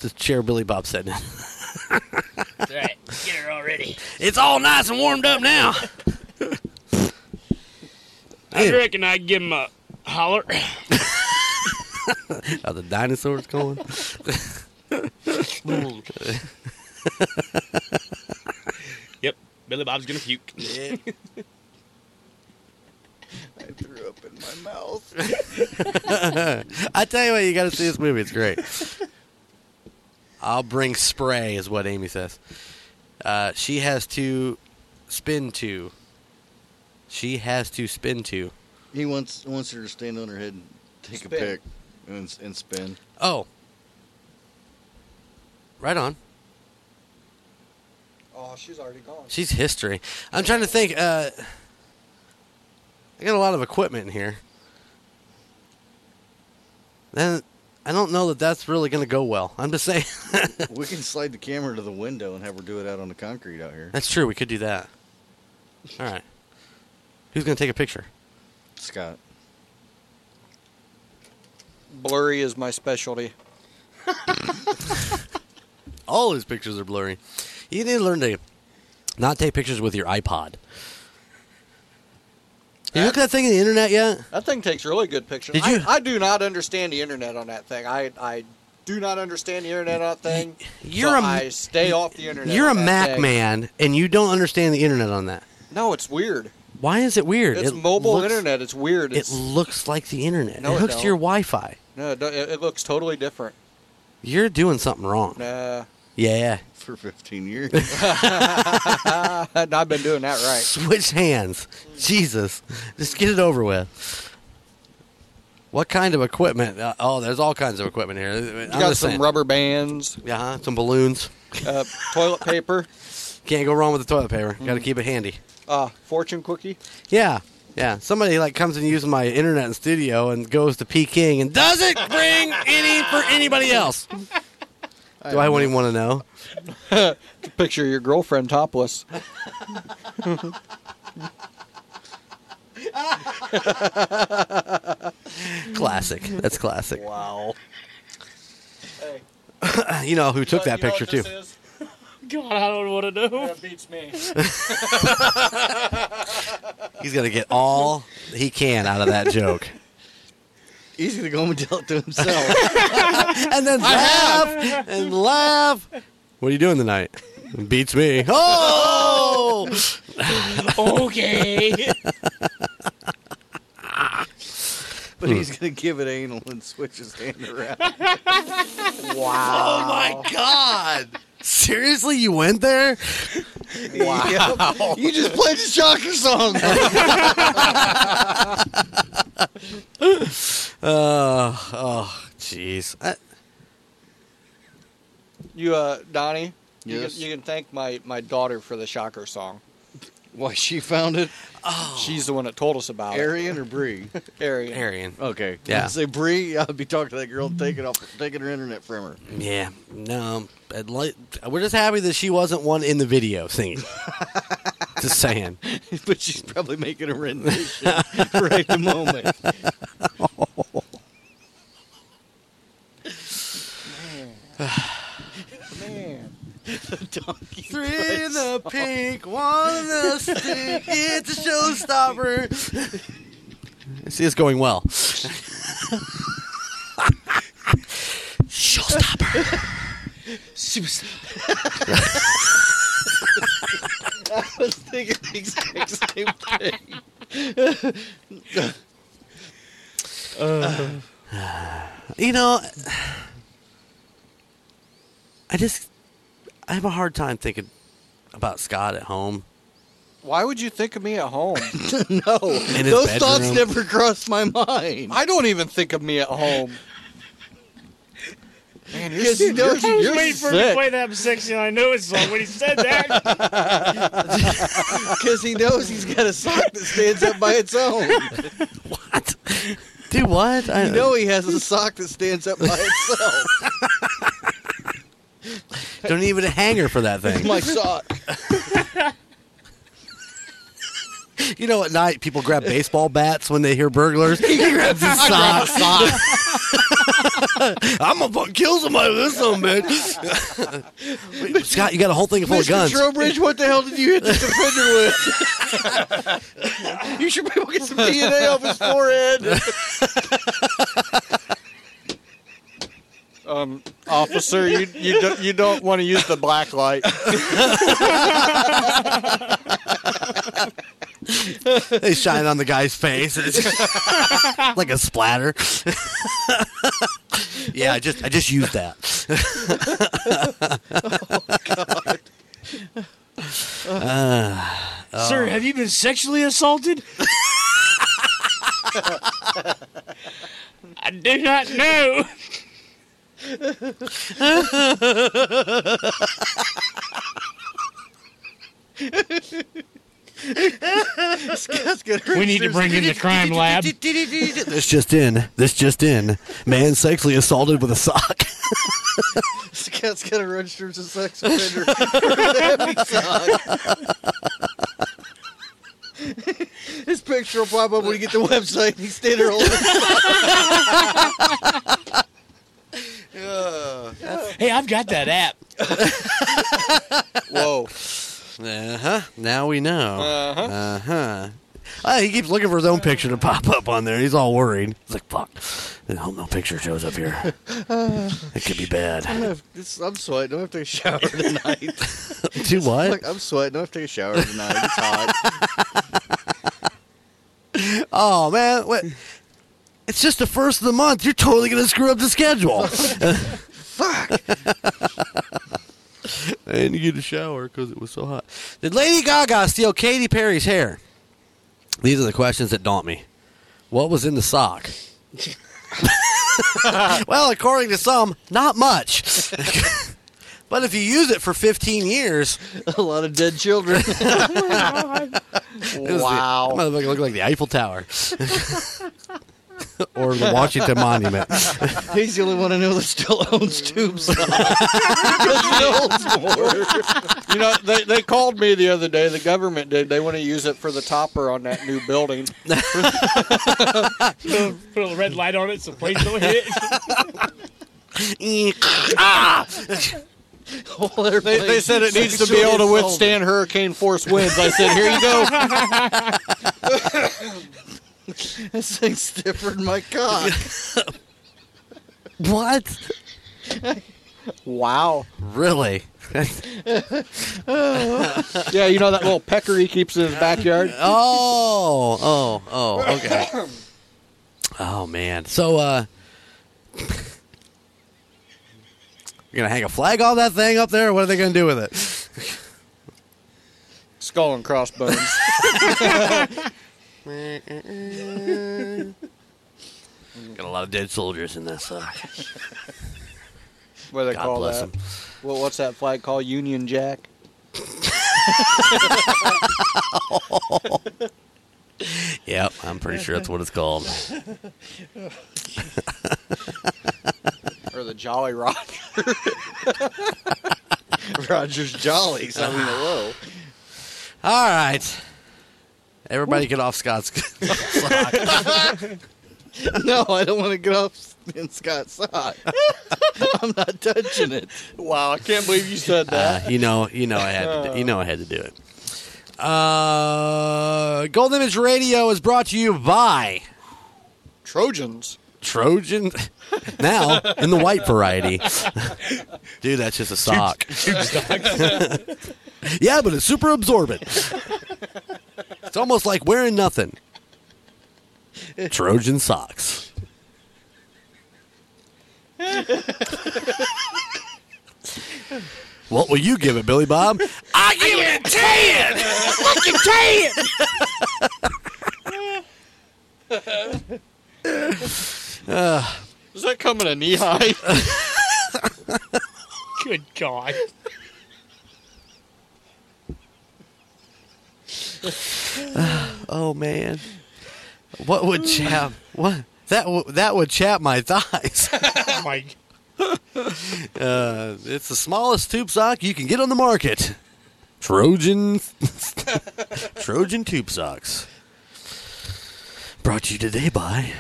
Speaker 4: the chair Billy Bob sitting in.
Speaker 9: That's right. Get her already.
Speaker 4: It's all nice and warmed up now.
Speaker 13: I reckon I'd give him a holler.
Speaker 4: Are the dinosaurs going?
Speaker 13: yep, Billy Bob's gonna puke.
Speaker 7: I threw up in my mouth.
Speaker 4: I tell you what, you got to see this movie. It's great. I'll bring spray, is what Amy says. Uh, she has to spin to. She has to spin to.
Speaker 7: He wants wants her to stand on her head and take
Speaker 4: Spin.
Speaker 7: a pick and, and spin.
Speaker 4: Oh. Right on.
Speaker 8: Oh, she's already gone.
Speaker 4: She's history. I'm trying to think. Uh, I got a lot of equipment in here. Then I don't know that that's really going to go well. I'm just saying.
Speaker 7: we can slide the camera to the window and have her do it out on the concrete out here.
Speaker 4: That's true. We could do that. All right. Who's going to take a picture?
Speaker 7: Scott.
Speaker 8: Blurry is my specialty.
Speaker 4: All his pictures are blurry. You need to learn to not take pictures with your iPod. You look at that thing in the internet yet?
Speaker 8: That thing takes really good pictures.
Speaker 4: Did you-
Speaker 8: I, I do not understand the internet on that thing. I, I do not understand the internet on that thing.
Speaker 4: You're
Speaker 8: so
Speaker 4: a-
Speaker 8: I stay off the internet.
Speaker 4: You're a
Speaker 8: on that
Speaker 4: Mac
Speaker 8: thing.
Speaker 4: man, and you don't understand the internet on that.
Speaker 8: No, it's weird.
Speaker 4: Why is it weird?
Speaker 8: It's
Speaker 4: It
Speaker 8: mobile
Speaker 4: looks-
Speaker 8: internet. It's weird. It's,
Speaker 4: It looks like the internet.
Speaker 8: No,
Speaker 4: it
Speaker 8: it
Speaker 4: hooks to
Speaker 8: don't.
Speaker 4: your Wi-Fi.
Speaker 8: no, it, don't- it it looks totally different.
Speaker 4: You're doing something wrong.
Speaker 8: Nah.
Speaker 4: Yeah.
Speaker 7: For 15 years.
Speaker 8: I've been doing that right.
Speaker 4: Switch hands. Jesus. Just get it over with. What kind of equipment? Uh, oh, there's all kinds of equipment here. You
Speaker 8: got some rubber bands.
Speaker 4: Yeah, huh? some balloons.
Speaker 8: Uh, toilet paper.
Speaker 4: Can't go wrong with the toilet paper. Got to
Speaker 8: Mhm.
Speaker 4: keep it handy.
Speaker 8: Uh, fortune cookie.
Speaker 4: Yeah, yeah. Somebody like comes and uses my internet and studio and goes to Peking and doesn't bring any for anybody else. Do I wouldn't even want to know?
Speaker 8: Picture your girlfriend topless.
Speaker 4: Classic. That's classic.
Speaker 8: Wow.
Speaker 4: you know who took that picture too?
Speaker 13: God, I don't want to know.
Speaker 8: That beats me.
Speaker 4: He's gonna get all he can out of that joke.
Speaker 7: He's gonna go home and tell it to himself.
Speaker 4: and then laugh and laugh. What are you doing tonight? Beats me. Oh,
Speaker 7: Okay. but he's gonna give it anal and switch his hand around.
Speaker 4: Oh my God! Seriously, you went there? Wow!
Speaker 7: You just played the shocker song.
Speaker 4: Uh, oh, jeez. I-
Speaker 8: You, uh, Donnie. you can-
Speaker 7: Yes?
Speaker 8: You can, thank my my daughter for the shocker song.
Speaker 7: Why she found it?
Speaker 4: Oh.
Speaker 8: She's the one that told us about
Speaker 7: Arian or Bree?
Speaker 8: it. Arian.
Speaker 4: Arian.
Speaker 7: Okay.
Speaker 4: Yeah.
Speaker 7: I'd say Bree. I'll be talking to that girl, taking off, taking her internet from her.
Speaker 4: Yeah. No. I'd like- We're just happy that she wasn't one in the video singing. just saying.
Speaker 7: but she's probably making a rendition right at the moment.
Speaker 8: Man.
Speaker 4: Three in the pink, one in the stick. It's a showstopper. See, it's going well.
Speaker 1: Showstopper.
Speaker 7: I was thinking the exact same thing.
Speaker 1: Uh.
Speaker 4: You know, I just I have a hard time thinking about Scott at home.
Speaker 8: Why would you think of me at home?
Speaker 7: no,
Speaker 4: In his
Speaker 8: those thoughts
Speaker 4: bedroom.
Speaker 8: never
Speaker 7: crossed my mind.
Speaker 8: I don't even think of me at home. Man, you're,
Speaker 13: Yes, he does.
Speaker 8: you're,
Speaker 13: I was
Speaker 8: you're
Speaker 13: waiting for him to
Speaker 8: sick.
Speaker 13: play that section. I know his song when he said that.
Speaker 7: Because he knows he's got a sock that stands up by its own.
Speaker 4: Dude, what? I
Speaker 7: You know he has a sock that stands up by itself.
Speaker 4: don't need even a hanger for that thing.
Speaker 7: my sock.
Speaker 4: You know, at night people grab baseball bats when they hear burglars. He grabs his
Speaker 1: I grab
Speaker 4: sock. I'm gonna fuck kill somebody with this one, bitch. Wait, Scott, you got a whole thing full of
Speaker 7: Mr.
Speaker 4: guns.
Speaker 7: Trowbridge, what the hell did you hit the defender with? you should probably get some DNA off his forehead.
Speaker 8: Um, officer, you you don't, you don't want to use the black light.
Speaker 4: they shine on the guy's face It's like a splatter. yeah, I just I just used that. Ah, oh.
Speaker 13: Sir, have you been sexually assaulted? I do not know.
Speaker 7: Scott's gonna
Speaker 13: We need to bring in the crime lab.
Speaker 4: This just in. This just in. Man sexually assaulted with a sock.
Speaker 7: Scott's gonna register as a sex offender for having sock. His picture will pop up when you get the website. and He's standing there holding a sock.
Speaker 13: Hey, I've got that app.
Speaker 8: Whoa.
Speaker 4: Uh huh. Now we know.
Speaker 8: Uh-huh.
Speaker 4: Uh huh. he keeps looking for his own picture to pop up on there. He's all worried. He's like, "Fuck! I hope no picture shows up here.
Speaker 7: Uh,
Speaker 4: It could be
Speaker 7: I'm,
Speaker 4: bad."
Speaker 7: gonna have, this, I'm sweating. I'm gonna have to take a shower tonight.
Speaker 4: Do what?
Speaker 7: Look, I'm sweating. I'm gonna have to take a shower tonight. It's hot.
Speaker 4: Oh man, what? It's just the first of the month. You're totally gonna screw up the schedule. Fuck. I didn't get a shower because it was so hot. Did Lady Gaga steal Katy Perry's hair? These are the questions that daunt me. What was in the sock? well, according to some, not much. but if you use it for 15 years,
Speaker 7: a lot of dead children.
Speaker 4: wow.
Speaker 7: Oh.
Speaker 4: The, motherfucker looked like the Eiffel Tower or the Washington Monument.
Speaker 7: He's the only one I know that still owns tube socks.
Speaker 8: You know, they, they called me the other day. The government did. They want to use it for the topper on that new building.
Speaker 13: Put a, put a little red light on it so planes don't hit.
Speaker 4: ah!
Speaker 8: they, they said it needs to be able to withstand hurricane force winds. I said, here you go. this thing's stiffer than my cock.
Speaker 4: what?
Speaker 8: Wow.
Speaker 4: Really?
Speaker 8: yeah, you know that little pecker he keeps in his backyard?
Speaker 4: Oh, oh, oh, okay. Oh man. So uh You're gonna hang a flag on that thing up there? What are they gonna do with it?
Speaker 8: Skull and crossbones.
Speaker 4: Got a lot of dead soldiers in this. Uh,
Speaker 8: what do they
Speaker 4: God
Speaker 8: call
Speaker 4: bless
Speaker 8: that?
Speaker 4: 'em.
Speaker 8: What, what's that flag called? Union Jack?
Speaker 4: yep, I'm pretty sure that's what it's called.
Speaker 8: or the Jolly Roger. Roger's Jollies. I mean, hello.
Speaker 4: All right. Everybody get off Scott's.
Speaker 7: no, I don't want to get off in Scott's sock. I'm not touching it.
Speaker 8: Wow, I can't believe you said
Speaker 4: Uh, you know, you know, I had to do, you know, I had to do it. Uh, Gold Image Radio is brought to you by
Speaker 8: Trojans.
Speaker 4: Trojan. Now in the white variety, dude, that's just a sock. yeah, but it's super absorbent. It's almost like wearing nothing. Trojan socks. What will you give it, Billy Bob? I give it a ten.
Speaker 1: Fucking
Speaker 4: Uh,
Speaker 8: Does that come in a knee high?
Speaker 13: Good God.
Speaker 4: oh man, what would chap? What that w- that would chap my thighs.
Speaker 13: Oh my
Speaker 4: uh, it's the smallest tube sock you can get on the market. Trojan, Trojan tube socks. Brought to you today by.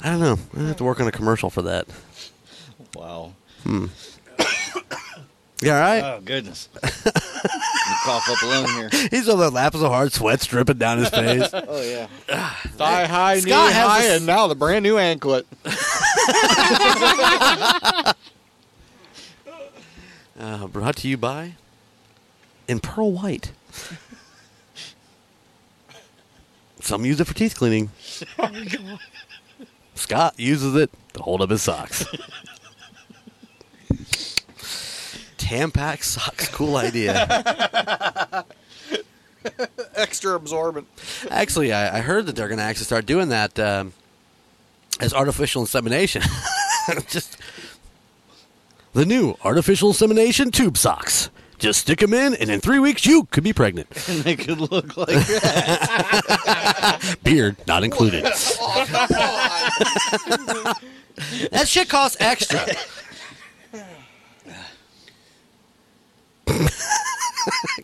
Speaker 4: I don't know. I have to work on a commercial for that.
Speaker 8: Ah.
Speaker 7: Wow.
Speaker 4: Hmm. You all right?
Speaker 7: Oh goodness. You cough up alone here.
Speaker 4: He's on the laps of hard, sweat dripping down his face.
Speaker 7: Oh yeah.
Speaker 8: Thigh high, knee
Speaker 7: Scott has
Speaker 8: high,
Speaker 7: a s-
Speaker 8: and now the brand new anklet.
Speaker 4: Uh, brought to you by in Pearl White. Some use it for teeth cleaning.
Speaker 13: God.
Speaker 4: Scott uses it to hold up his socks. Tampax socks, cool idea.
Speaker 8: Extra absorbent.
Speaker 4: Actually, I, I heard that they're going to actually start doing that um, as artificial insemination. Just the new artificial insemination tube socks. Just stick them in, and in three weeks you could be pregnant.
Speaker 7: And they could look like that.
Speaker 4: Beard not included. that shit costs extra.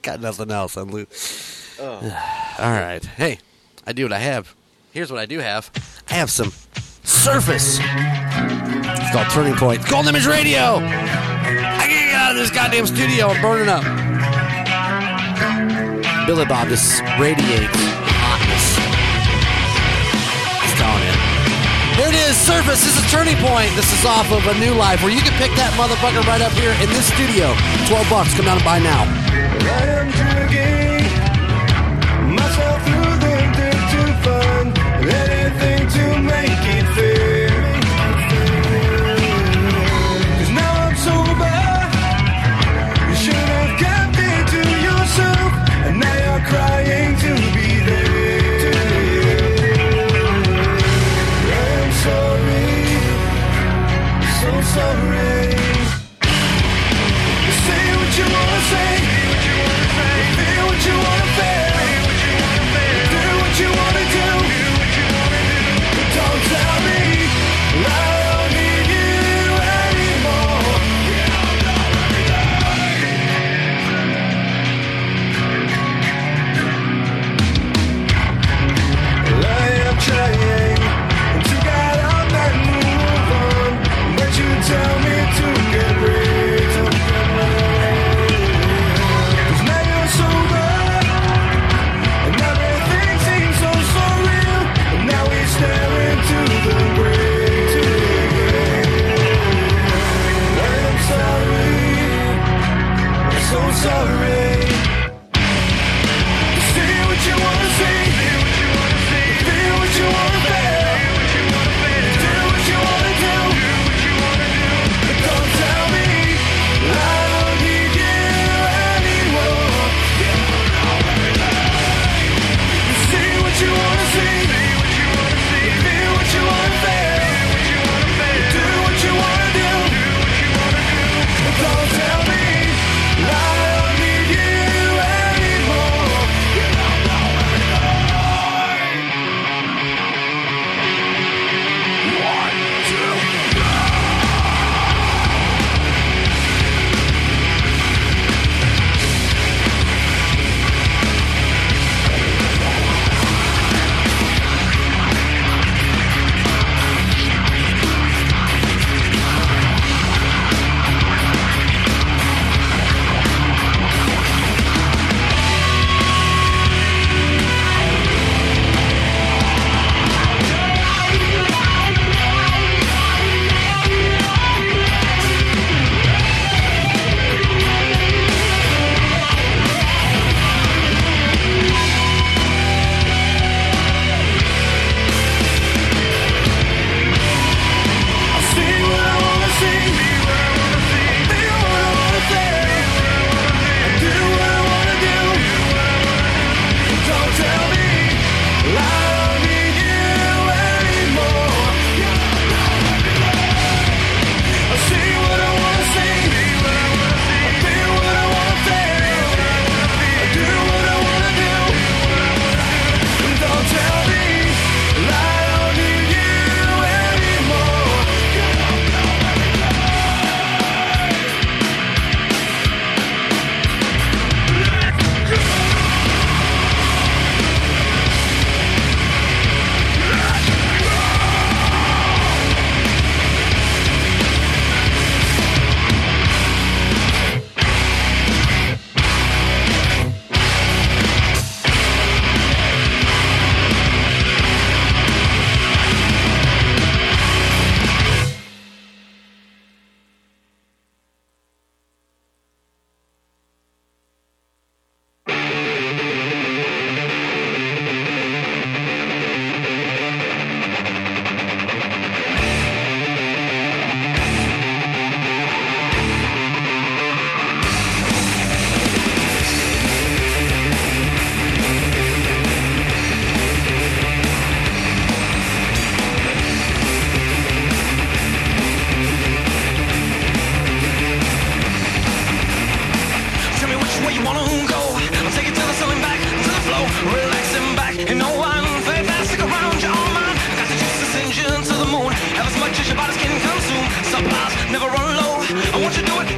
Speaker 4: Got nothing else. I'm loose.
Speaker 1: Oh.
Speaker 4: All right. Hey, I do what I have. Here's what I do have. I have some surface. It's called Turning Point. It's Golden Image Radio. I can't get out of this goddamn studio. I'm burning up. Billy Bob just radiates hotness. He's calling it. There it is. Surface this is a turning point. This is off of a new life where you can pick that motherfucker right up here in this studio. Twelve bucks. Come down and buy now.
Speaker 1: I'm dragging myself through the dirt to find anything to make it fair. 'Cause now I'm sober. You should have kept it to yourself, and now you're crying to be there. I'm sorry, so sorry. Say what you wanna say. Feel what you wanna feel. Do what you wanna do. But don't tell me.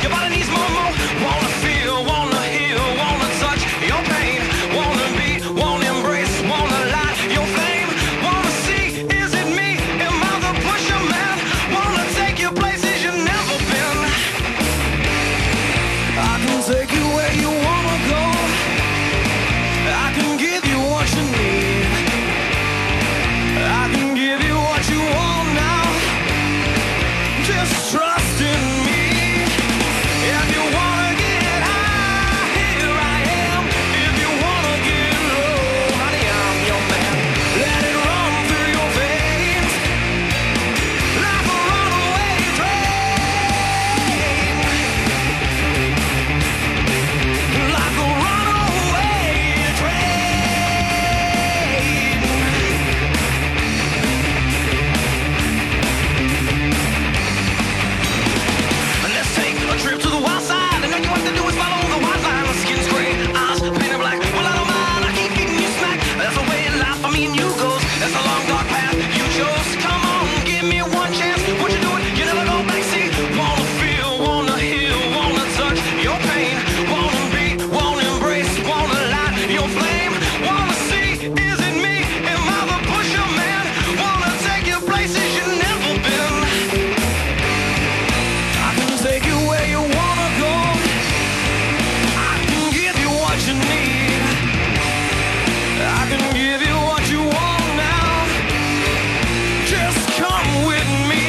Speaker 1: Your body needs more, more. Wanna feel, wanna heal, wanna touch your pain. Wanna be, wanna embrace, wanna light your flame. Wanna see, is it me? Am I the pusher man? Wanna take you places you've never been. I can take you where you wanna go. I can give you what you need. I can give you what you want now. Just trust in me. If you wanna get high, here I am. If you wanna get low, honey, I'm your man. Let it run through your veins like a runaway train. Like a runaway train. And Let's take a trip to the wild side. And all you have to do is follow the wild line. The skin's gray, eyes painted black. Well, I don't mind. I keep eating you smack. That's the way life for me and you goes. That's the long dark path you chose. Come on, give me one chance. What you doing? You never go back. See, wanna feel, wanna heal, wanna touch your pain. Wanna be, wanna embrace, wanna light your flame. Wanna see, is it me? Am I the pusher man? Wanna take you places you've never been. I can take you where you wanna go. I can give you what you need. I can give you what you want now. Just come with me.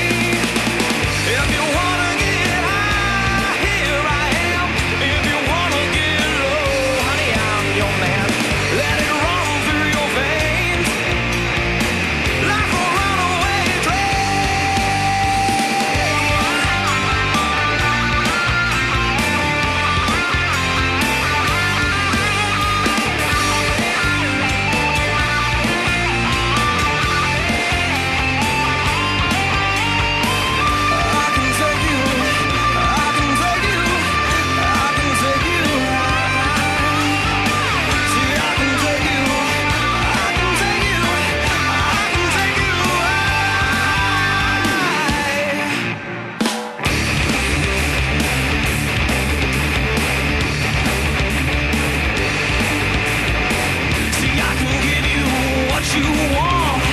Speaker 1: If you wanna get high, here I am. If you wanna get low, honey, I'm your man. Let it run through your veins like a runaway train. You want.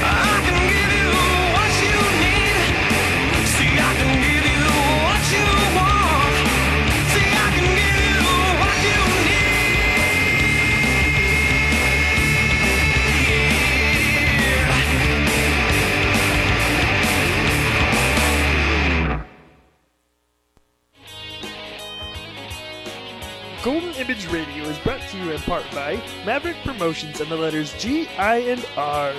Speaker 1: I can give you what you need. See, I can give you what you want. See, I can give you what you
Speaker 10: Golden Image Radio is brought to you in part by Maverick Promotions and the letters G, I, and R.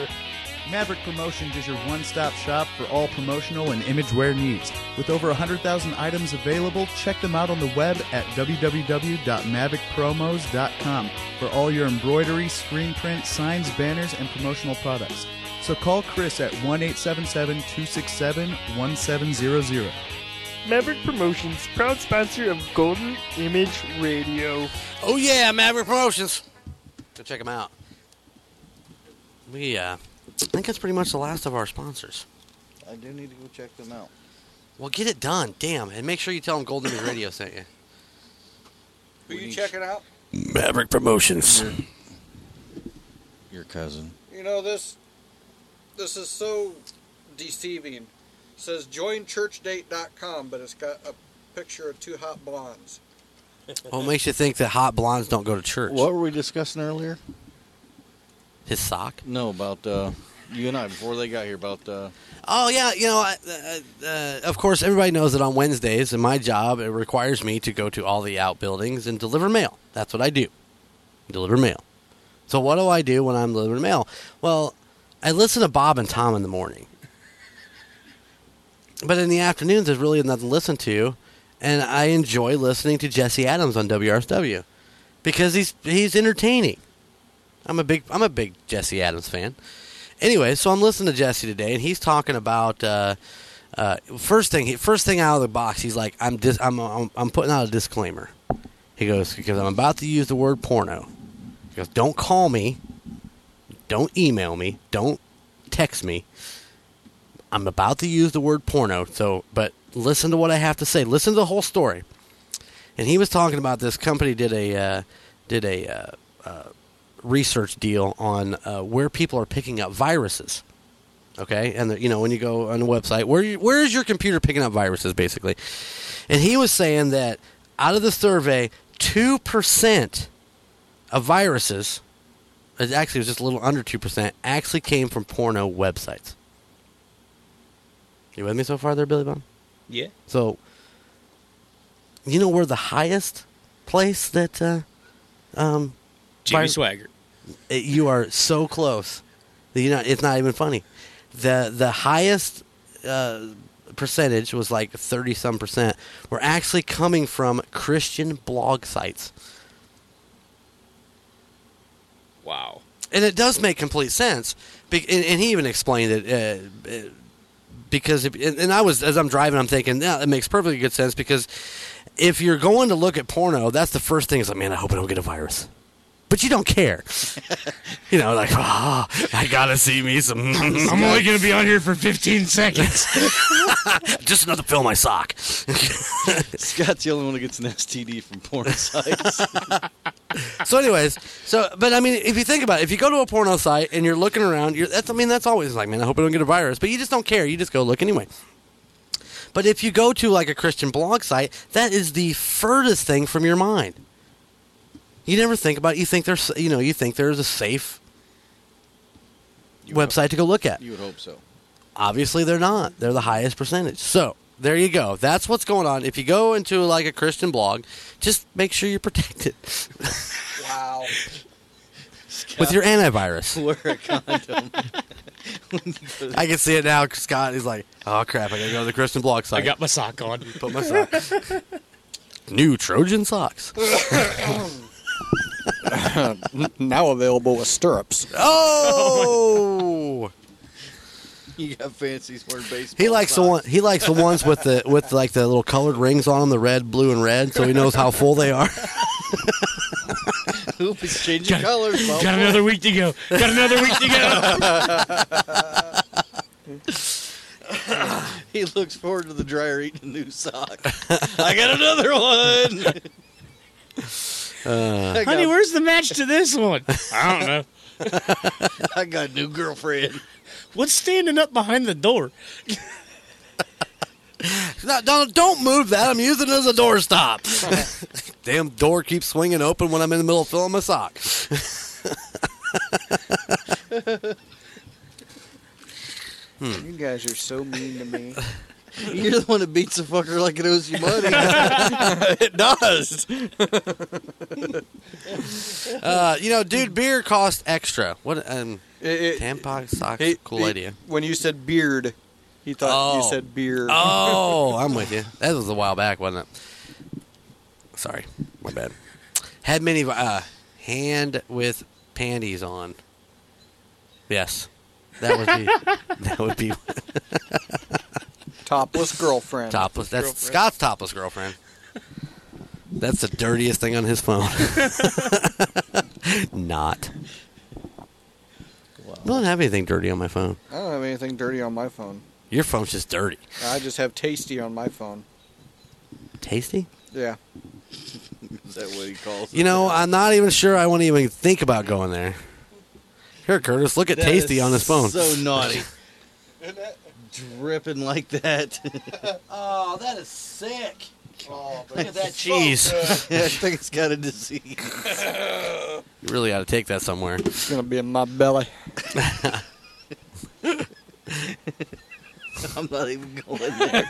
Speaker 11: Maverick Promotions is your one stop shop for all promotional and image wear needs. With over 100,000 items available, check them out on the web at www.maverickpromos.com for all your embroidery, screen print, signs, banners, and promotional products. So call Chris at 1 877 267 1700.
Speaker 10: Maverick Promotions, proud sponsor of Golden Image Radio.
Speaker 4: Oh yeah, Maverick Promotions. Go check them out. We, uh, I think that's pretty much the last of our sponsors.
Speaker 7: I do need to go check them out.
Speaker 4: Well, get it done, damn, and make sure you tell them Golden Image Radio sent you.
Speaker 23: Who you checking out?
Speaker 4: Maverick Promotions.
Speaker 7: Your cousin.
Speaker 8: You know this. This is so deceiving. It says joinchurchdate.com, but it's got a picture of two hot blondes.
Speaker 4: What makes you think that hot blondes don't go to church?
Speaker 7: What were we discussing earlier?
Speaker 4: His sock?
Speaker 7: No, about uh, you and I before they got here. About uh,
Speaker 4: Oh yeah, you know, I, uh, uh, of course, everybody knows that on Wednesdays, in my job, it requires me to go to all the outbuildings and deliver mail. That's what I do, deliver mail. So what do I do when I'm delivering mail? Well, I listen to Bob and Tom in the morning, but in the afternoons, there's really nothing to listen to, and I enjoy listening to Jesse Adams on WRSW because he's he's entertaining. I'm a big I'm a big Jesse Adams fan. Anyway, so I'm listening to Jesse today, and he's talking about uh, uh, first thing first thing out of the box. He's like, I'm dis- I'm, I'm I'm putting out a disclaimer. He goes because I'm about to use the word porno. He goes, don't call me, don't email me, don't text me. I'm about to use the word porno. So, but listen to what I have to say. Listen to the whole story. And he was talking about this company did a uh, did a uh, uh, research deal on uh, where people are picking up viruses. Okay, and the, you know when you go on the website, where you, where is your computer picking up viruses, basically? And he was saying that out of the survey, two percent of viruses, it actually was just a little under two percent, actually came from porno websites. You with me so far, there, Billy Bum?
Speaker 13: Yeah.
Speaker 4: So, you know where the highest place that uh, um,
Speaker 13: Jimmy
Speaker 4: vir-
Speaker 13: Swagger.
Speaker 4: it- you are so close. that You're not. It's not even funny. the The highest uh, percentage was like thirty some percent. Were actually coming from Christian blog sites,
Speaker 13: Wow.
Speaker 4: and it does make complete sense. Be- and, and he even explained it. Uh, uh, because if, and and I was as I'm driving, I'm thinking, yeah, it makes perfectly good sense because if you're going to look at porno, that's the first thing is like, man, I hope I don't get a virus. But you don't care, you know, like, ah, I gotta see me some.
Speaker 13: I'm only gonna be on here for 15 seconds.
Speaker 4: Just enough to fill my sock.
Speaker 7: Scott's the only one who gets an STD from porn sites.
Speaker 4: so, anyways, so but I mean, if you think about it, if you go to a porno site and you're looking around, you're that's I mean, that's always like, man, I hope I don't get a virus, but you just don't care. You just go look anyway. But if you go to like a Christian blog site, that is the furthest thing from your mind. You never think about it. You think there's, you know, you think there's a safe website to go look at.
Speaker 7: you would hope so.
Speaker 4: Obviously, they're not. They're the highest percentage. So there you go. That's what's going on. If you go into like a Christian blog, just make sure you're protected
Speaker 23: Wow.
Speaker 4: with your antivirus.
Speaker 7: Wear a condom.
Speaker 4: I can see it now. Scott is like, "Oh crap! I gotta go to the Christian blog site."
Speaker 13: I got my sock on.
Speaker 4: Put my sock. New Trojan socks.
Speaker 8: now available with stirrups.
Speaker 4: Oh.
Speaker 7: You got fancy sport baseball.
Speaker 4: He likes the one. He likes the ones with the with like the little colored rings on them, the red, blue, and red, so he knows how full they are.
Speaker 7: Hoop is changing colors.
Speaker 13: Got another week to go. Got another week to
Speaker 7: go. he looks forward to the dryer eating a new sock. I got another one.
Speaker 4: Uh,
Speaker 13: Honey, where's the match to this one? I don't know.
Speaker 7: I got a new girlfriend.
Speaker 13: What's standing up behind the door?
Speaker 4: No, don't don't move that. I'm using it as a doorstop. Damn door keeps swinging open when I'm in the middle of filling my sock.
Speaker 23: You guys are so mean to me.
Speaker 7: You're the one that beats a fucker like it owes you money.
Speaker 23: It
Speaker 7: does.
Speaker 4: Uh, you know, dude, beer costs extra. What? Um,
Speaker 8: It- it-
Speaker 4: tampon socks.
Speaker 8: Hey,
Speaker 4: cool
Speaker 8: he-
Speaker 4: idea.
Speaker 8: When you said beard, he thought you
Speaker 4: Oh.
Speaker 8: said beer.
Speaker 4: Oh, I'm with you. That was a while back, wasn't it? Sorry, my bad. Had many uh, hand with panties on. Yes, that would be that would be
Speaker 8: topless girlfriend.
Speaker 4: topless. That's Scott's topless girlfriend. That's the dirtiest thing on his phone. Not. I don't have anything dirty on my phone.
Speaker 8: I don't have anything dirty on my phone.
Speaker 4: Your phone's just dirty.
Speaker 8: I just have tasty on my phone.
Speaker 4: Tasty?
Speaker 8: Yeah.
Speaker 7: Is that what he calls
Speaker 4: You know, I'm not even sure I want to even think about going there. Here, Curtis, look at
Speaker 7: That
Speaker 4: Tasty
Speaker 7: is
Speaker 4: on his phone.
Speaker 7: So naughty. Dripping like that.
Speaker 4: oh, that is sick.
Speaker 23: Oh,
Speaker 7: look at that
Speaker 4: Jeez.
Speaker 7: I think it's got a disease.
Speaker 4: You really ought to take that somewhere.
Speaker 8: It's gonna be in my belly.
Speaker 7: I'm not even going there.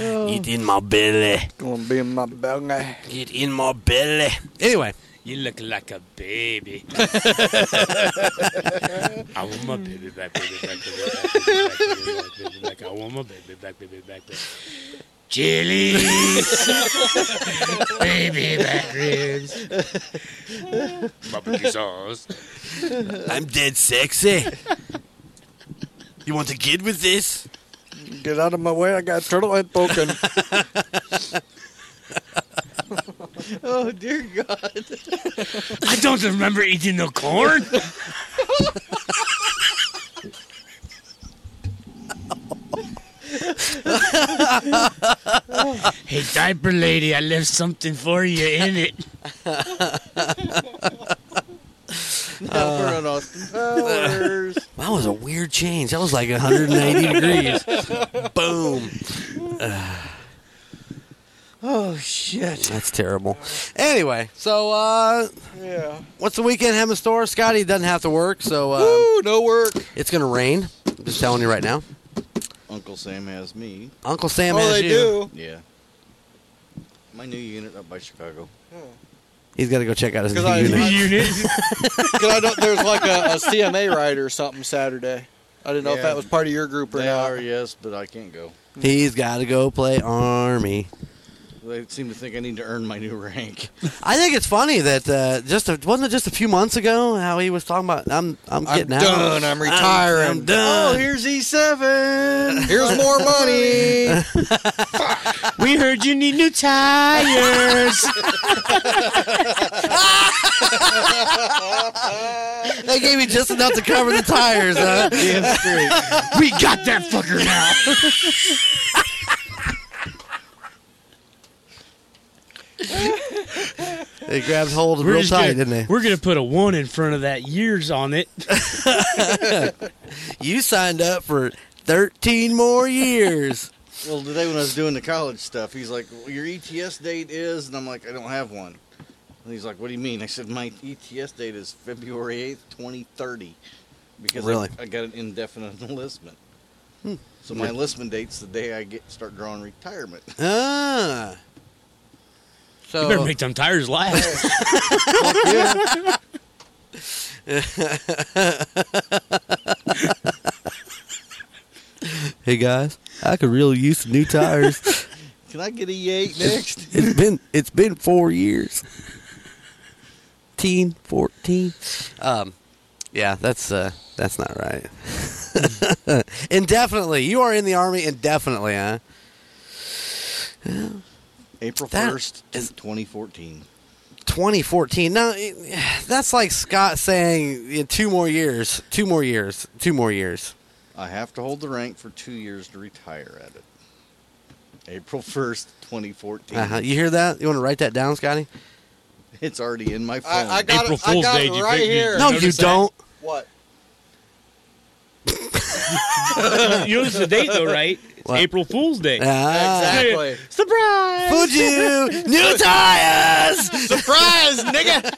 Speaker 7: Oh.
Speaker 4: Eat in my belly.
Speaker 8: Gonna be in my belly.
Speaker 4: Get in my belly. Anyway.
Speaker 13: You look like a baby. I want my baby back, baby back, baby back, baby back, baby back, baby back. I want my baby back, baby back, baby back. Chilies, baby back ribs, barbecue sauce.
Speaker 4: I'm dead sexy. You want to get with this?
Speaker 8: Get out of my way! I got turtle head poking.
Speaker 7: oh dear God!
Speaker 13: I don't remember eating no corn. hey, diaper lady, I left something for you in it.
Speaker 7: Now we're on Austin Powers.
Speaker 4: That was a weird change. That was like 180 degrees. Boom.
Speaker 7: oh shit.
Speaker 4: That's terrible. Anyway, so uh
Speaker 7: Yeah.
Speaker 4: what's the weekend having in store? Scotty doesn't have to work, so uh Woo,
Speaker 7: no work.
Speaker 4: It's gonna rain. I'm just telling you right now.
Speaker 7: Uncle Sam has me.
Speaker 4: Uncle
Speaker 8: Oh,
Speaker 4: Sam has you.
Speaker 7: Yeah. My new unit up by Chicago.
Speaker 4: He's gotta go check out his new
Speaker 8: Because I,
Speaker 4: unit.
Speaker 8: Because I know there's like a, a CMA ride or something Saturday. I didn't know if
Speaker 7: Yeah.
Speaker 8: that was part of your group or
Speaker 7: They
Speaker 8: not.
Speaker 7: are, yes, E but I can't go.
Speaker 4: He's gotta go play army.
Speaker 7: They seem to think I need to earn my new rank.
Speaker 4: I think it's funny that uh, just a, wasn't it just a few months ago how he was talking about I'm I'm getting out.
Speaker 8: done. I'm retiring."
Speaker 4: I'm, done.
Speaker 7: Oh, here's E7.
Speaker 8: Here's more money.
Speaker 13: we heard you need new tires.
Speaker 4: they gave me just enough to cover the tires, huh?
Speaker 13: we got that fucker now.
Speaker 4: They grabbed hold
Speaker 13: We're
Speaker 4: real
Speaker 13: just
Speaker 4: tight,
Speaker 13: gonna-
Speaker 4: didn't they?
Speaker 13: We're gonna put a one in front of that years on it.
Speaker 4: you signed up for 13 more years.
Speaker 7: Well, today when I was doing the college stuff, he's like, well, "Your ETS date is," and I'm like, "I don't have one." And he's like, "What do you mean?" I said, "My ETS date is February eighth, 2030, because I-
Speaker 4: Really?
Speaker 7: I, got an indefinite enlistment.
Speaker 4: Hmm.
Speaker 7: So my enlistment date's the day I get start drawing retirement."
Speaker 4: Ah. So
Speaker 13: you better make them tires last.
Speaker 4: hey guys, I could really use some new tires.
Speaker 7: Can I get a E8 next?
Speaker 4: it's been it's been four years. 14, 14. Um, yeah, that's uh, that's not right. indefinitely, you are in the army indefinitely, huh?
Speaker 7: April
Speaker 4: That
Speaker 7: first, twenty fourteen.
Speaker 4: 2014. Now, it- that's like Scott saying yeah, two more years, two more years, two more years.
Speaker 7: I have to hold the rank for two years to retire at it. April first, twenty fourteen.
Speaker 4: Uh-huh. You hear that? You want to write that down, Scotty?
Speaker 7: It's already in my phone.
Speaker 8: I got April it- I Fool's got Day, it you right think you here.
Speaker 4: No, you
Speaker 8: notice that?
Speaker 4: don't.
Speaker 8: What?
Speaker 13: you notice the date though, right? It's April Fool's Day.
Speaker 4: Ah.
Speaker 8: Exactly.
Speaker 13: Surprise!
Speaker 4: Fooled you. New tires.
Speaker 8: Surprise, nigga.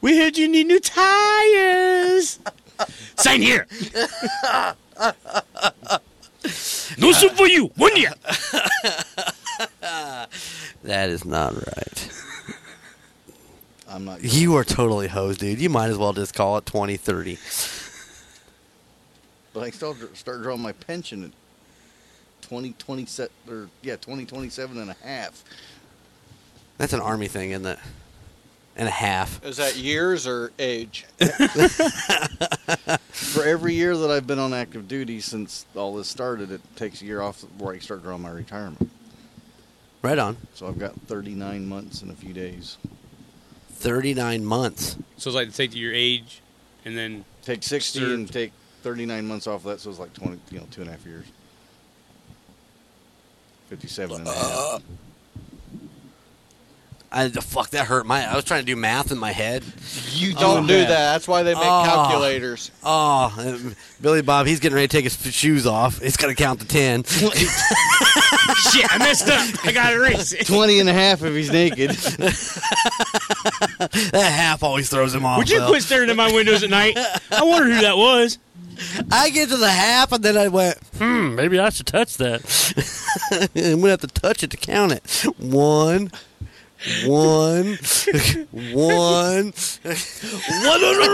Speaker 13: We heard you need new tires. Sign here. No soup for you. One year.
Speaker 4: That is not right.
Speaker 7: I'm not.
Speaker 4: You are totally hosed, dude. You might as well just call it 2030.
Speaker 7: But I still dr- start drawing my pension at 2027 or yeah, 2027 and a half.
Speaker 4: That's an army thing, isn't it? And a half.
Speaker 8: Is that years or age?
Speaker 7: For every year that I've been on active duty since all this started, it takes a year off where I can start drawing my retirement.
Speaker 4: Right on.
Speaker 7: So I've got 39 months and a few days.
Speaker 4: 39 months.
Speaker 13: So it's like take your age, and then
Speaker 7: Take 60 and take 39 months off that, so it's like 20, you know, two and a half years. 57 and a half.
Speaker 4: I the fuck that hurt my. I was trying to do math in my head.
Speaker 8: You don't do that. That's why they make
Speaker 4: Oh.
Speaker 8: calculators.
Speaker 4: Oh, um, Billy Bob, he's getting ready to take his shoes off. He's gonna count to ten.
Speaker 13: Shit, I messed up. I got to erase it.
Speaker 7: 20 and a half if he's naked.
Speaker 4: that half always throws him off.
Speaker 13: Would you
Speaker 4: though.
Speaker 13: quit staring at my windows at night? I wonder who that was.
Speaker 4: I get to the half, and then I went, hmm, maybe I should touch that. I'm gonna have to touch it to count it. One, one, one. No, no, no, no,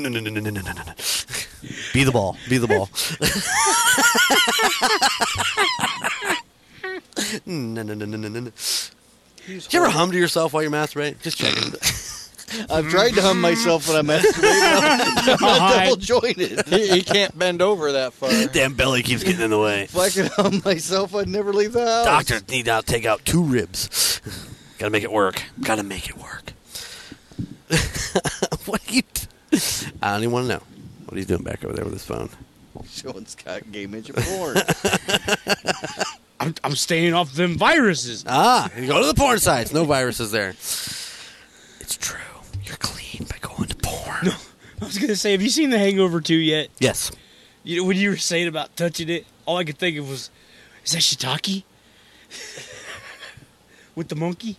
Speaker 4: no, no, no, no. Be the ball. Be the ball. Hmm, No, no, no, no, no, no, no. Do you ever hum to yourself while you're masturbating? Just checking.
Speaker 7: I've tried to hum myself when I masturbate. I'm not double jointed.
Speaker 8: He, he can't bend over that far.
Speaker 4: Damn belly keeps getting in the way.
Speaker 7: If I could hum myself, I'd never leave the house.
Speaker 4: Doctors need to take out two ribs. Gotta make it work. Gotta make it work. what are you? T- I don't even want to know what he's doing back over there with his phone.
Speaker 7: Showing Scott game engine porn.
Speaker 13: I'm, I'm staying off them viruses.
Speaker 4: Ah, you go to the porn sites. No viruses there. It's true.
Speaker 13: No, I was gonna say, have you seen The Hangover 2 yet?
Speaker 4: Yes.
Speaker 13: You know, when you were saying about touching it, all I could think of was, is that shiitake with the monkey?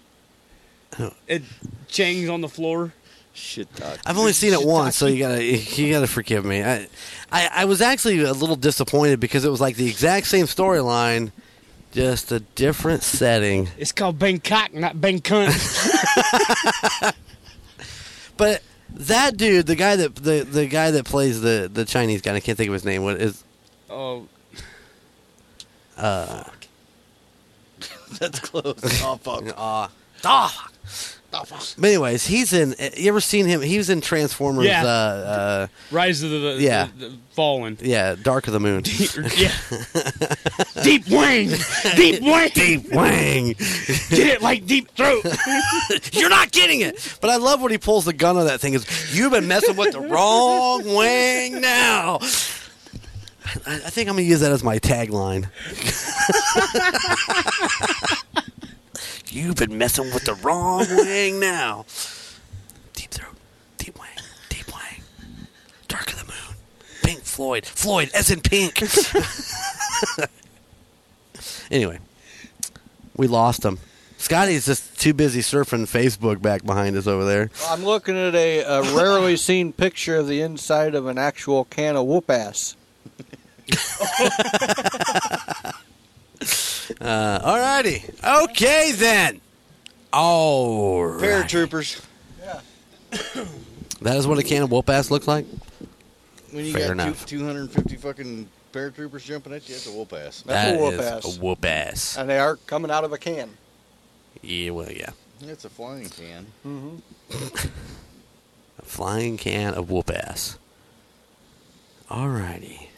Speaker 13: And Chang's on the floor.
Speaker 7: Shit,
Speaker 4: I've only seen it once, so you gotta you gotta forgive me. I, I I was actually a little disappointed because it was like the exact same storyline, just a different setting.
Speaker 13: It's called Bangkok, not Bangkok.
Speaker 4: But that dude, the guy that the, the guy that plays the, the Chinese guy, I can't think of his name. What is
Speaker 13: oh,
Speaker 4: uh?
Speaker 7: That's close.
Speaker 8: Oh,
Speaker 7: Aw, fuck.
Speaker 4: Aw.
Speaker 7: Aw, fuck.
Speaker 4: But anyways, he's in. You ever seen him? He was in Transformers.
Speaker 13: Yeah.
Speaker 4: Uh,
Speaker 13: Rise of the, the
Speaker 4: Yeah.
Speaker 13: the, the Fallen.
Speaker 4: uh, yeah, Dark of the Moon.
Speaker 13: yeah. Deep wing, deep wing,
Speaker 4: deep wang.
Speaker 13: Get it like deep throat.
Speaker 4: You're not getting it. But I love when he pulls the gun on that thing. Is you've been messing with the wrong wing now. I, I think I'm gonna use that as my tagline. You've been messing with the wrong wing now. Deep throat, deep wang, deep wang. Dark of the moon, Pink Floyd, Floyd as in pink. anyway, we lost him. Scotty's just too busy surfing Facebook back behind us over there.
Speaker 8: I'm looking at a, a rarely seen picture of the inside of an actual can of whoop ass.
Speaker 4: Uh, all righty. Okay then. All right.
Speaker 7: Paratroopers.
Speaker 4: That is what a can of whoop ass looks like.
Speaker 7: When you
Speaker 4: Fair
Speaker 7: got
Speaker 4: enough.
Speaker 7: two, 250 fucking paratroopers jumping at you, that's a whoop ass.
Speaker 8: That's
Speaker 4: That
Speaker 8: a whoop
Speaker 4: is
Speaker 8: ass.
Speaker 4: a whoop ass.
Speaker 8: And they are coming out of a can.
Speaker 4: Yeah, well, yeah.
Speaker 7: That's a flying can.
Speaker 8: Mm-hmm.
Speaker 4: A flying can of whoop ass. All righty.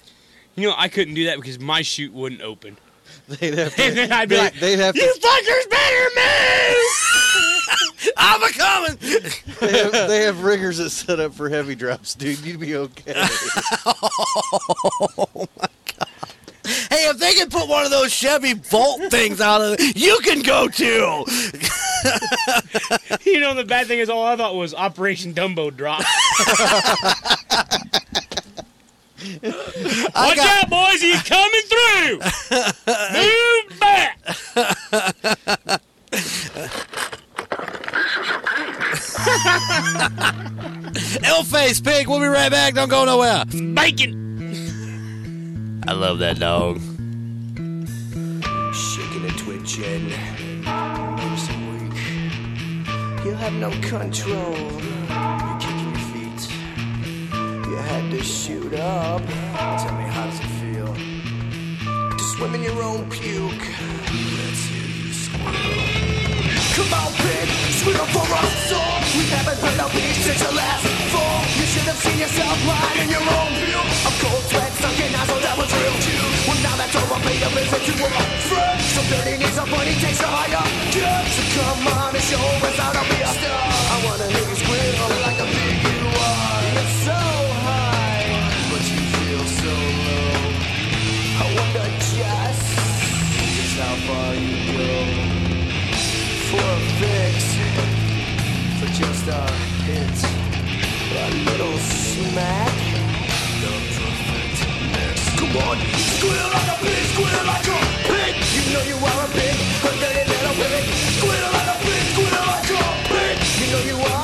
Speaker 13: You know, I couldn't do that because my chute wouldn't open.
Speaker 7: They'd have
Speaker 13: to, and then I'd be
Speaker 7: they-
Speaker 13: like,
Speaker 7: they'd have to-
Speaker 13: "You fuckers better move!
Speaker 4: I'm a coming."
Speaker 7: they, have, they have riggers that set up for heavy drops, dude. You'd be okay.
Speaker 4: Hey, if they can put one of those Chevy Volt things out of it, you can go too.
Speaker 13: you know, the bad thing is, all I thought was Operation Dumbo Drop. Watch out, boys! He's coming through. Move back.
Speaker 4: L face pig, we'll be right back. Don't go nowhere.
Speaker 13: Bacon.
Speaker 4: I love that dog.
Speaker 24: Shaking and twitching. Nerves are weak. You have no control. You're kicking your feet. You had to shoot up. Tell me, how does it feel? To swim in your own puke. Let's hear you squeal. Come on, pig, squeal for our soul. We haven't heard a beat since your last fall. You should have seen yourself lying in your own puke. A cold sweat stuck in eyes, oh, that was real cute. Well, now that's over, pay a visit to a friend. So dirty needs a funny taste of higher good. So come on and show us how to be a star. I wanna hear you squeal like a pig you are. It's so high, but you feel so low. I wonder just just how far you go for a fix, for just a hit, a little smack. The perfect mix. Come on, squeal like a pig, squeal like a pig. You know you are a pig, a dirty little pig. Squeal like a pig, squeal like a pig.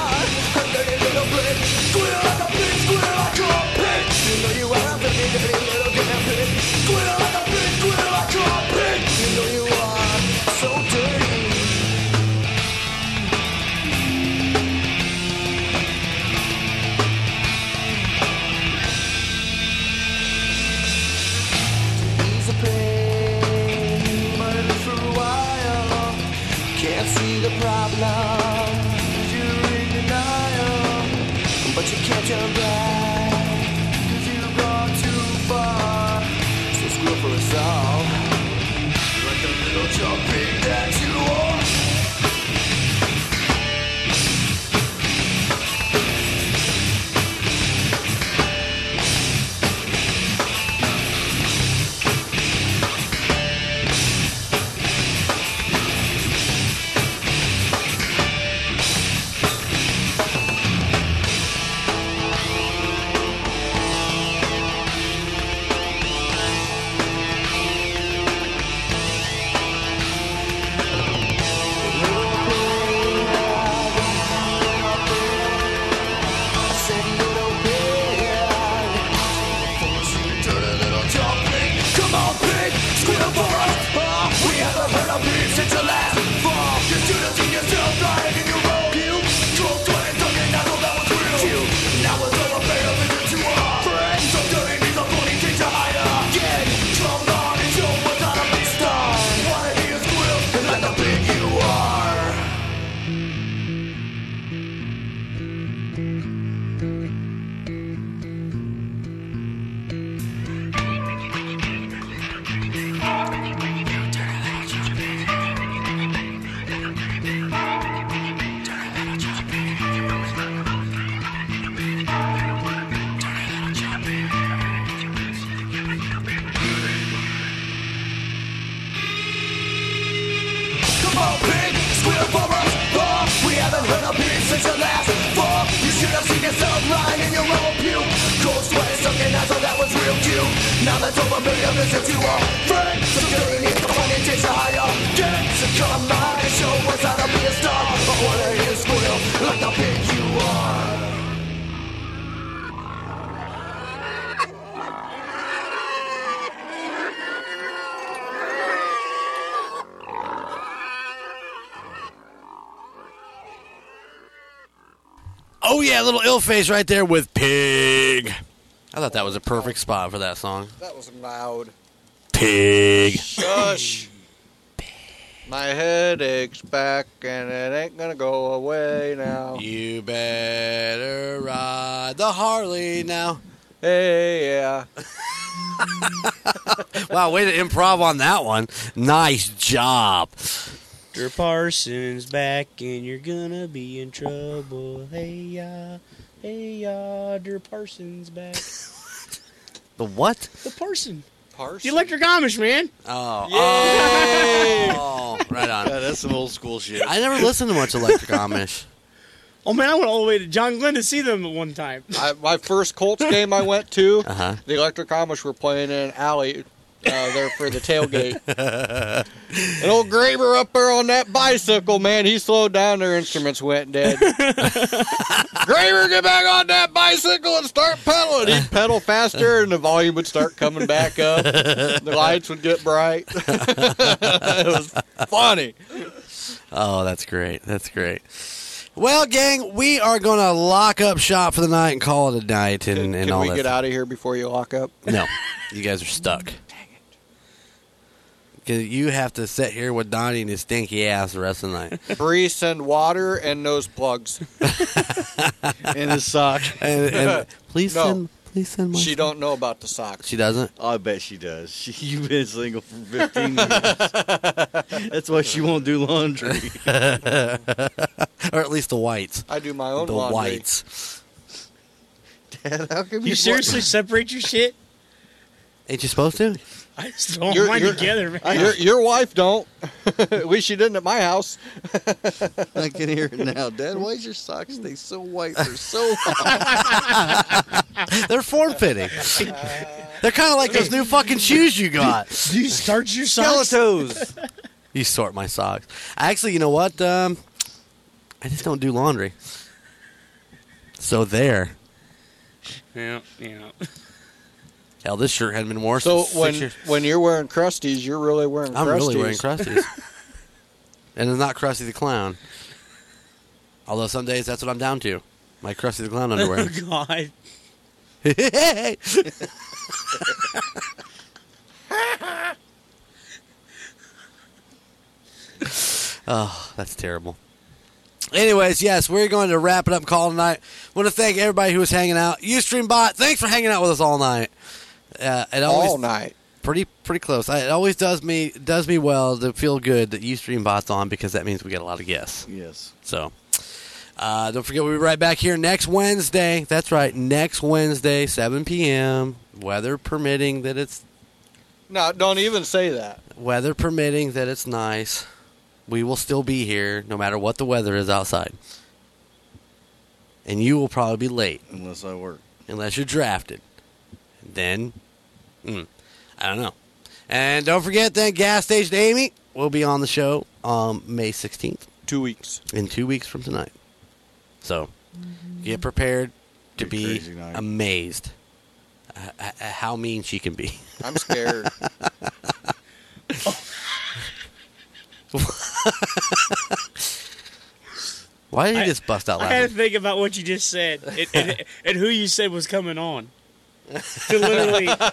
Speaker 1: a pig, squeal for a ball. We haven't heard a beat since your last fall. You should have seen yourself lying in your own pew. Cold sweat is sucking out, so that was real cute. Now that's over, million listen to our friend. Security needs to find and chase a higher gain. So come on and show us how to be a star. I wanna hear you squeal like the pig you are.
Speaker 4: Oh yeah, little ill face right there with pig. I thought that was a perfect spot for that song.
Speaker 8: That was loud.
Speaker 4: Pig.
Speaker 8: Shush. My head aches back and it ain't gonna go away now.
Speaker 4: You better ride the Harley now.
Speaker 8: Hey, yeah.
Speaker 4: Wow, way to improv on that one. Nice job.
Speaker 13: Your Parsons back and you're gonna be in trouble. Hey ya, hey ya, Der Parsons back.
Speaker 4: The what?
Speaker 13: the Parson.
Speaker 8: Parson.
Speaker 13: The Electric Amish man.
Speaker 4: Oh,
Speaker 13: Yay!
Speaker 4: oh, right on.
Speaker 7: Yeah, that's some old school shit.
Speaker 4: I never listened to much Electric Amish.
Speaker 13: Oh man, I went all the way to John Glenn to see them at one time.
Speaker 8: I, my first Colts game I went to,
Speaker 4: Uh-huh.
Speaker 8: the Electric Amish were playing in an alley uh, there for the tailgate. and old Graver up there on that bicycle, man, he slowed down. Their instruments went dead. Graver, get back on that bicycle and start pedaling. He'd pedal faster, and the volume would start coming back up. The lights would get bright. it was funny.
Speaker 4: Oh, that's great. That's great. Well, gang, we are going to lock up shop for the night and call it a night and, and
Speaker 8: Can
Speaker 4: all
Speaker 8: we
Speaker 4: that.
Speaker 8: get out of here before you lock up?
Speaker 4: No, you guys are stuck. Dang it. Cause you have to sit here with Donnie and his stinky ass the rest of the night.
Speaker 8: Bree, send water and nose plugs.
Speaker 7: In his sock.
Speaker 4: And, and please
Speaker 8: No.
Speaker 4: send, please send my.
Speaker 8: She don't know about the socks.
Speaker 4: She doesn't.
Speaker 7: I bet she does. She, you've been single for 15 years. That's why she won't do laundry.
Speaker 4: or at least the whites.
Speaker 8: I do my own
Speaker 4: the
Speaker 8: laundry.
Speaker 4: whites.
Speaker 8: Dad, how come
Speaker 13: You, seriously separate your shit?
Speaker 4: Ain't you supposed to?
Speaker 13: I just don't
Speaker 8: Your-
Speaker 13: want
Speaker 8: your- uh,
Speaker 13: together, man.
Speaker 8: Your, your wife don't. At least she didn't at my house.
Speaker 7: I can hear it now. Dad, why is your sock stay so white for so
Speaker 4: They're form fitting. They're kind of like those new fucking shoes you got.
Speaker 13: Do you start your socks?
Speaker 8: Skeletoes.
Speaker 4: You sort my socks. Actually, you know what? Um, I just don't do laundry. So there.
Speaker 13: yeah, yeah.
Speaker 4: Hell, this shirt hadn't been worn
Speaker 8: So
Speaker 4: since six
Speaker 8: when
Speaker 4: years.
Speaker 8: when you're wearing crusties, you're really wearing
Speaker 4: I'm
Speaker 8: crusties.
Speaker 4: really wearing crusties, and it's not Krusty the Clown. Although some days that's what I'm down to, my Krusty the Clown underwear.
Speaker 13: Oh God.
Speaker 4: oh, that's terrible. Anyways, yes, we're going to wrap it up and call tonight. want to thank everybody who was hanging out. Ustream bot, thanks for hanging out with us all night. Uh, it always,
Speaker 8: All night.
Speaker 4: pretty pretty close. I, it always does me does me well to feel good that Ustream bot's on because that means we get a lot of guests.
Speaker 7: Yes.
Speaker 4: So uh, don't forget we'll be right back here next Wednesday. That's right, next Wednesday, seven p.m. Weather permitting that it's
Speaker 8: No, don't even say that.
Speaker 4: weather permitting that it's nice. We will still be here no matter what the weather is outside, and you will probably be late
Speaker 7: Unless I work.
Speaker 4: unless you're drafted. Then, mm, I don't know. And don't forget that gas station Amy will be on the show on May 16th.
Speaker 8: Two weeks.
Speaker 4: In two weeks from tonight. So get prepared to
Speaker 7: Be a
Speaker 4: be
Speaker 7: crazy night.
Speaker 4: amazed at- at- at how mean she can be.
Speaker 8: I'm scared.
Speaker 4: Why did you
Speaker 13: I-
Speaker 4: just bust out
Speaker 13: I had
Speaker 4: laughing?
Speaker 13: to think about what you just said and, and, and who you said was coming on. To literally, you know,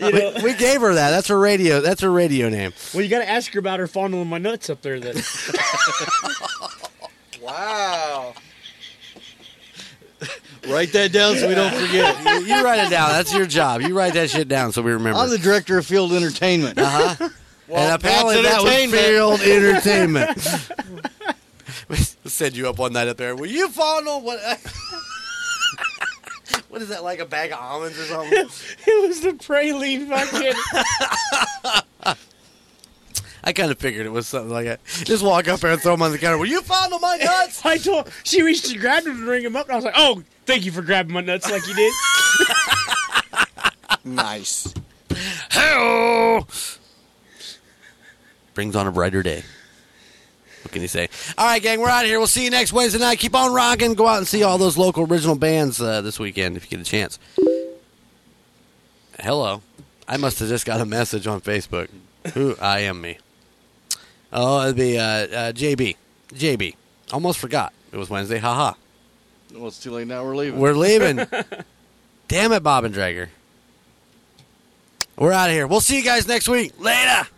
Speaker 4: We, we gave her that. That's her radio. That's her radio name.
Speaker 13: well, you got to ask her about her fondling my nuts up there. Then
Speaker 8: wow.
Speaker 7: Write that down so we don't forget.
Speaker 4: You, you write it down. That's your job. You write that shit down so we remember.
Speaker 7: I'm the director of field entertainment.
Speaker 4: Uh huh. and apparently that was field entertainment. we send you up one night up there. Will you fondle what? what is that like a bag of almonds or something?
Speaker 13: it was the praline fucking.
Speaker 4: I kind of figured it was something like that. Just walk up there and throw him on the counter. Will you? F-? fondle my nuts.
Speaker 13: I told she reached and grabbed him to ring him up, and I was like, "Oh, thank you for grabbing my nuts like you did."
Speaker 8: nice.
Speaker 4: Hell. Brings on a brighter day. What can you say? All right, gang, we're out of here. We'll see you next Wednesday night. Keep on rocking. Go out and see all those local original bands uh, this weekend if you get a chance. Hello. I must have just got a message on Facebook. Who I am me. Oh, it'd be uh, uh, JB. JB. Almost forgot. It was Wednesday. Haha.
Speaker 7: Well, it's too late now. We're leaving.
Speaker 4: We're leaving. Damn it, Bob and Drager. We're out of here. We'll see you guys next week. Later.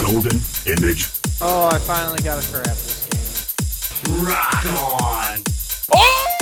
Speaker 2: Golden Image
Speaker 3: Oh, I finally got a crap.
Speaker 1: Rock on. Oh!